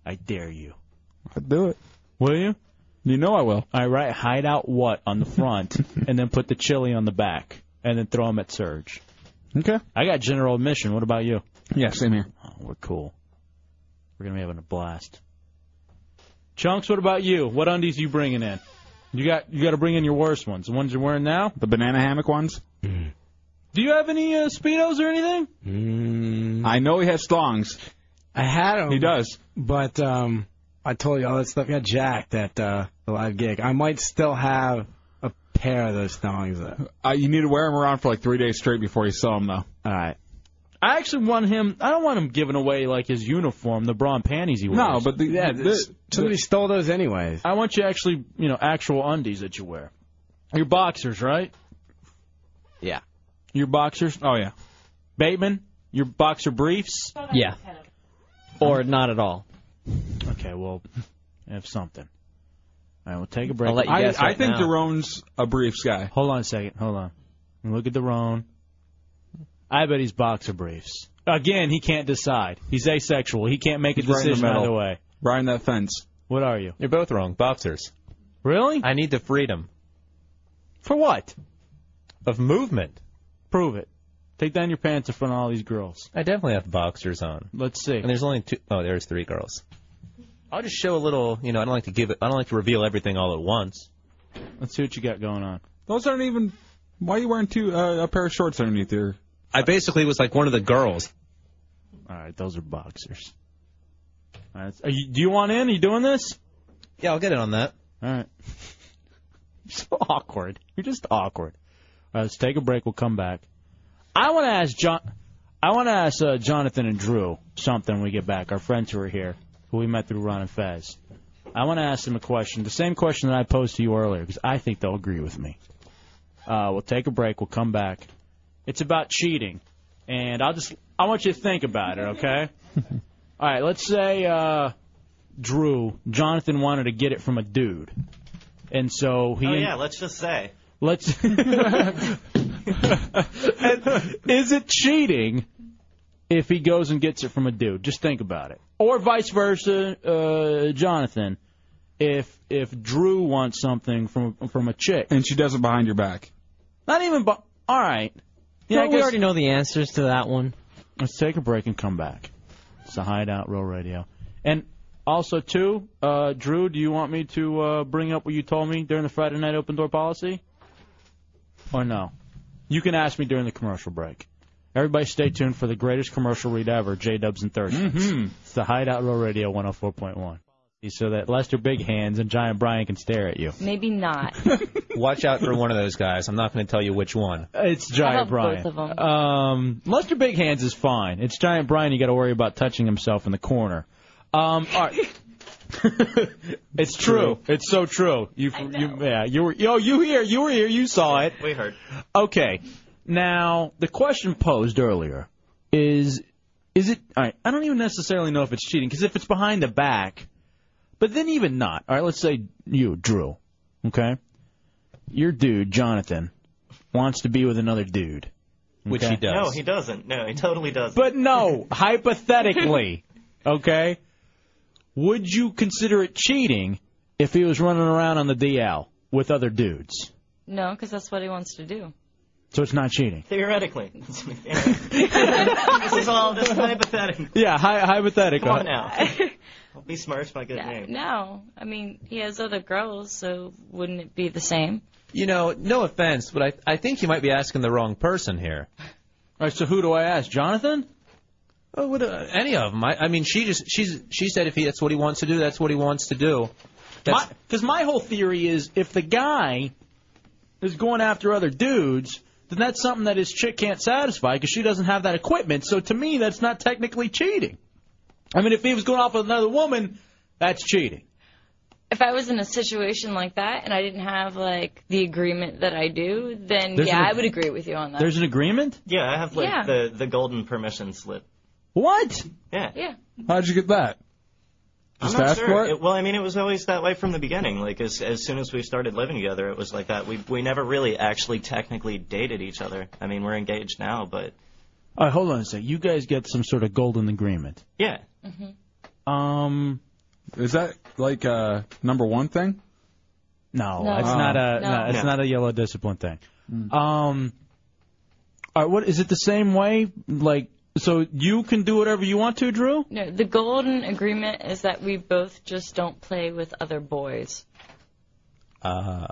I dare you. I'll do it. Will you? You know I will. I write hide out what on the front, and then put the chili on the back, and then throw them at Surge. Okay. I got general admission. What about you? Yeah, same here. Oh, we're cool. We're gonna be having a blast. Chunks, what about you? What undies you bringing in? You got you got to bring in your worst ones. The ones you're wearing now. Mm. The banana hammock ones. Do you have any uh, speedos or anything? Mm. I know he has thongs. I had him. He does. But um, I told you all that stuff got jacked at uh, the live gig. I might still have a pair of those thongs. Though. Uh, you need to wear them around for like three days straight before you sell them, though. All right. I actually want him. I don't want him giving away like his uniform, the bra and panties he wears. No, but the- Yeah, the- this- somebody stole those anyways. I want you actually, you know, actual undies that you wear. Your boxers, right? Yeah. Your boxers. Oh yeah. Bateman, your boxer briefs. Yeah. Or not at all. Okay, well, I have something. All right, we'll take a break. I, I think Jerome's a briefs guy. Hold on a second. Hold on. Look at the Roan. I bet he's boxer briefs. Again, he can't decide. He's asexual. He can't make a He's right in the decision middle. either way. Right in that fence. What are you? You're both wrong. Boxers. Really? I need the freedom. For what? Of movement. Prove it. Take down your pants in front of all these girls. I definitely have boxers on. Let's see. And there's only two oh, there's three girls. I'll just show a little, you know, I don't like to give it, I don't like to reveal everything all at once. Let's see what you got going on. Those aren't even. Why are you wearing two uh, a pair of shorts underneath your? I basically was like one of the girls. All right, those are boxers. All right, are you, do you want in? Are you doing this? Yeah, I'll get in on that. All right. so awkward. You're just awkward. All right, let's take a break. We'll come back. I want to ask John. I want to ask uh, Jonathan and Drew something when we get back. Our friends who are here, who we met through Ron and Fez. I want to ask them a question, the same question that I posed to you earlier, because I think they'll agree with me. Uh, we'll take a break. We'll come back. It's about cheating, and I'll just I want you to think about it, okay? All right. Let's say uh, Drew Jonathan wanted to get it from a dude, and so Oh, he let's just say. Let's. And is it cheating if he goes and gets it from a dude? Just think about it. or vice versa, uh, Jonathan. If if Drew wants something from from a chick, and she does it behind your back, not even. Bu- All right. Don't we already know the answers to that one. Let's take a break and come back. It's the Hideout Real Radio, and also too, uh, Drew. Do you want me to uh, bring up what you told me during the Friday night open door policy, or no? You can ask me during the commercial break. Everybody, stay tuned for the greatest commercial read ever, J Dubs and Thursdays. It's the Hideout Real Radio 104.1. So that Lester Big Hands and Giant Brian can stare at you. Maybe not. Watch out for one of those guys. I'm not going to tell you which one. It's How Giant about Brian. both of 'em? Um, Lester Big Hands is fine. It's Giant Brian. You got to worry about touching himself in the corner. Um, all right. it's true. It's so true. You, you, yeah, you were, yo, you here, you were here, you saw it. We heard. Okay. Now the question posed earlier is, is it? All right. I don't even necessarily know if it's cheating because if it's behind the back, but then even not. All right. Let's say you, Drew. Okay. Your dude, Jonathan, wants to be with another dude. Which okay? he does. No, he doesn't. No, he totally doesn't. But no, hypothetically, okay, would you consider it cheating if he was running around on the DL with other dudes? No, because that's what he wants to do. So it's not cheating. Theoretically. this is all this is hypothetical. Yeah, hi- hypothetical. Come on now. Don't be smirched my good name. No, I mean he has other girls, so wouldn't it be the same? You know, no offense, but I I think you might be asking the wrong person here. All right, so who do I ask, Jonathan? Oh, what, uh, any of them. I, I mean, she just she's she said if he that's what he wants to do, that's what he wants to do. That's, Because my, whole theory is if the guy is going after other dudes, then that's something that his chick can't satisfy because she doesn't have that equipment. So to me, that's not technically cheating. I mean, if he was going off with another woman, that's cheating. If I was in a situation like that and I didn't have like the agreement that I do, then There's yeah, an- I would agree with you on that. There's an agreement? Yeah, I have like Yeah. the the golden permission slip. What? Yeah. Yeah. How'd you get that? Just I'm not ask sure. for it? Well, I mean, it was always that way from the beginning. Like as as soon as we started living together, it was like that. We we never really actually technically dated each other. I mean, we're engaged now, but All right, hold on a sec. You guys get some sort of golden agreement. yeah. Mm-hmm. Um, is that like uh number one thing? No, No. it's Oh. not a No. no, it's No. not a yellow discipline thing. Um, all right, what is it the same way? Like, so you can do whatever you want to, Drew. No, the golden agreement is that we both just don't play with other boys. Uh,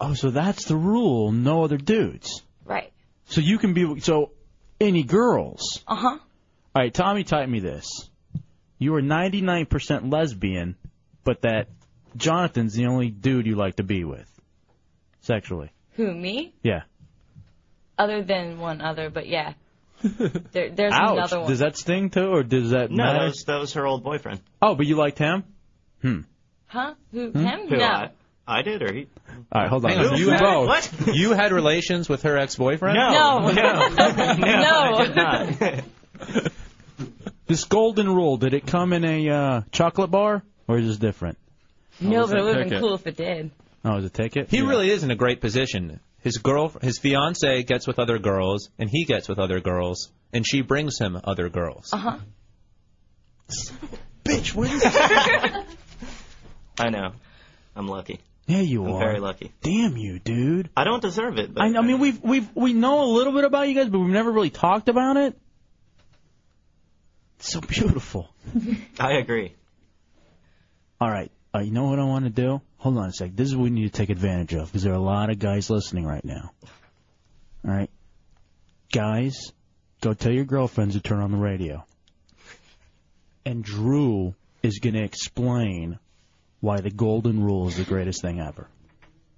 oh, so that's the rule. No other dudes. Right. So you can be so any girls. Uh huh. All right, Tommy, type me this. You are 99% lesbian, but that Jonathan's the only dude you like to be with sexually. Who me? Yeah. Other than one other, but yeah. There, there's Ouch. another one. Does that sting too, or does that No, matter? that was that was her old boyfriend. Oh, but you liked him? Hmm. Huh? Who? Hmm? Him? Who no. I, I did or he? All right, hold on. Hang on, you Who? had, What? you had relations with her ex-boyfriend? No. No. No. No. I did not. This golden rule, did it come in a uh, chocolate bar, or is this different? No, was but that it would have been ticket? cool if it did. Oh, is it ticket? He really is in a great position. His girl, his fiance gets with other girls, and he gets with other girls, and she brings him other girls. Uh huh. Bitch, where is I know. I'm lucky. Yeah, you I'm are. very lucky. Damn you, dude. I don't deserve it, but I, I mean, we've we've we know a little bit about you guys, but we've never really talked about it. It's so beautiful. I agree. All right. Uh, you know what I want to do? Hold on a sec. This is what we need to take advantage of because there are a lot of guys listening right now. All right. Guys, go tell your girlfriends to turn on the radio. And Drew is going to explain why the golden rule is the greatest thing ever.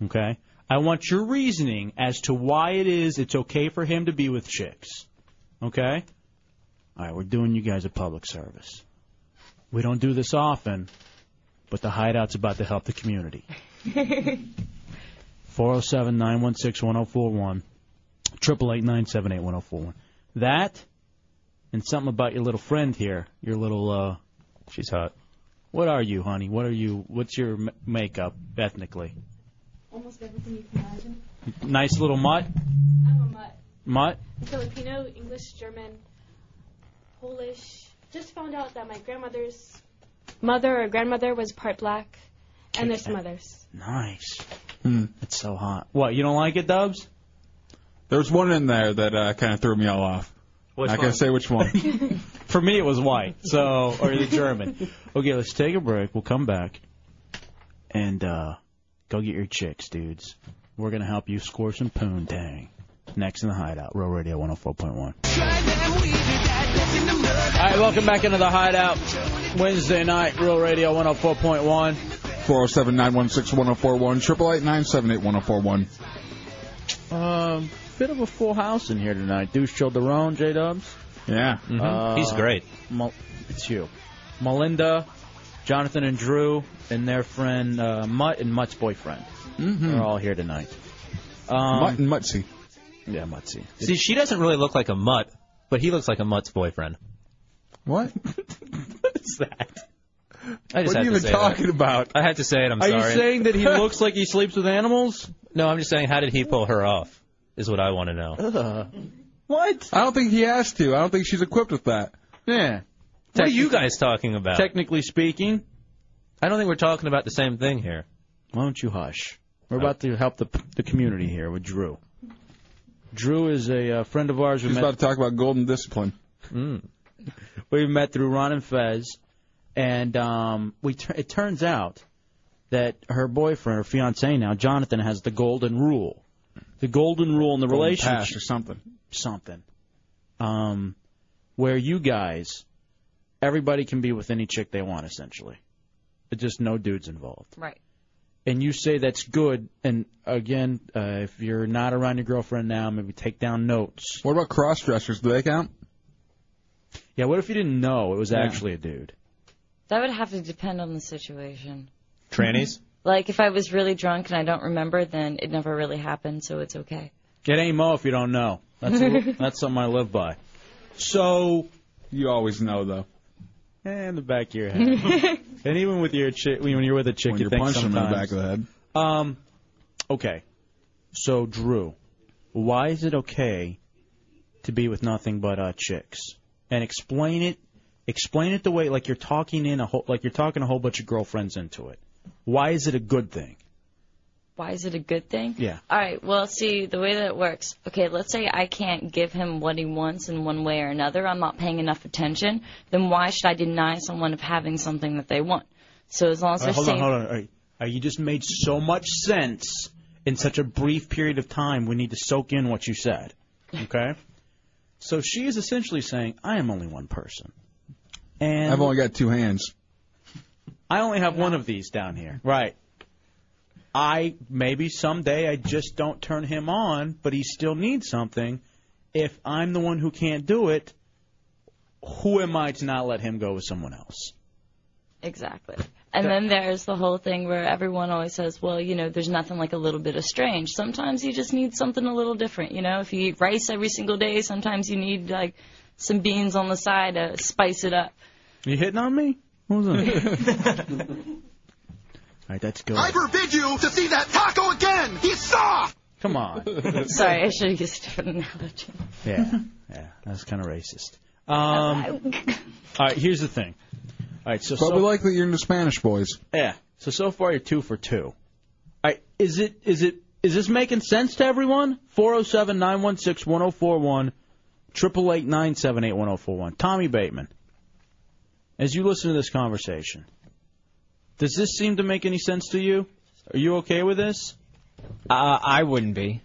Okay? I want your reasoning as to why it is it's okay for him to be with chicks. Okay? All right, we're doing you guys a public service. We don't do this often, but the hideout's about to help the community. 407 916 1041, 888 978 1041. That, and something about your little friend here, your little, uh. She's hot. What are you, honey? What are you, what's your m- makeup ethnically? Almost everything you can imagine. Nice little mutt? I'm a mutt. Mutt? Filipino, English, German, Polish, just found out that my grandmother's mother or grandmother was part black, and there's some others. Nice. Hmm. It's so hot. What, you don't like it, Dubs? There's one in there that uh, kind of threw me all off. Which I one? can't say which one. For me, it was white. So, or the German. Okay, let's take a break. We'll come back and uh, go get your chicks, dudes. We're gonna help you score some poontang. Next in the hideout, Real Radio 104.1. All right, welcome back into the hideout. Wednesday night, Real Radio 104.1. 407 916 1041, 888 978 1041. Um, bit of a full house in here tonight. Deuce Childerone, J Dubs. Yeah, Mhm. He's great. Mo- Uh, it's you, Melinda, Jonathan and Drew, and their friend uh, Mutt and Mutt's boyfriend. Mm-hmm. Mhm. They're all here tonight. Mutt Um, and Muttsy. Yeah, Muttsy. See, she doesn't really look like a mutt, but he looks like a mutt's boyfriend. What? I just What are had you to even say talking that. about? I had to say it. I'm Are sorry. you saying that he looks like he sleeps with animals? No, I'm just saying, how did he pull her off? Is what I want to know. What? I don't think he has to. I don't think she's equipped with that. Yeah. What are you guys talking about? Technically speaking, I don't think we're talking about the same thing here. Oh. Why don't you hush? We're about to help the the community here with Drew. Drew is a uh, friend of ours. We She's met, about to talk about golden discipline. we met through Ron and Fez, and um, we tur it turns out that her boyfriend, her fiance now, Jonathan, has the golden rule. The golden rule in the Golden relationship pass or something. something. Um, where you guys, everybody can be with any chick they want, essentially. It's just no dudes involved. Right. And you say that's good. And again, uh, if you're not around your girlfriend now, maybe take down notes. What about cross dressers? Do they count? Yeah, what if you didn't know it was Yeah. actually a dude? That would have to depend on the situation. Trannies? Like if I was really drunk and I don't remember, then it never really happened, so it's okay. It ain't Mo if you don't know. That's a, that's something I live by. So you always know though. In the back of your head, and even with your chick, when you're with a chick, When you you're think punching them in sometimes. the back of the head. Um, okay. So Drew, why is it okay to be with nothing but uh, chicks? And explain it. Explain it the way like you're talking in a whole like you're talking a whole bunch of girlfriends into it. Why is it a good thing? Why is it a good thing? Yeah. All right. Well, see, the way that it works, okay, let's say I can't give him what he wants in one way or another. I'm not paying enough attention. Then why should I deny someone of having something that they want? So as long as All right, they're hold on, saying, hold on. All right. All right, you just made so much sense in such a brief period of time. We need to soak in what you said. Okay. So she is essentially saying, I am only one person. And I've only got two hands. I only have one of these down here. Right. I maybe someday I just don't turn him on, but he still needs something. If I'm the one who can't do it, who am I to not let him go with someone else? Exactly. And then there's the whole thing where everyone always says, well, you know, there's nothing like a little bit of strange. Sometimes you just need something a little different. You know, if you eat rice every single day, sometimes you need like some beans on the side to spice it up. You hitting on me? What was that? All right, that's good. forbid you to see that taco again. He's soft. Come on. Sorry, I should have used a different analogy. Yeah, yeah, that's kind of racist. Um, all right, here's the thing. All right, so But so, we like that you're into Spanish boys. yeah, so so far you're two for two. All right, is it is it is this making sense to everyone? Four zero seven nine one six one zero four one, triple eight nine seven eight one zero four one. Tommy Bateman, as you listen to this conversation, does this seem to make any sense to you? Are you okay with this? Uh, I wouldn't be.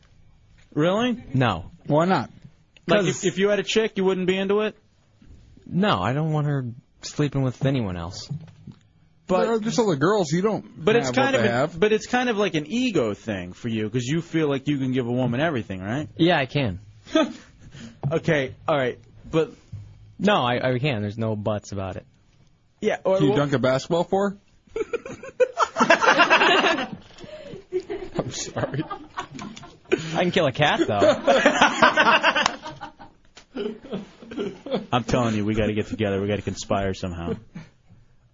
Really? No. Why not? Like if, if you had a chick, you wouldn't be into it. No, I don't want her sleeping with anyone else. But there are just other girls you don't. But have it's what kind of they an- have. but it's kind of like an ego thing for you because you feel like you can give a woman everything, right? Yeah, I can. okay, all right, but no, I, I can. There's no buts about it. Yeah, or Do you dunk a basketball for? Oh, I'm sorry. I can kill a cat though. I'm telling you, we got to get together. We got to conspire somehow.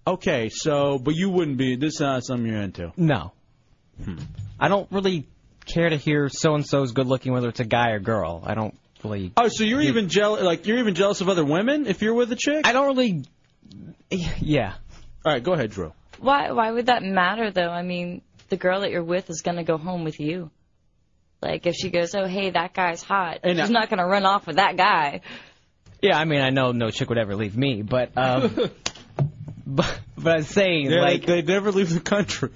Okay, so but you wouldn't be. This is not something you're into. Hmm. No. I don't really care to hear so and so's good looking, whether it's a guy or girl. I don't really. Oh, so you're even jealous? Like you're even jealous of other women if you're with a chick? I don't really. Yeah. All right, go ahead, Drew. Why why would that matter though? I mean, the girl that you're with is gonna go home with you. Like if she goes, oh hey, that guy's hot, And she's I- not gonna run off with that guy. Yeah, I mean, I know no chick would ever leave me, but um, but, but I'm saying Yeah, like they, they never leave the country.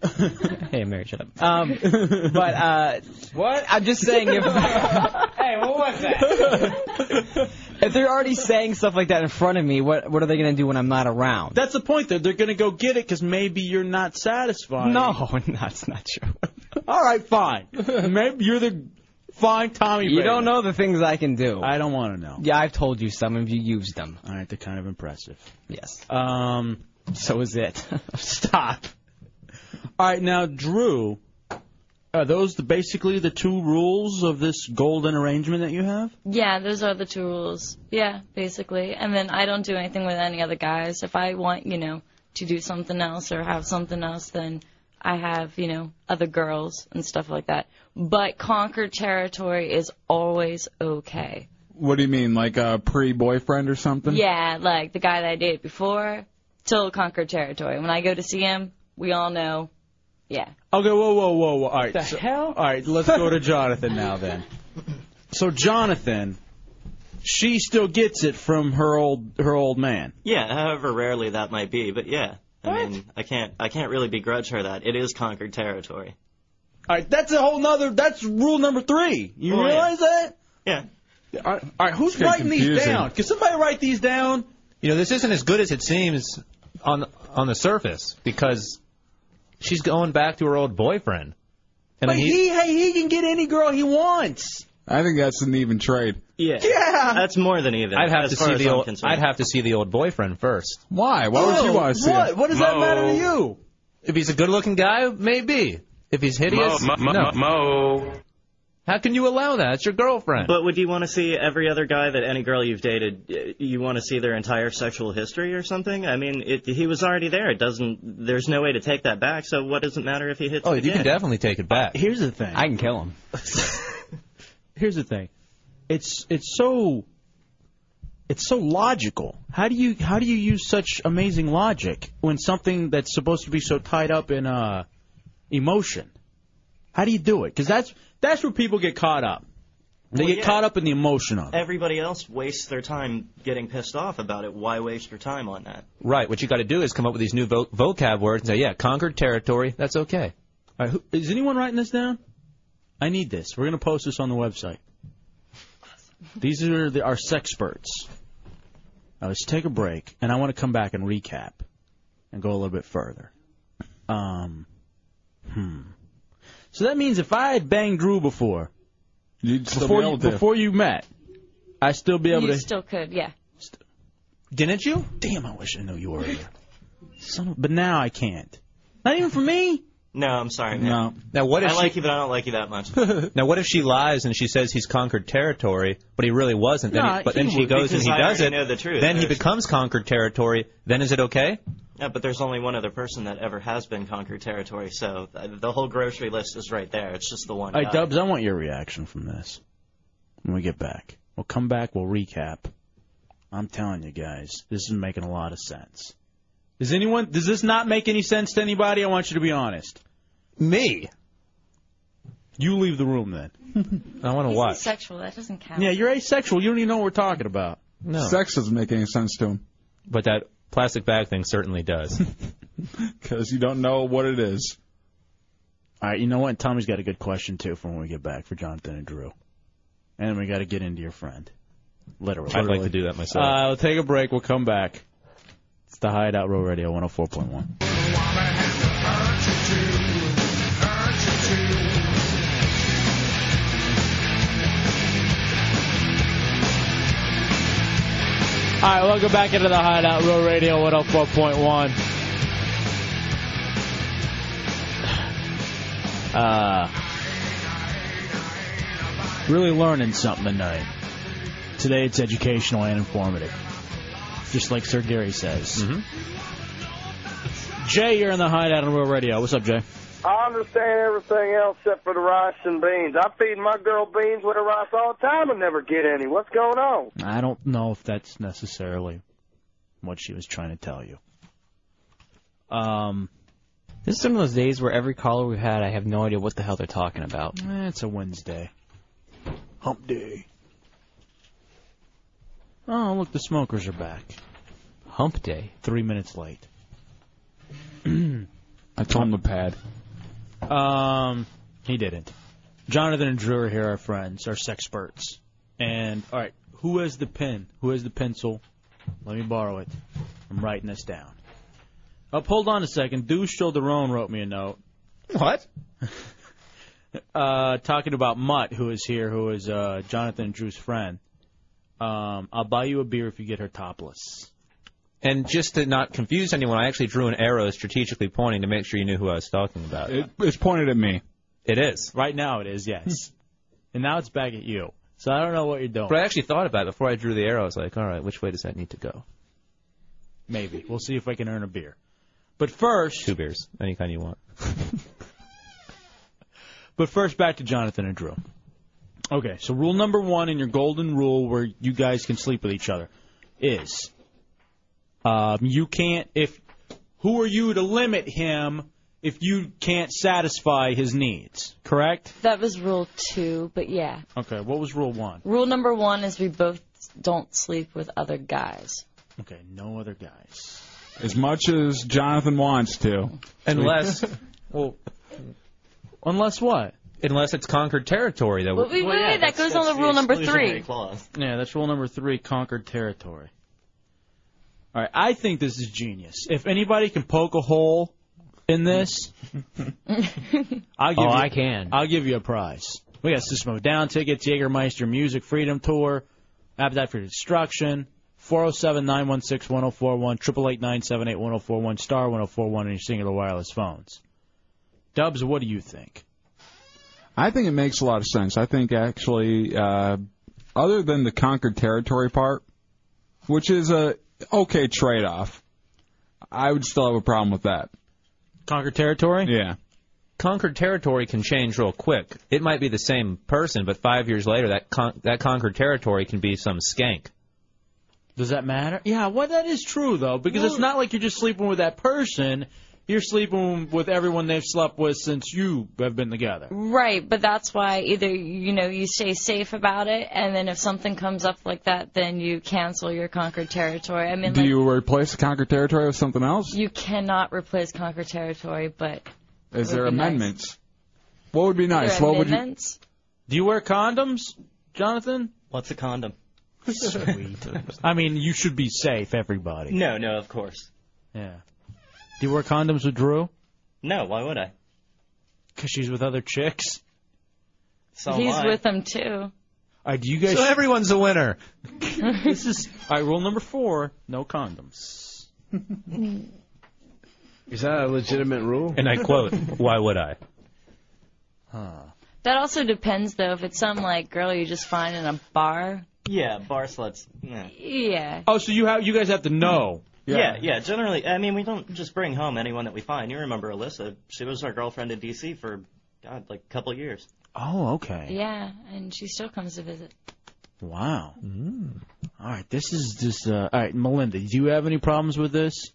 hey, Mary, shut up. Um, but uh, what? I'm just saying if hey, what was that? if they're already saying stuff like that in front of me, what what are they gonna do when I'm not around? That's the point. That they're gonna go get it because maybe you're not satisfied. No, Oh, that's not true. All right, fine. Maybe you're the fine Tommy. You Brady. don't know the things I can do. I don't want to know. Yeah, I've told you some of you used them. All right, they're kind of impressive. Yes. Um. So is it. Stop. All right, now Drew, are those the, basically the two rules of this golden arrangement that you have? Yeah, those are the two rules. Yeah, basically. And then I don't do anything with any other guys. If I want, you know, to do something else or have something else, then I have, you know, other girls and stuff like that. But conquered territory is always okay. What do you mean, like a pre-boyfriend or something? Yeah, like the guy that I dated before, till conquered territory. When I go to see him, we all know. Yeah. Okay, whoa, whoa, whoa, whoa. All right. The so- hell? All right, let's go to Jonathan now then. So Jonathan, she still gets it from her old her old man. Yeah, however rarely that might be, but yeah. I mean, I can't, I can't really begrudge her that. It is conquered territory. All right, that's a whole nother. That's rule number three. You Oh, yeah. realize that? Yeah. All right, all right who's It's getting writing these confusing. down? Can somebody write these down? You know, this isn't as good as it seems on on the surface because she's going back to her old boyfriend. And But he- he, hey, he can get any girl he wants. I think that's an even trade. Yeah. Yeah. That's more than even. I'd have as to far see as the I'm old. concerned. I'd have to see the old boyfriend first. Why? Why would you want to see what? it? What does that matter to you? If he's a good-looking guy, maybe. If he's hideous, Mo- mo- no. mo- How can you allow that? It's your girlfriend. But would you want to see every other guy that any girl you've dated? y- You want to see their entire sexual history or something? I mean, it, he was already there. It doesn't. There's no way to take that back. So what does it matter if he hits? Oh, it you can again? definitely take it back. Uh, Here's the thing. I can kill him. Here's the thing. It's it's so it's so logical. How do you how do you use such amazing logic when something that's supposed to be so tied up in uh emotion? How do you do it? Because that's that's where people get caught up. They Well, get yeah. caught up in the emotion of it. Everybody else wastes their time getting pissed off about it. Why waste your time on that? Right. What you got to do is come up with these new vo- vocab words and say, yeah, conquered territory. That's okay. All right, who, is anyone writing this down? I need this. We're gonna post this on the website. These are the, our sexperts. Now let's take a break, and I want to come back and recap and go a little bit further. Um, hmm. So that means if I had banged Drew before, still before be you, able to. before you met, I'd still be able you to. still could, yeah. Didn't you? Damn, I wish I knew you earlier. Son of, but now I can't. Not even for me. No, I'm sorry, man. No. Now what if I she- like you, but I don't like you that much. now what if she lies and she says he's conquered territory, but he really wasn't? Then No, he, but then he she would, goes and because he I does already it. know the truth. Then he There's- becomes conquered territory. Then is it okay? Yeah, but there's only one other person that ever has been conquered territory, so uh, the whole grocery list is right there. It's just the one. All right, guy. Dubs, I want your reaction from this when we get back. We'll come back, we'll recap. I'm telling you guys, this is making a lot of sense. Does anyone does this not make any sense to anybody? I want you to be honest. Me. You leave the room then. I want He's to watch. asexual. That doesn't count. Yeah, you're asexual. You don't even know what we're talking about. No. Sex doesn't make any sense to him But that plastic bag thing certainly does. because you don't know what it is. All right, you know what? Tommy's got a good question too for when we get back for Jonathan and Drew. And we got to get into your friend. Literally. I'd like to do that myself. Uh, we'll take a break. We'll come back. It's the Hideout Row Radio 104.1. All right, welcome back into the Hideout Row Radio 104.1. Uh, really learning something tonight. Today it's educational and informative, just like Mm-hmm. Sir Gary says. Jay, you're in the Hideout on Row Radio. What's up, Jay? I understand everything else except for the rice and beans. I feed my girl beans with the rice all the time and never get any. What's going on? I don't know if that's necessarily what she was trying to tell you. Um, this is some of those days where every caller we've had, I have no idea what the hell they're talking about. Eh, it's a Wednesday. Hump day. Oh, look, the smokers are back. Hump day. Three minutes late. I told him the pad. Um, he didn't. Jonathan and Drew are here, our friends, our sexperts. And all right, who has the pen? Who has the pencil? Let me borrow it. I'm writing this down. Up, hold on a second. Deuce Childerone wrote me a note. What? uh, talking about Mutt, who is here, who is uh, Jonathan and Drew's friend. Um, I'll buy you a beer if you get her topless. And just to not confuse anyone, I actually drew an arrow strategically pointing to make sure you knew who I was talking about. It, it's pointed at me. It is. Right now it is, yes. and now it's back at you. So I don't know what you're doing. But I actually thought about it before I drew the arrow. I was like, all right, which way does that need to go? Maybe. We'll see if I can earn a beer. But first. Two beers, any kind you want. But first, back to Jonathan and Drew. Okay, so rule number one in your golden rule where you guys can sleep with each other is um, you can't, if, who are you to limit him if you can't satisfy his needs, correct? That was rule two, but yeah. Okay, what was rule one? Rule number one is we both don't sleep with other guys. Okay, no other guys. As much as Jonathan wants to. Unless, well, unless what? Unless it's conquered territory that Well, we- Well, wait, yeah, wait, that that's- goes on that's the the rule number exclusionary three. Yeah, that's rule number three: conquered territory. All right, I think this is genius. If anybody can poke a hole in this, I'll give Oh, you, I can. I'll give you a prize. We got Sismo Down tickets, Jägermeister Music Freedom Tour, Appetite for Destruction, 407-916-1041, 888 oh star 1041 on your singular wireless phones. Dubs, what do you think? I think it makes a lot of sense. I think actually, uh, other than the conquered territory part, which is a okay trade-off, I would still have a problem with that. Conquered territory? Yeah. conquered territory can change real quick. It might be the same person, but five years later, that con- that conquered territory can be some skank. Does that matter? Yeah, well, that is true though, because it's not like you're just sleeping with that person. You're sleeping with everyone they've slept with since you have been together. Right, but that's why either you know you stay safe about it, and then if something comes up like that, then you cancel your conquered territory. I mean, Do like, you replace the conquered territory with something else? you cannot replace conquered territory, but Is Would there be nice. amendments? What would be nice? there are what would you? amendments. Do you wear condoms, Jonathan? What's a condom? Sweet. I mean, you should be safe, everybody. No, no, of course. Yeah. Do you wear condoms with Drew? No, why would I? Because she's with other chicks. So He's am I. with them too. All right, do you guys? So everyone's a winner. this is all right. Rule number four: no condoms. Is that a legitimate rule? And I quote, "Why would I?" That also depends though if it's some like girl you just find in a bar. Yeah, bar sluts. Yeah. Yeah. Oh, so you have you guys have to know. Yeah. yeah, Generally, I mean, we don't just bring home anyone that we find. You remember Alyssa? She was our girlfriend in D.C. for God, like a couple of years. Oh, okay. Yeah, and she still comes to visit. Wow. All right, this is just uh, all right, Melinda. Do you have any problems with this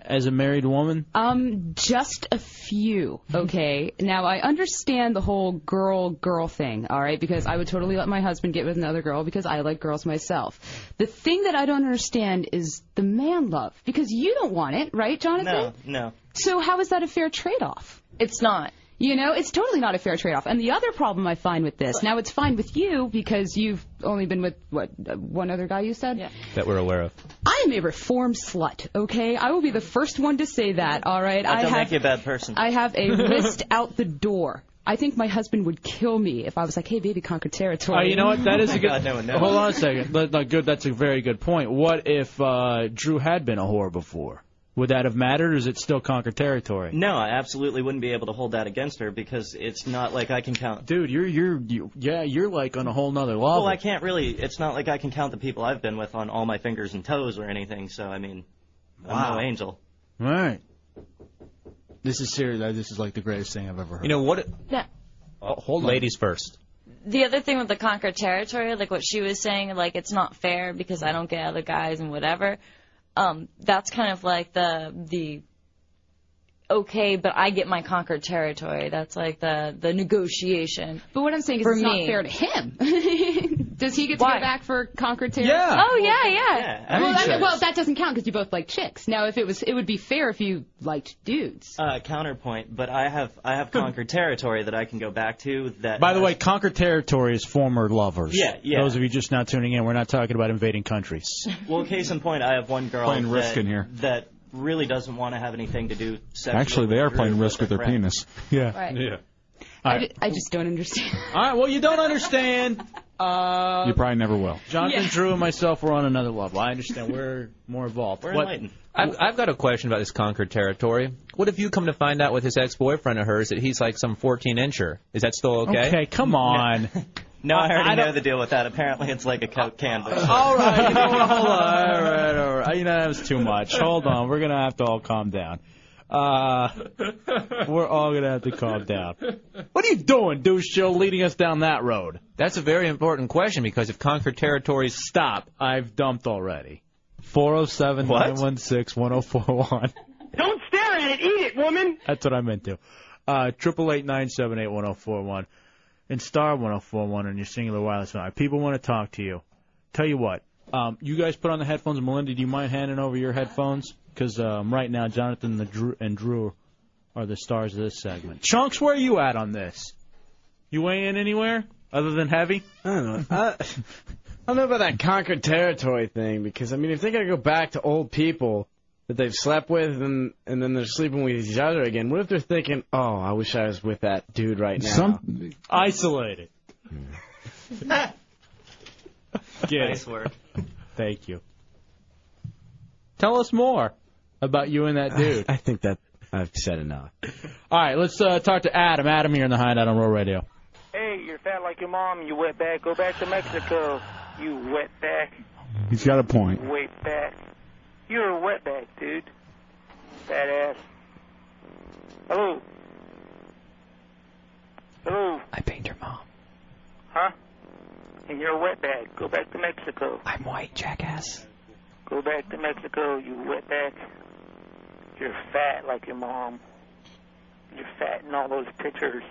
as a married woman? Um, just a few, okay? now, I understand the whole girl girl thing, all right? Because I would totally let my husband get with another girl because I like girls myself. The thing that I don't understand is the man love because you don't want it, right, Jonathan? No, no. So how is that a fair trade-off? It's not. You know, it's totally not a fair trade-off. And the other problem I find with this, now it's fine with you because you've only been with what uh, one other guy you said. Yeah. That we're aware of. I am a reform slut, okay? I will be the first one to say that, all right? That I don't have make you a bad person. I have a list out the door. I think my husband would kill me if I was like, "Hey, baby, conquer territory." Oh, you know what? That is a good. God, no one knows. Hold on a second. But, no, good. That's a very good point. What if uh, Drew had been a whore before? Would that have mattered, or is it still conquered territory? No, I absolutely wouldn't be able to hold that against her because it's not like I can count. Dude, you're you're you, yeah, you're like on a whole nother level. Well, I can't really. It's not like I can count the people I've been with on all my fingers and toes or anything. So I mean, I'm Wow. no angel. All right. This is serious. I- This is like the greatest thing I've ever heard. You know what? No. hold on. Ladies first. the other thing with the conquered territory, like what she was saying, like it's not fair because I don't get other guys and whatever. Um, that's kind of like the the okay, but I get my conquered territory. That's like the the negotiation. But what I'm saying is For it's me. not fair to him. Does he get to Why? go back for conquered territory? Yeah. Oh, yeah, yeah. Yeah, I well, mean, I mean, sure. well, that doesn't count because you both like chicks. Now, if it was, it would be fair if you liked dudes. Uh, counterpoint, but I have I have conquered territory that I can go back to. That By the way, conquered territory is former lovers. Yeah, yeah. Those of you just now tuning in, we're not talking about invading countries. well, case in point, I have one girl Playing that, Risk in here. that really doesn't want to have anything to do. Sexually Actually, they are with her playing or risk with their friend. penis. Yeah. Right. Yeah. I, ju- I just don't understand. All right. Well, you don't understand. Uh, You probably never will. Jonathan, Yeah. Drew, and myself were on another level. I understand. We're more involved. We're enlightened. I've, I've got a question about this conquered territory. What if you come to find out with his ex-boyfriend of hers that he's like some 14-incher? Is that still okay? Okay, come on. No, I already I know the deal with that. Apparently, it's like a Coke can. but- Oh, all right. You know what? Hold on. All right. All right. You know that was too much. Hold on. We're gonna have to all calm down. Uh, we're all gonna have to calm down. What are you doing, douche show, leading us down that road? That's a very important question because if conquered territories stop, I've dumped already. 407 916 1041. Don't stare at it. Eat it, woman. That's what I meant to. Uh Triple eight nine seven eight one zero four one, and star one zero four one on your singular wireless phone. People want to talk to you. Tell you what, um, you guys put on the headphones. Melinda, do you mind handing over your headphones? Because um, right now, Jonathan the Drew, and Drew are the stars of this segment. Chunks, where are you at on this? You weigh in anywhere other than heavy? I don't know. I, I don't know about that conquered territory thing because I mean, if they're gonna go back to old people that they've slept with and and then they're sleeping with each other again, what if they're thinking, oh, I wish I was with that dude right now? Some- Isolated. Get Nice work. Thank you. Tell us more about you and that uh, dude. I think that I've said enough. All right, let's uh, talk to Adam. Adam here in the Hideout on Roll Radio. Hey, you're fat like your mom, you wet back. Go back to Mexico, you wet back. He's got a point. Wet back. You're a wet back, dude. Fat ass. Hello. Hello. I banged your mom. Huh? And you're a wet bag. Go back to Mexico. I'm white, jackass. Go back to Mexico, you wetback. You're fat like your mom. You're fat in all those pictures.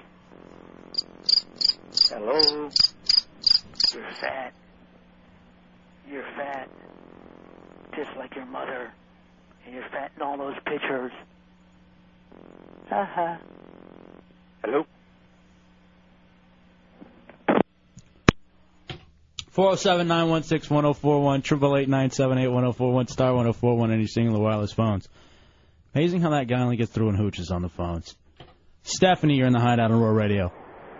Hello? You're fat. You're fat. Just like your mother. And you're fat in all those pictures. Uh-huh. Ha ha. Hello? 407 916 1041, 888 978 1041, star 1041 on your singular wireless phones. Amazing how that guy only gets through in hooches on the phones. Stephanie, you're in the Hideout on Roll Radio.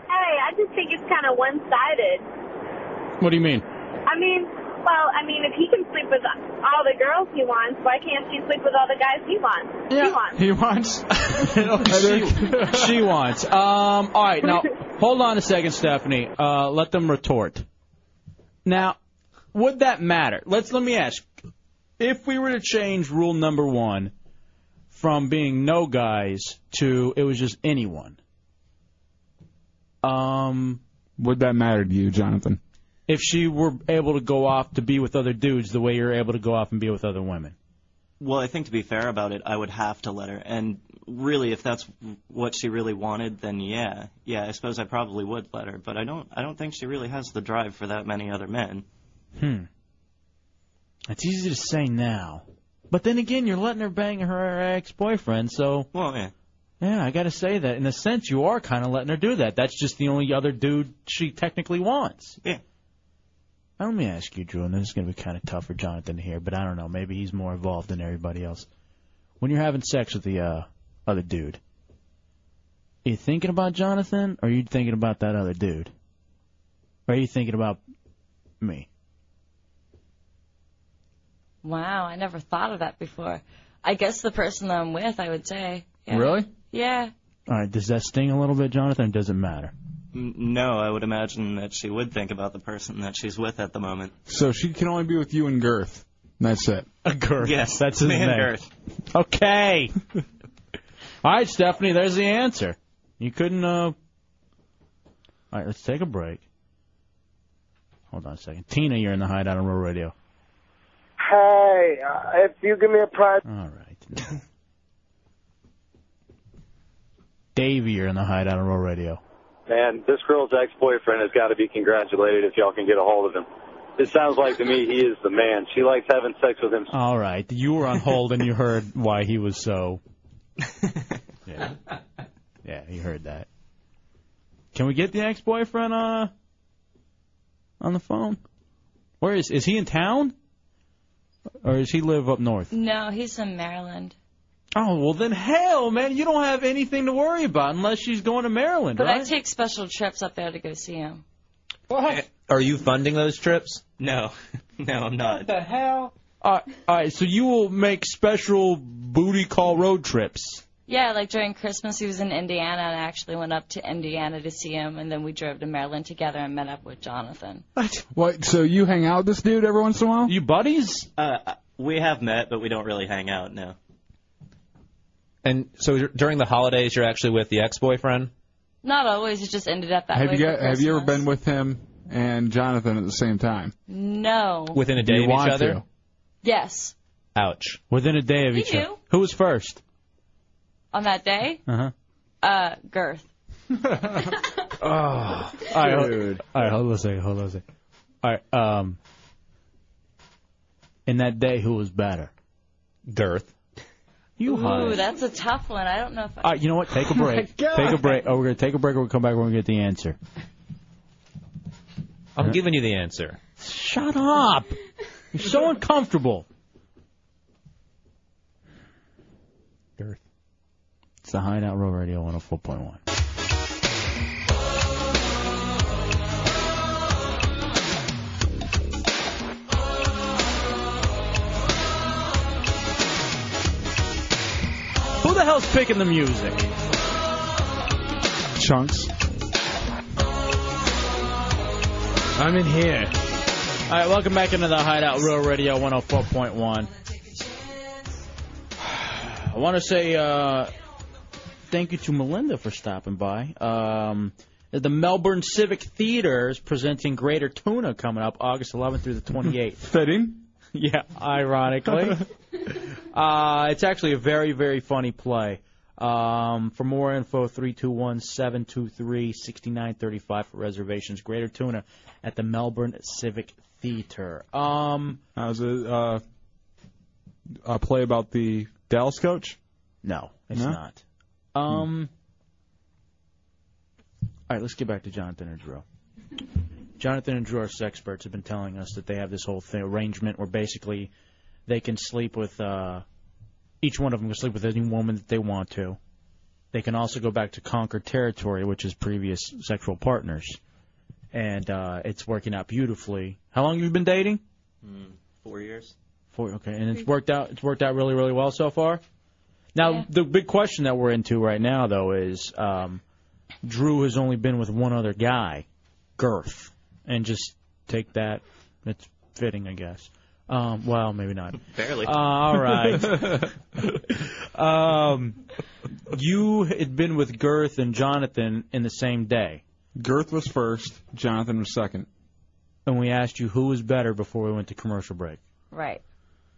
Hey, I just think it's kind of one-sided. What do you mean? I mean, well, I mean, if he can sleep with all the girls he wants, why can't she sleep with all the guys he wants? He wants. He wants. she, she wants. Um, all right, now hold on a second, Stephanie. Uh, let them retort. Now, would that matter? Let's let me ask. If we were to change rule number one from being no guys to it was just anyone, um, Would that matter to you, Jonathan? if she were able to go off to be with other dudes the way you're able to go off and be with other women. Well, I think to be fair about it, I would have to let her. And really, if that's what she really wanted, then yeah, yeah, I suppose I probably would let her. But I don't, I don't think she really has the drive for that many other men. Hmm. It's easy to say now. But then again, you're letting her bang her ex-boyfriend, so. Well, yeah. Yeah, I gotta say that. In a sense, you are kind of letting her do that. That's just the only other dude she technically wants. Yeah. Now, let me ask you, Drew, and this is gonna be kind of tough for Jonathan here, but I don't know. Maybe he's more involved than everybody else. When you're having sex with the uh, other dude, are you thinking about Jonathan, or are you thinking about that other dude? Or are you thinking about me? Wow, I never thought of that before. I guess the person that I'm with, I would say. Yeah. Really? Yeah. All right. Does that sting a little bit, Jonathan? Or does it matter? N- No, I would imagine that she would think about the person that she's with at the moment. So she can only be with you and Girth. That's it. A girth. Yes, that's his man name. girth. Okay. All right, Stephanie, there's the answer. You couldn't. Uh... All right, let's take a break. Hold on a second. Tina, you're in the hideout on Real Radio. Hey, uh, if you give me a prize. All right. Davey, you're in the hideout on Real Radio. Man, this girl's ex-boyfriend has got to be congratulated if y'all can get a hold of him. It sounds like to me he is the man. She likes having sex with him. All right. You were on hold and you heard why he was so. Yeah. Yeah, you heard that. Can we get the ex-boyfriend uh, on the phone? Where is is he in town? Or does he live up north? No, he's in Maryland. Oh well, then hell, man, you don't have anything to worry about unless she's going to Maryland, But I right? take special trips up there to go see him. Are you funding those trips? No, no, I'm not. the hell? all right, so you will make special booty call road trips. Yeah, like during Christmas, he was in Indiana, and I actually went up to Indiana to see him, and then we drove to Maryland together and met up with Jonathan. What? So you hang out with this dude every once in a while? You buddies? Uh, we have met, but we don't really hang out. No. And so you're- during the holidays, you're actually with the ex-boyfriend. Not always, it just ended up that Have way. you got, for Have you ever been with him and Jonathan at the same time? Christmas. No. Within a day you of each want other? To. Yes. Ouch. Within a day of He each other. knew. Who was first? On that day, Uh-huh. Uh huh. uh, Girth. Oh, Ah. all right, hold, all right, hold on a second. Hold on a second. All right, um, in that day, who was better? Girth. You Ooh, high. that's a tough one. I don't know if I. All right, you know what? Take a Oh my break. God. take a break. Oh, we're gonna take a break. We'll come back. We're gonna get the answer. I'm giving you the answer. Shut up! You're so uncomfortable. Girth. It's the Hideout Row Radio 104.1. Who the hell's picking the music? Chunks. I'm in here. All right, welcome back into the Hideout Real Radio 104.1. I want to say uh, thank you to Melinda for stopping by. Um, the Melbourne Civic Theater is presenting Greater Tuna coming up August 11th through the 28th. Fitting. Yeah, ironically. uh, it's actually a very, very funny play. Um, for more info, 321-723-6935 for reservations. Greater Tuna at the Melbourne Civic Theater. Um, How's it? Uh, a play about the Dallas coach? No, it's No? not. Um, all right, let's get back to Jonathan and Drew. Jonathan and Drew, our experts, have been telling us that they have this whole thing, arrangement where basically they can sleep with uh, each one of them can sleep with any woman that they want to. They can also go back to conquered territory, which is previous sexual partners, and uh, it's working out beautifully. How long have you been dating? Mm, four years. Four, okay, and it's worked out. It's worked out really, really well so far. Now, the big question that we're into right now, though, is um, Drew has only been with one other guy, Girth, and just take that. It's fitting, I guess. Um, well, maybe not. Barely. Uh, all right. um, you had been with Girth and Jonathan in the same day. Girth was first. Jonathan was second. And we asked you who was better before we went to commercial break. Right.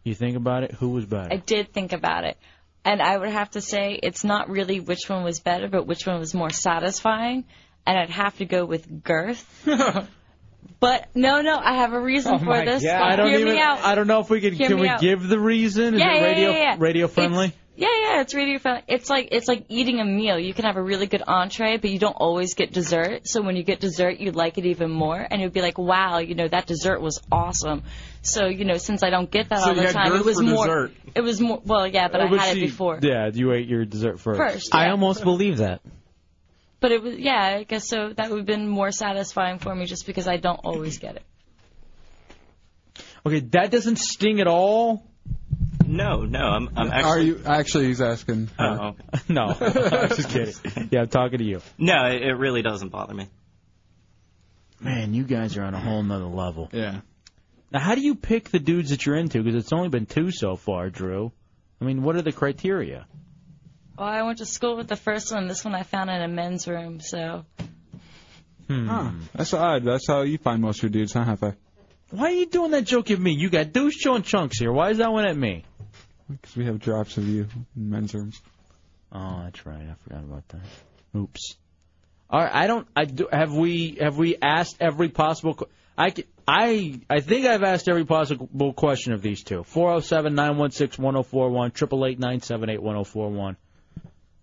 You think about it, who was better? I did think about it. And I would have to say it's not really which one was better, but which one was more satisfying. And I'd have to go with girth. but no, no, I have a Oh Oh, reason for this. I don't Hear even. me out. I don't know if we could. Hear can me we out. give the reason? Is Yeah, it yeah, radio yeah, yeah. radio It's- friendly? Yeah, yeah, it's radio friendly. It's like it's like eating a meal. You can have a really good entree, but you don't always get dessert. So when you get dessert, you like it even more, and you'd be like, "Wow, you know that dessert was awesome." So you know, since I don't get that all So you the had time, girth it was for more. dessert. It was more. Well, yeah, but Oh, I had she- it before. Yeah, you ate your dessert first. First, I yeah. almost believe that. But it was yeah, I guess so. That would have been more satisfying for me just because I don't always get it. Okay, that doesn't sting at all. No, no, I'm, I'm Are actually. you actually? He's asking. Oh. no, I'm just kidding. Yeah, I'm talking to you. No, it, it really doesn't bother me. Man, you guys are on a whole nother level. Yeah. Now, how do you pick the dudes that you're into? Because it's only been two so far, Drew. I mean, what are the criteria? Well, I went to school with the first one. This one I found in a men's room, so Huh. Hmm. That's odd. That's how you find most of your dudes, huh, Hefe? Why are you doing that joke at me? You got douche chewing chunks here. Why is that one at me? Because we have drops of you in men's rooms. Oh, that's right. I forgot about that. Oops. All right. I don't. I do. Have we? Have we asked every possible? que- I c- I I think I've asked every possible question of these two. Four zero seven nine one six one zero four one triple eight nine seven eight one zero four one.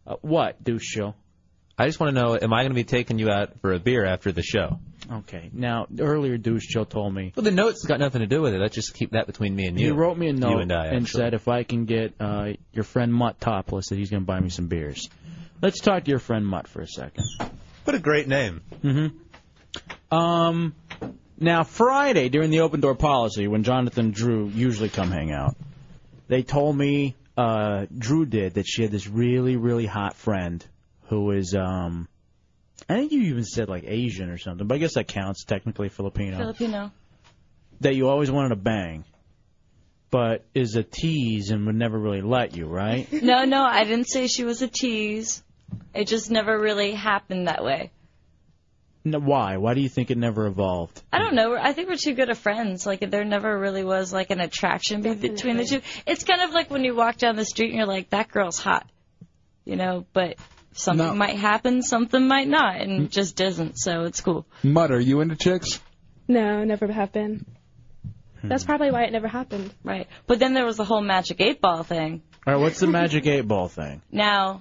Uh, What douche show? I just want to know, am I going to be taking you out for a beer after the show? Okay. Now earlier douche show told me Well, the note's got nothing to do with it. Let's just keep that between me and you. He wrote me a note You and I, actually. said if I can get uh, your friend Mutt topless, that he's going to buy me some beers. Let's talk to your friend Mutt for a second. What a great name. Mm-hmm. Um, now Friday during the open door policy, when Jonathan and Drew usually come hang out, they told me uh, Drew did that she had this really really hot friend who is um, I think you even said like Asian or something, but I guess that counts technically Filipino Filipino. that you always wanted to bang, but is a tease and would never really let you, right? No, no, I didn't say she was a tease. It just never really happened that way. No, why? Why do you think it never evolved? I don't know. I think we're too good of friends. Like there never really was like an attraction be- between the two. It's kind of like when you walk down the street and you're like, that girl's hot, you know. But something No. might happen, something might not, and it just doesn't. So it's cool. Mud, are you into chicks? No, never happened. Hmm. That's probably why it never happened. Right. But then there was the whole magic eight ball thing. All right, what's the magic eight ball thing? Now,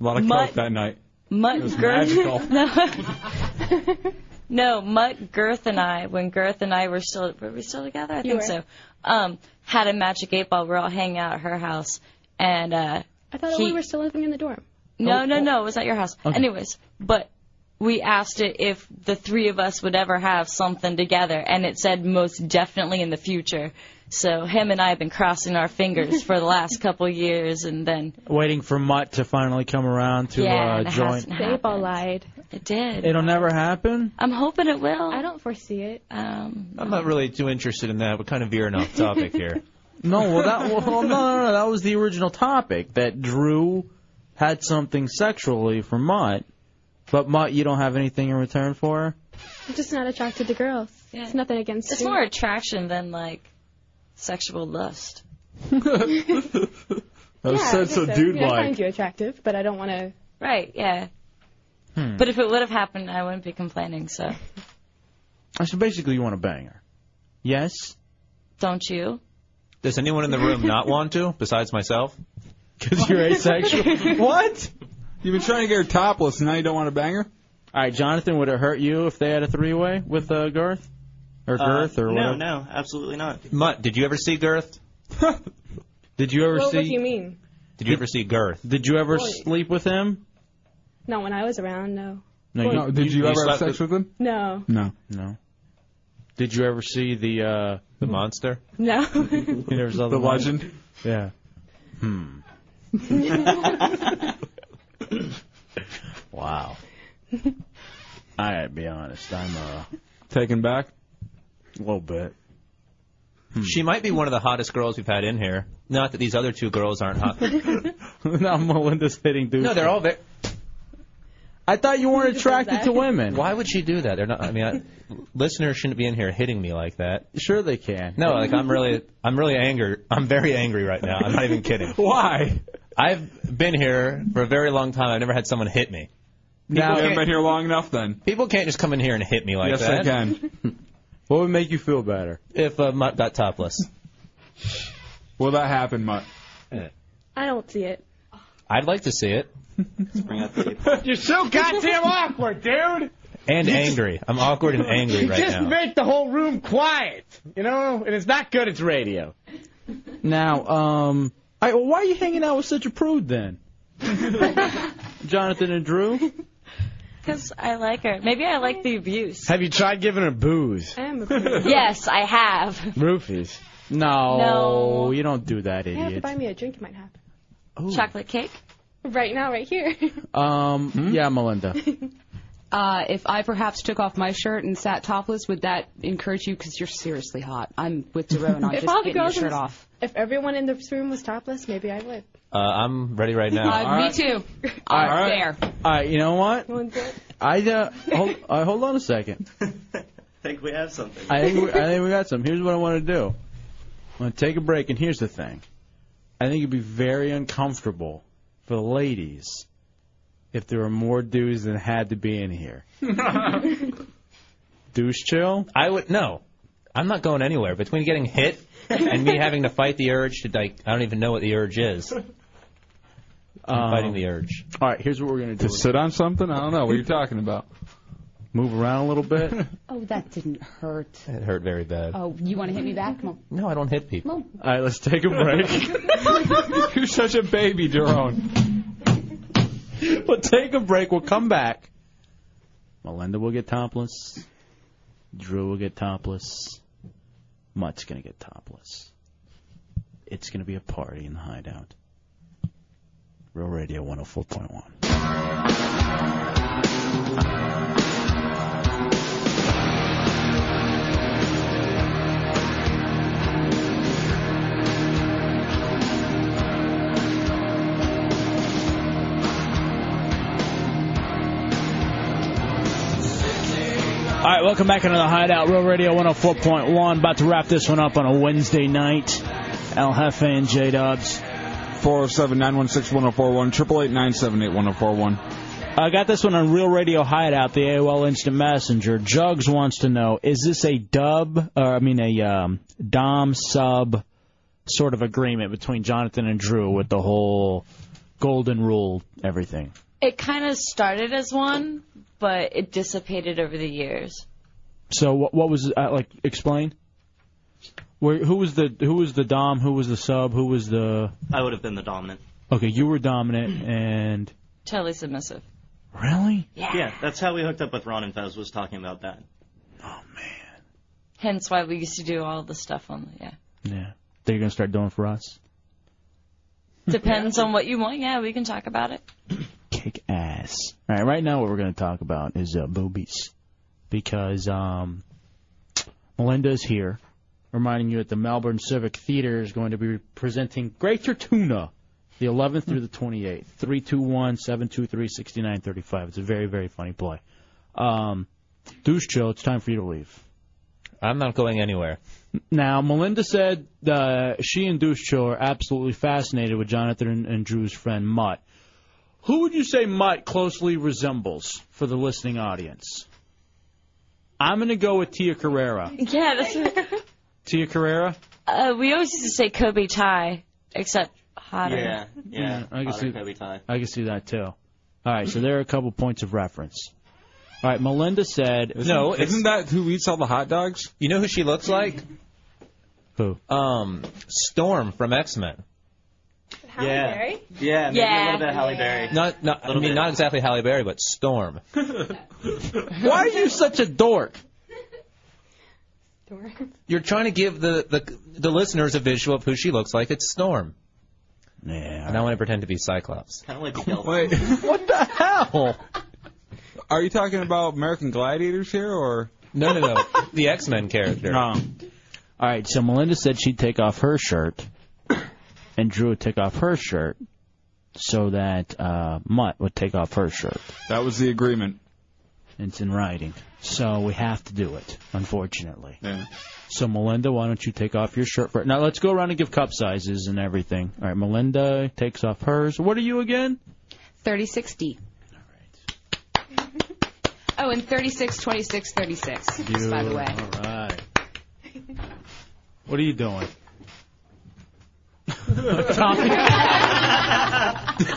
A lot of Mutt- coke that night. Mutt It was Girth. magical. No. no, Mutt Girth and I, when Girth and I were still were we still together? I think You were. so. Um, had a magic eight ball. We're all hanging out at her house, and uh, I thought He- we were still living in the dorm. no, Oh, no, no, it was at your house. Anyways, but we asked it if the three of us would ever have something together, and it said most definitely in the future. So him and I have been crossing our fingers for the last couple years, and then Waiting for Mutt to finally come around to yeah, uh, and it hasn't join. They all lied. It did. It'll never happen. I'm hoping it will. I don't foresee it. Um, I'm not really too interested in that. We're kind of veering off topic here. No, well, that well, no, no, no, that was the original topic that Drew had something sexually for Mutt, but Mutt, you don't have anything in return for her. I'm just not attracted to girls. It's nothing against it's you. more attraction than like sexual lust. yeah, I guess oh, so. I mean, I find you attractive, but I don't want to. Right? Yeah. Hmm. But if it would have happened, I wouldn't be complaining. So So basically, you want to bang her. Yes. don't you? Does anyone in the room not want to, besides myself? Because you're asexual. what? You've been trying to get her topless, and now you don't want to bang her? All right, Jonathan, would it hurt you if they had a three-way with uh, Garth or Girth Uh, or no, whatever? no, absolutely not. Mutt, did you ever see Girth? Did you ever Well, what do see? you mean? Did you ever see Girth? Did you ever Boy. sleep with him? Not when I was around. No. No, did you, ever have sex with him? No. No. No. Did you ever see the uh the monster? No. There's other The one. legend? Yeah. Hmm. Wow. I gotta be honest, I'm uh taken back a little bit. Hmm. She might be one of the hottest girls we've had in here. Not that these other two girls aren't hot. now Melinda's hitting dudes. no, they're all very. I thought you weren't attracted to women. Why would she do that? They're not. I mean, I, listeners shouldn't be in here hitting me like that. Sure they can. No, like I'm really, I'm really angry. I'm very angry right now. I'm not even kidding. Why? I've been here for a very long time. I've never had someone hit me. People Now you haven't can't, been here long enough, then. people can't just come in here and hit me like yes, that. I can. What would make you feel better? If uh, Mutt got topless, Will that happen, Mutt? I don't see it. Eh, I'd like to see it. You're so goddamn awkward, dude. And angry. I'm awkward and angry You right just now. make the whole room quiet. You know, and it's not good. It's radio. Now, um, I, well, why are you hanging out with such a prude then? Jonathan and Drew. Because I like her. Maybe I like the abuse. Have you tried giving her booze? I am a prude. yes, I have. Roofies. No, No. you don't do that, You have to idiot. buy me a drink. It might happen. Ooh. Oh. Chocolate cake. Right now, right here. Hmm? Um, yeah, Melinda. uh, if I perhaps took off my shirt and sat topless, would that encourage you? Because you're seriously hot. I'm with Jerome on if just all the getting your girls in shirt this- off. if everyone in this room was topless, maybe I would. Uh, I'm ready right now. Uh, too. All right. There. All right, you know what? You want that? I uh, hold, uh, hold on a second. I think we have something. I think we, I think we got some. Here's what I want to do. I'm going to take a break, and here's the thing. I think it'd be very uncomfortable for the ladies if there were more dudes than had to be in here. Douche chill? I would no. I'm not going anywhere. Between getting hit and me having to fight the urge to like, I don't even know what the urge is. I'm fighting the urge. Um, All right, here's what we're going to do. To sit on something? I don't know. What are you talking about? Move around a little bit. Oh, that didn't hurt. It hurt very bad. Oh, you want to hit me back? Come on. No, I don't hit people. All right, let's take a break. You're such a baby, Jerome. we'll take a break. We'll come back. Melinda will get topless. Drew will get topless. Mutt's going to get topless. It's going to be a party in the hideout. Real Radio 104.1. All right, welcome back into the Hideout, Real Radio 104.1. About to wrap this one up on a Wednesday night. Al Jefe and J Dubs. 407 916 1041, 888 978 1041. I got this one on Real Radio Hideout, the AOL Instant Messenger. Jugs wants to know: Is this a dub, or I mean a um, dom sub sort of agreement between Jonathan and Drew with the whole golden rule, everything? It kind of started as one, but it dissipated over the years. So what, what was uh, like? Explain. Where, who was the who was the dom? Who was the sub? Who was the? I would have been the dominant. Okay, you were dominant, and Totally submissive. really, Yeah. that's how we hooked up with Ron and Fez. Was talking about that. Hence why we used to do all the stuff on the yeah. yeah, they're gonna start doing for us. Depends on what you want. Yeah, we can talk about it. kick ass. All right, right now what we're going to talk about is uh, boobies because um, Melinda's here, reminding you that the Melbourne Civic Theater is going to be presenting Greater Tuna, the 11th through the 28th, 321-723-6935. It's a very very funny play. Um, Douche Joe, it's time for you to leave. I'm not going anywhere. Now, Melinda said uh, she and Deuce Cho are absolutely fascinated with Jonathan and, and Drew's friend Mutt. Who would you say Mutt closely resembles for the listening audience? I'm going to go with Tia Carrera. Yeah, that's. Tia Carrera? uh, we always used to say Kobe tie, except hotter. yeah. I can Otter see Kobe tie. I can see that too. All right, so there are a couple points of reference. All right, Melinda said no, it's- that who eats all the hot dogs? You know who she looks like? Who? Um, Storm from X Men. Halle yeah. Berry. Yeah, maybe a Yeah. little bit Halle Berry. Not, not I mean, bit. not exactly Halle Berry, but Storm. Why are you such a dork? You're trying to give the, the the listeners a visual of who she looks like. It's Storm. Yeah. And I want to pretend to be Cyclops. Kind of like a Wait. what the hell? Are you talking about American Gladiators here, or? No, no, no. the X Men character. No. All right, so Melinda said she'd take off her shirt, and Drew would take off her shirt, so that uh, Mutt would take off her shirt. That was the agreement. It's in writing, so we have to do it, unfortunately. Yeah. So Melinda, why don't you take off your shirt first? Now let's go around and give cup sizes and everything. All right, Melinda takes off hers. What are you again? 3060. All right. Oh, and 36, 26, 36. Just by the way. All right. What are you doing? Tommy.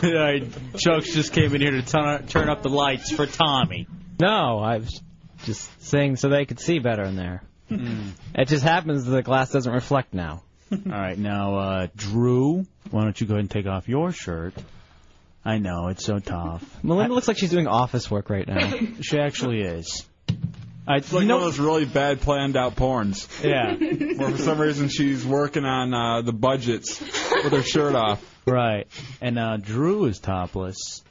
All right, Chucks just came in here to turn, turn up the lights for Tommy. No, I was just saying so they could see better in there. It just happens that the glass doesn't reflect now. Hmm. All right, now uh, Drew, why don't you go ahead and take off your shirt? I know it's so tough. Melinda looks like she's doing office work right now. she actually is. It's like one of those really bad planned out porns. Yeah. Where for some reason she's working on uh, the budgets with her shirt off. Right. And uh, Drew is topless.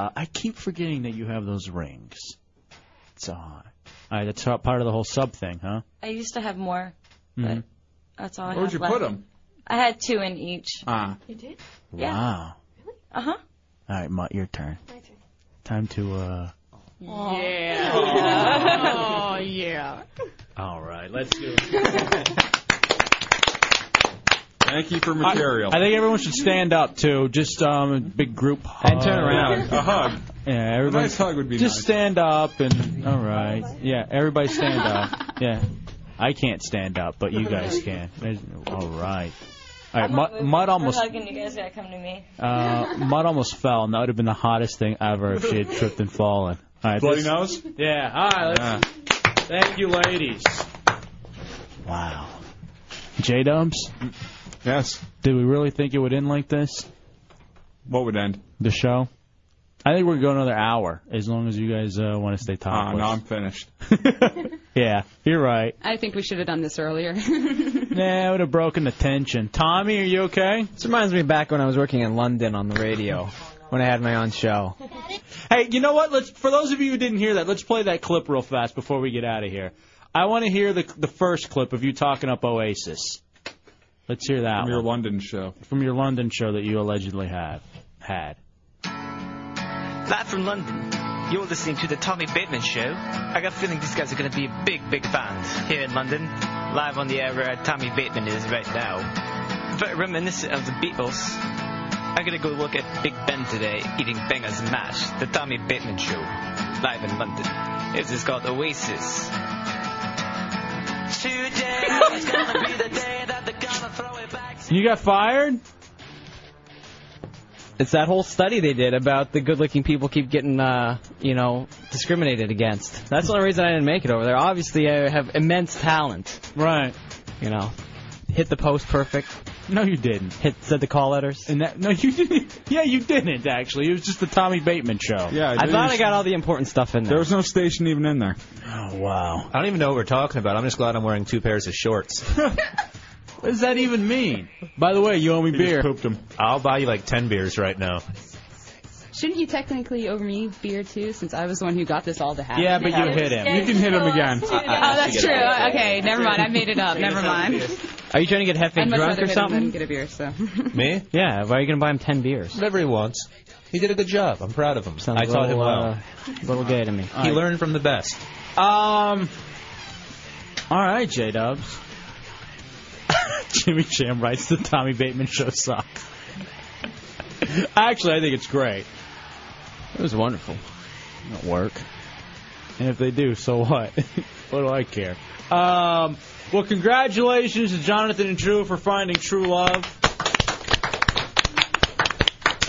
Uh, I keep forgetting that you have those rings. It's on. All right, that's part of the whole sub thing, huh? I used to have more. Mhm. That's all I Where'd have you left. put 'em? I had two in each. Ah. You did? Yeah. Wow. Uh huh. All right, Mutt, your turn. My turn. Time to. uh Yeah. Oh, yeah. All right, let's do it. Thank you for material. I, think everyone should stand up too. Just um, a big group hug. And turn around. A hug. Yeah, everybody. nice hug would be Just nice. stand up and all right. Yeah, everybody stand up. Yeah, I can't stand up, but you guys can. There's- All right. All right, Mud, Mud almost. We're hugging. You guys gotta come to me. Uh, Mud almost fell, and that would have been the hottest thing ever if she had tripped and fallen. All right, Bloody this- nose? Yeah. All right. Let's, Thank you, ladies. Wow. J Dubs. Yes. Did we really think it would end like this? What would end? The show. I think we're going another hour as long as you guys uh, want to stay Ah, topless. no, I'm finished. yeah, you're right. I think we should have done this earlier. nah, it would have broken the tension. Tommy, are you okay? This reminds me back when I was working in London on the radio when I had my own show. Hey, you know what? Let's for those of you who didn't hear that, let's play that clip real fast before we get out of here. I want to hear the the first clip of you talking up Oasis. Let's hear that. From your London show. From your London show that you allegedly had had. Live from London, you're listening to the Tommy Bateman Show. I got a feeling these guys are going to be a big, big band here in London, live on the air where Tommy Bateman is right now. Very reminiscent of the Beatles. I'm going to go look at Big Ben today eating bangers and mash, the Tommy Bateman Show, live in London. This is called Oasis. You got fired? It's that whole study they did about the good-looking people keep getting, uh, you know, discriminated against. That's the only reason I didn't make it over there. Obviously, I have immense talent. Right. You know, hit the post perfect. No, you didn't. Hit said the call letters. And that no, you didn't. Yeah, you didn't actually. It was just the Tommy Bateman show. Yeah, I thought I got all the important stuff in there. There was no station even in there. Oh, wow. I don't even know what we're talking about. I'm just glad I'm wearing two pairs of shorts. What does that even mean? By the way, you owe me beer. pooped them. I'll buy you like ten beers right now. Shouldn't you technically owe me beer too, since I was the one who got this all to happen? Yeah, but you hit him. You can hit him again. Oh, that's true. Okay, never mind. I made it up. Never mind. Are you trying to get Hefe I'd much drunk rather or hit him than something? get a beer. So. Me? Yeah. Why are you gonna buy him ten beers? Whatever he wants. He did a good job. I'm proud of him. Sounds I taught him little, well. Uh, little gay to me. He learned from the best. Um. All right, J Dubs. Jimmy Jam writes the Tommy Bateman show sucks. Actually, I think it's great. It was wonderful. Not work. And if they do, so what? what do I care? Um, well, congratulations to Jonathan and Drew for finding true love.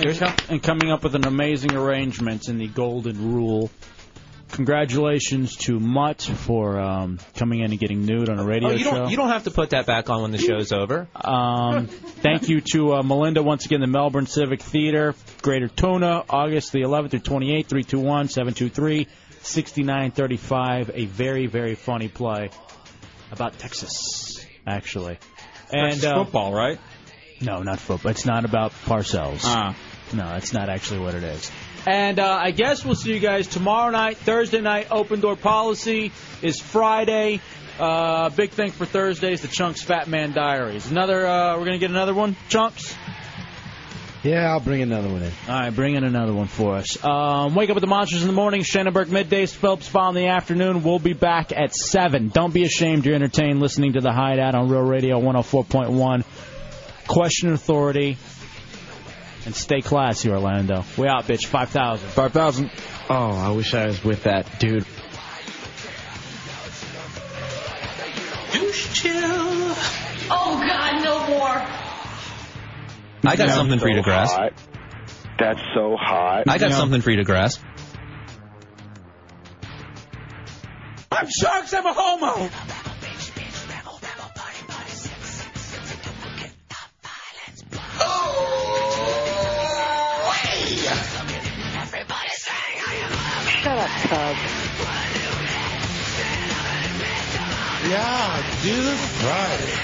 And, com- and coming up with an amazing arrangement in the Golden Rule. Congratulations to Mutt for um, coming in and getting nude on a radio oh, you show. don't you don't have to put that back on when the show's over. Um, thank you to uh, Melinda once again, the Melbourne Civic Theater, Greater Tona, August the 11th through 28th, 321 723 6935. A very, very funny play about Texas, actually. And Texas football, right? No, not football. It's not about Parcells. Ah. No, that's not actually what it is. And uh, I guess we'll see you guys tomorrow night. Thursday night, open door policy is Friday. Uh, big thing for Thursday is the Chunks Fat Man Diaries. Another, uh, we're gonna get another one, Chunks. Yeah, I'll bring another one in. All right, bring in another one for us. Um, wake up with the monsters in the morning. Shannonburg midday. Phelps Spa in the afternoon. We'll be back at seven. Don't be ashamed. You're entertained listening to the Hideout on Real Radio 104.1. Question authority. And stay classy, Orlando. We out, bitch. 5,000. 5,000. Oh, I wish I was with that dude. Douche chill. Oh God, no more. I got something for you to grasp. That's so hot. I got something for you to grasp. I'm sharks. I'm a homo. Shut up, Tug. Yeah, dude. Right.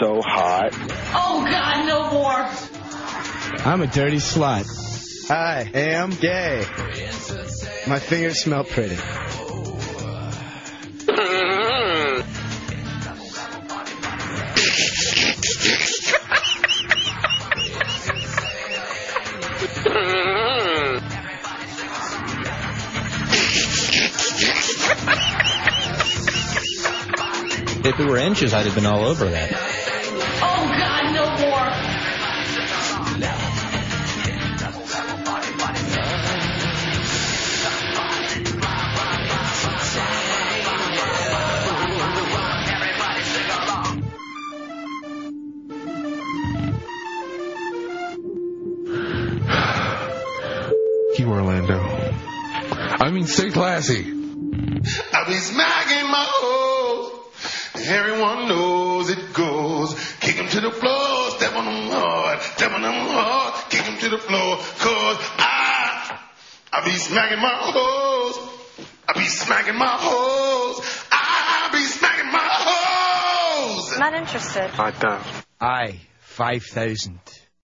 so hot. Oh God, no more. I'm a dirty slut. I am gay. My fingers smell pretty. If it were inches, I'd have been all over that. Oh God, no more. You, Orlando. I mean, stay classy. I've been smacking my hoes. Everyone knows it goes. Kick 'em to the floor, step on 'em hard, step on 'em hard, kick 'em to the floor. Cause I, I be smacking my hoes. I be smacking my hoes. I be smacking my hoes. Not interested. I don't. I, 5,000.